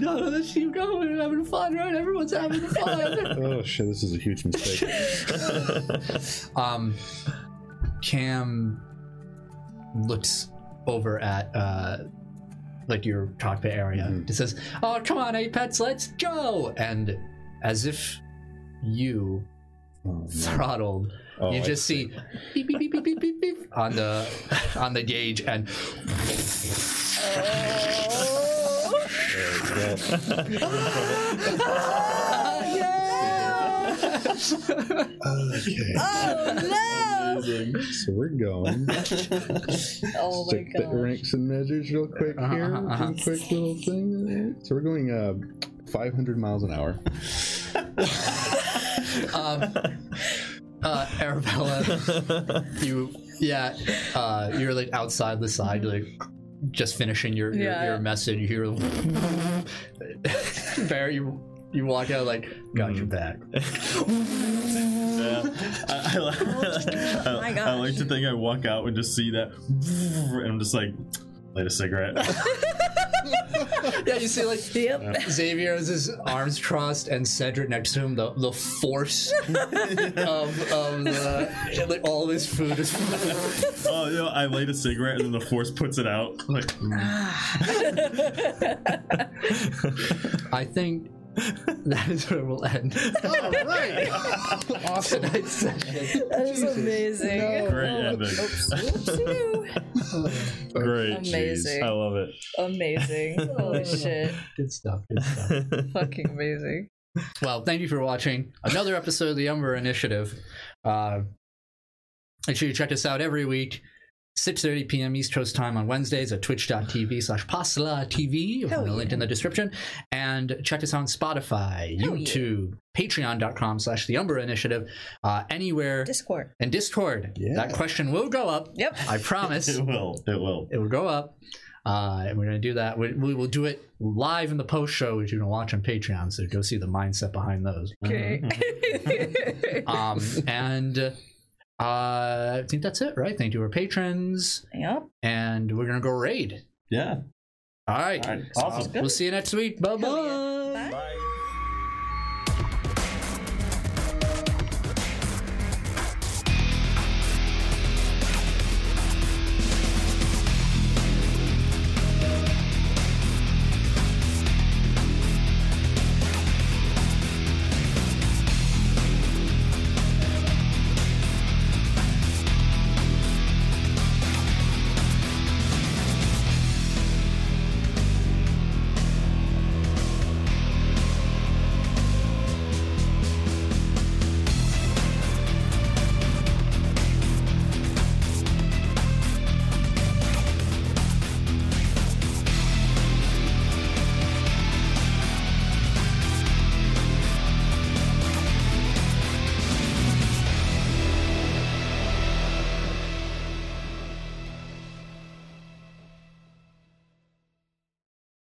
S1: No, no, let's keep going. We're having fun, right? Everyone's having fun.
S6: Oh shit, this is a huge mistake.
S1: [LAUGHS] Um, Cam looks over at uh, like your cockpit area. and says, "Oh, come on, Apex, let's go!" And as if you throttled, you
S6: I
S1: just see beep, beep, beep, beep, beep, beep, beep on the on the gauge, [LAUGHS] and Oh.
S5: [LAUGHS]
S12: Oh
S6: Okay.
S1: Oh,
S6: So we're [LAUGHS]
S12: Oh
S6: going.
S12: my
S6: Check the
S12: god.
S6: ranks and measures real quick here.
S1: uh-huh.
S6: Just a quick little thing. So we're going uh, 500 miles an hour.
S1: uh, Arabella, [LAUGHS] you yeah, uh, you're like outside the side, like just finishing your your,
S12: Yeah.
S1: your message. You [LAUGHS] hear Barry, you you walk out like got your back.
S5: Yeah. I, I, li- I,
S12: gosh.
S5: I like to think I walk out and just see that, and I'm just like, light a
S12: [LAUGHS]
S5: cigarette.
S1: Yeah, you see like
S12: Yep.
S1: Xavier has his arms crossed and Cedric next to him. The
S12: [LAUGHS]
S1: the force of of the, like all this food is. [LAUGHS]
S5: oh, you know, I light a cigarette and then the force puts it out. I'm like,
S3: [LAUGHS]
S1: I think that is where we'll end
S6: All right. awesome.
S1: tonight's session.
S12: That is amazing.
S5: [LAUGHS] great ending. Great.
S12: Amazing.
S5: I love it.
S12: Amazing. Holy shit.
S1: Good stuff. Good stuff.
S12: Fucking amazing.
S1: Well, thank you for watching another episode of the Umber Initiative. Uh, make sure you check us out every week, 6.30 p.m. East Coast time on Wednesdays at twitch.tv slash Pasla TV. You'll find a link in the description. And check us out on Spotify, YouTube, patreon.com slash the Umber Initiative, uh, anywhere,
S12: Discord.
S1: and Discord.
S6: Yeah.
S1: That question will go up.
S12: Yep.
S5: [LAUGHS]
S1: I promise.
S5: [LAUGHS] It will. It will.
S1: it will go up. Uh, and we're going to do that. We, we will do it live in the post show, which you can watch on Patreon. So
S12: [LAUGHS]
S1: go see the mindset behind those.
S5: [LAUGHS]
S12: Okay.
S1: Um, and uh, Uh, I think that's it, right? Thank you to our patrons,
S3: Yep.
S1: and we're gonna go raid.
S5: Yeah.
S1: All right.
S5: All right. Awesome.
S12: Oh,
S1: We'll see you next week. Bye bye.
S3: Bye.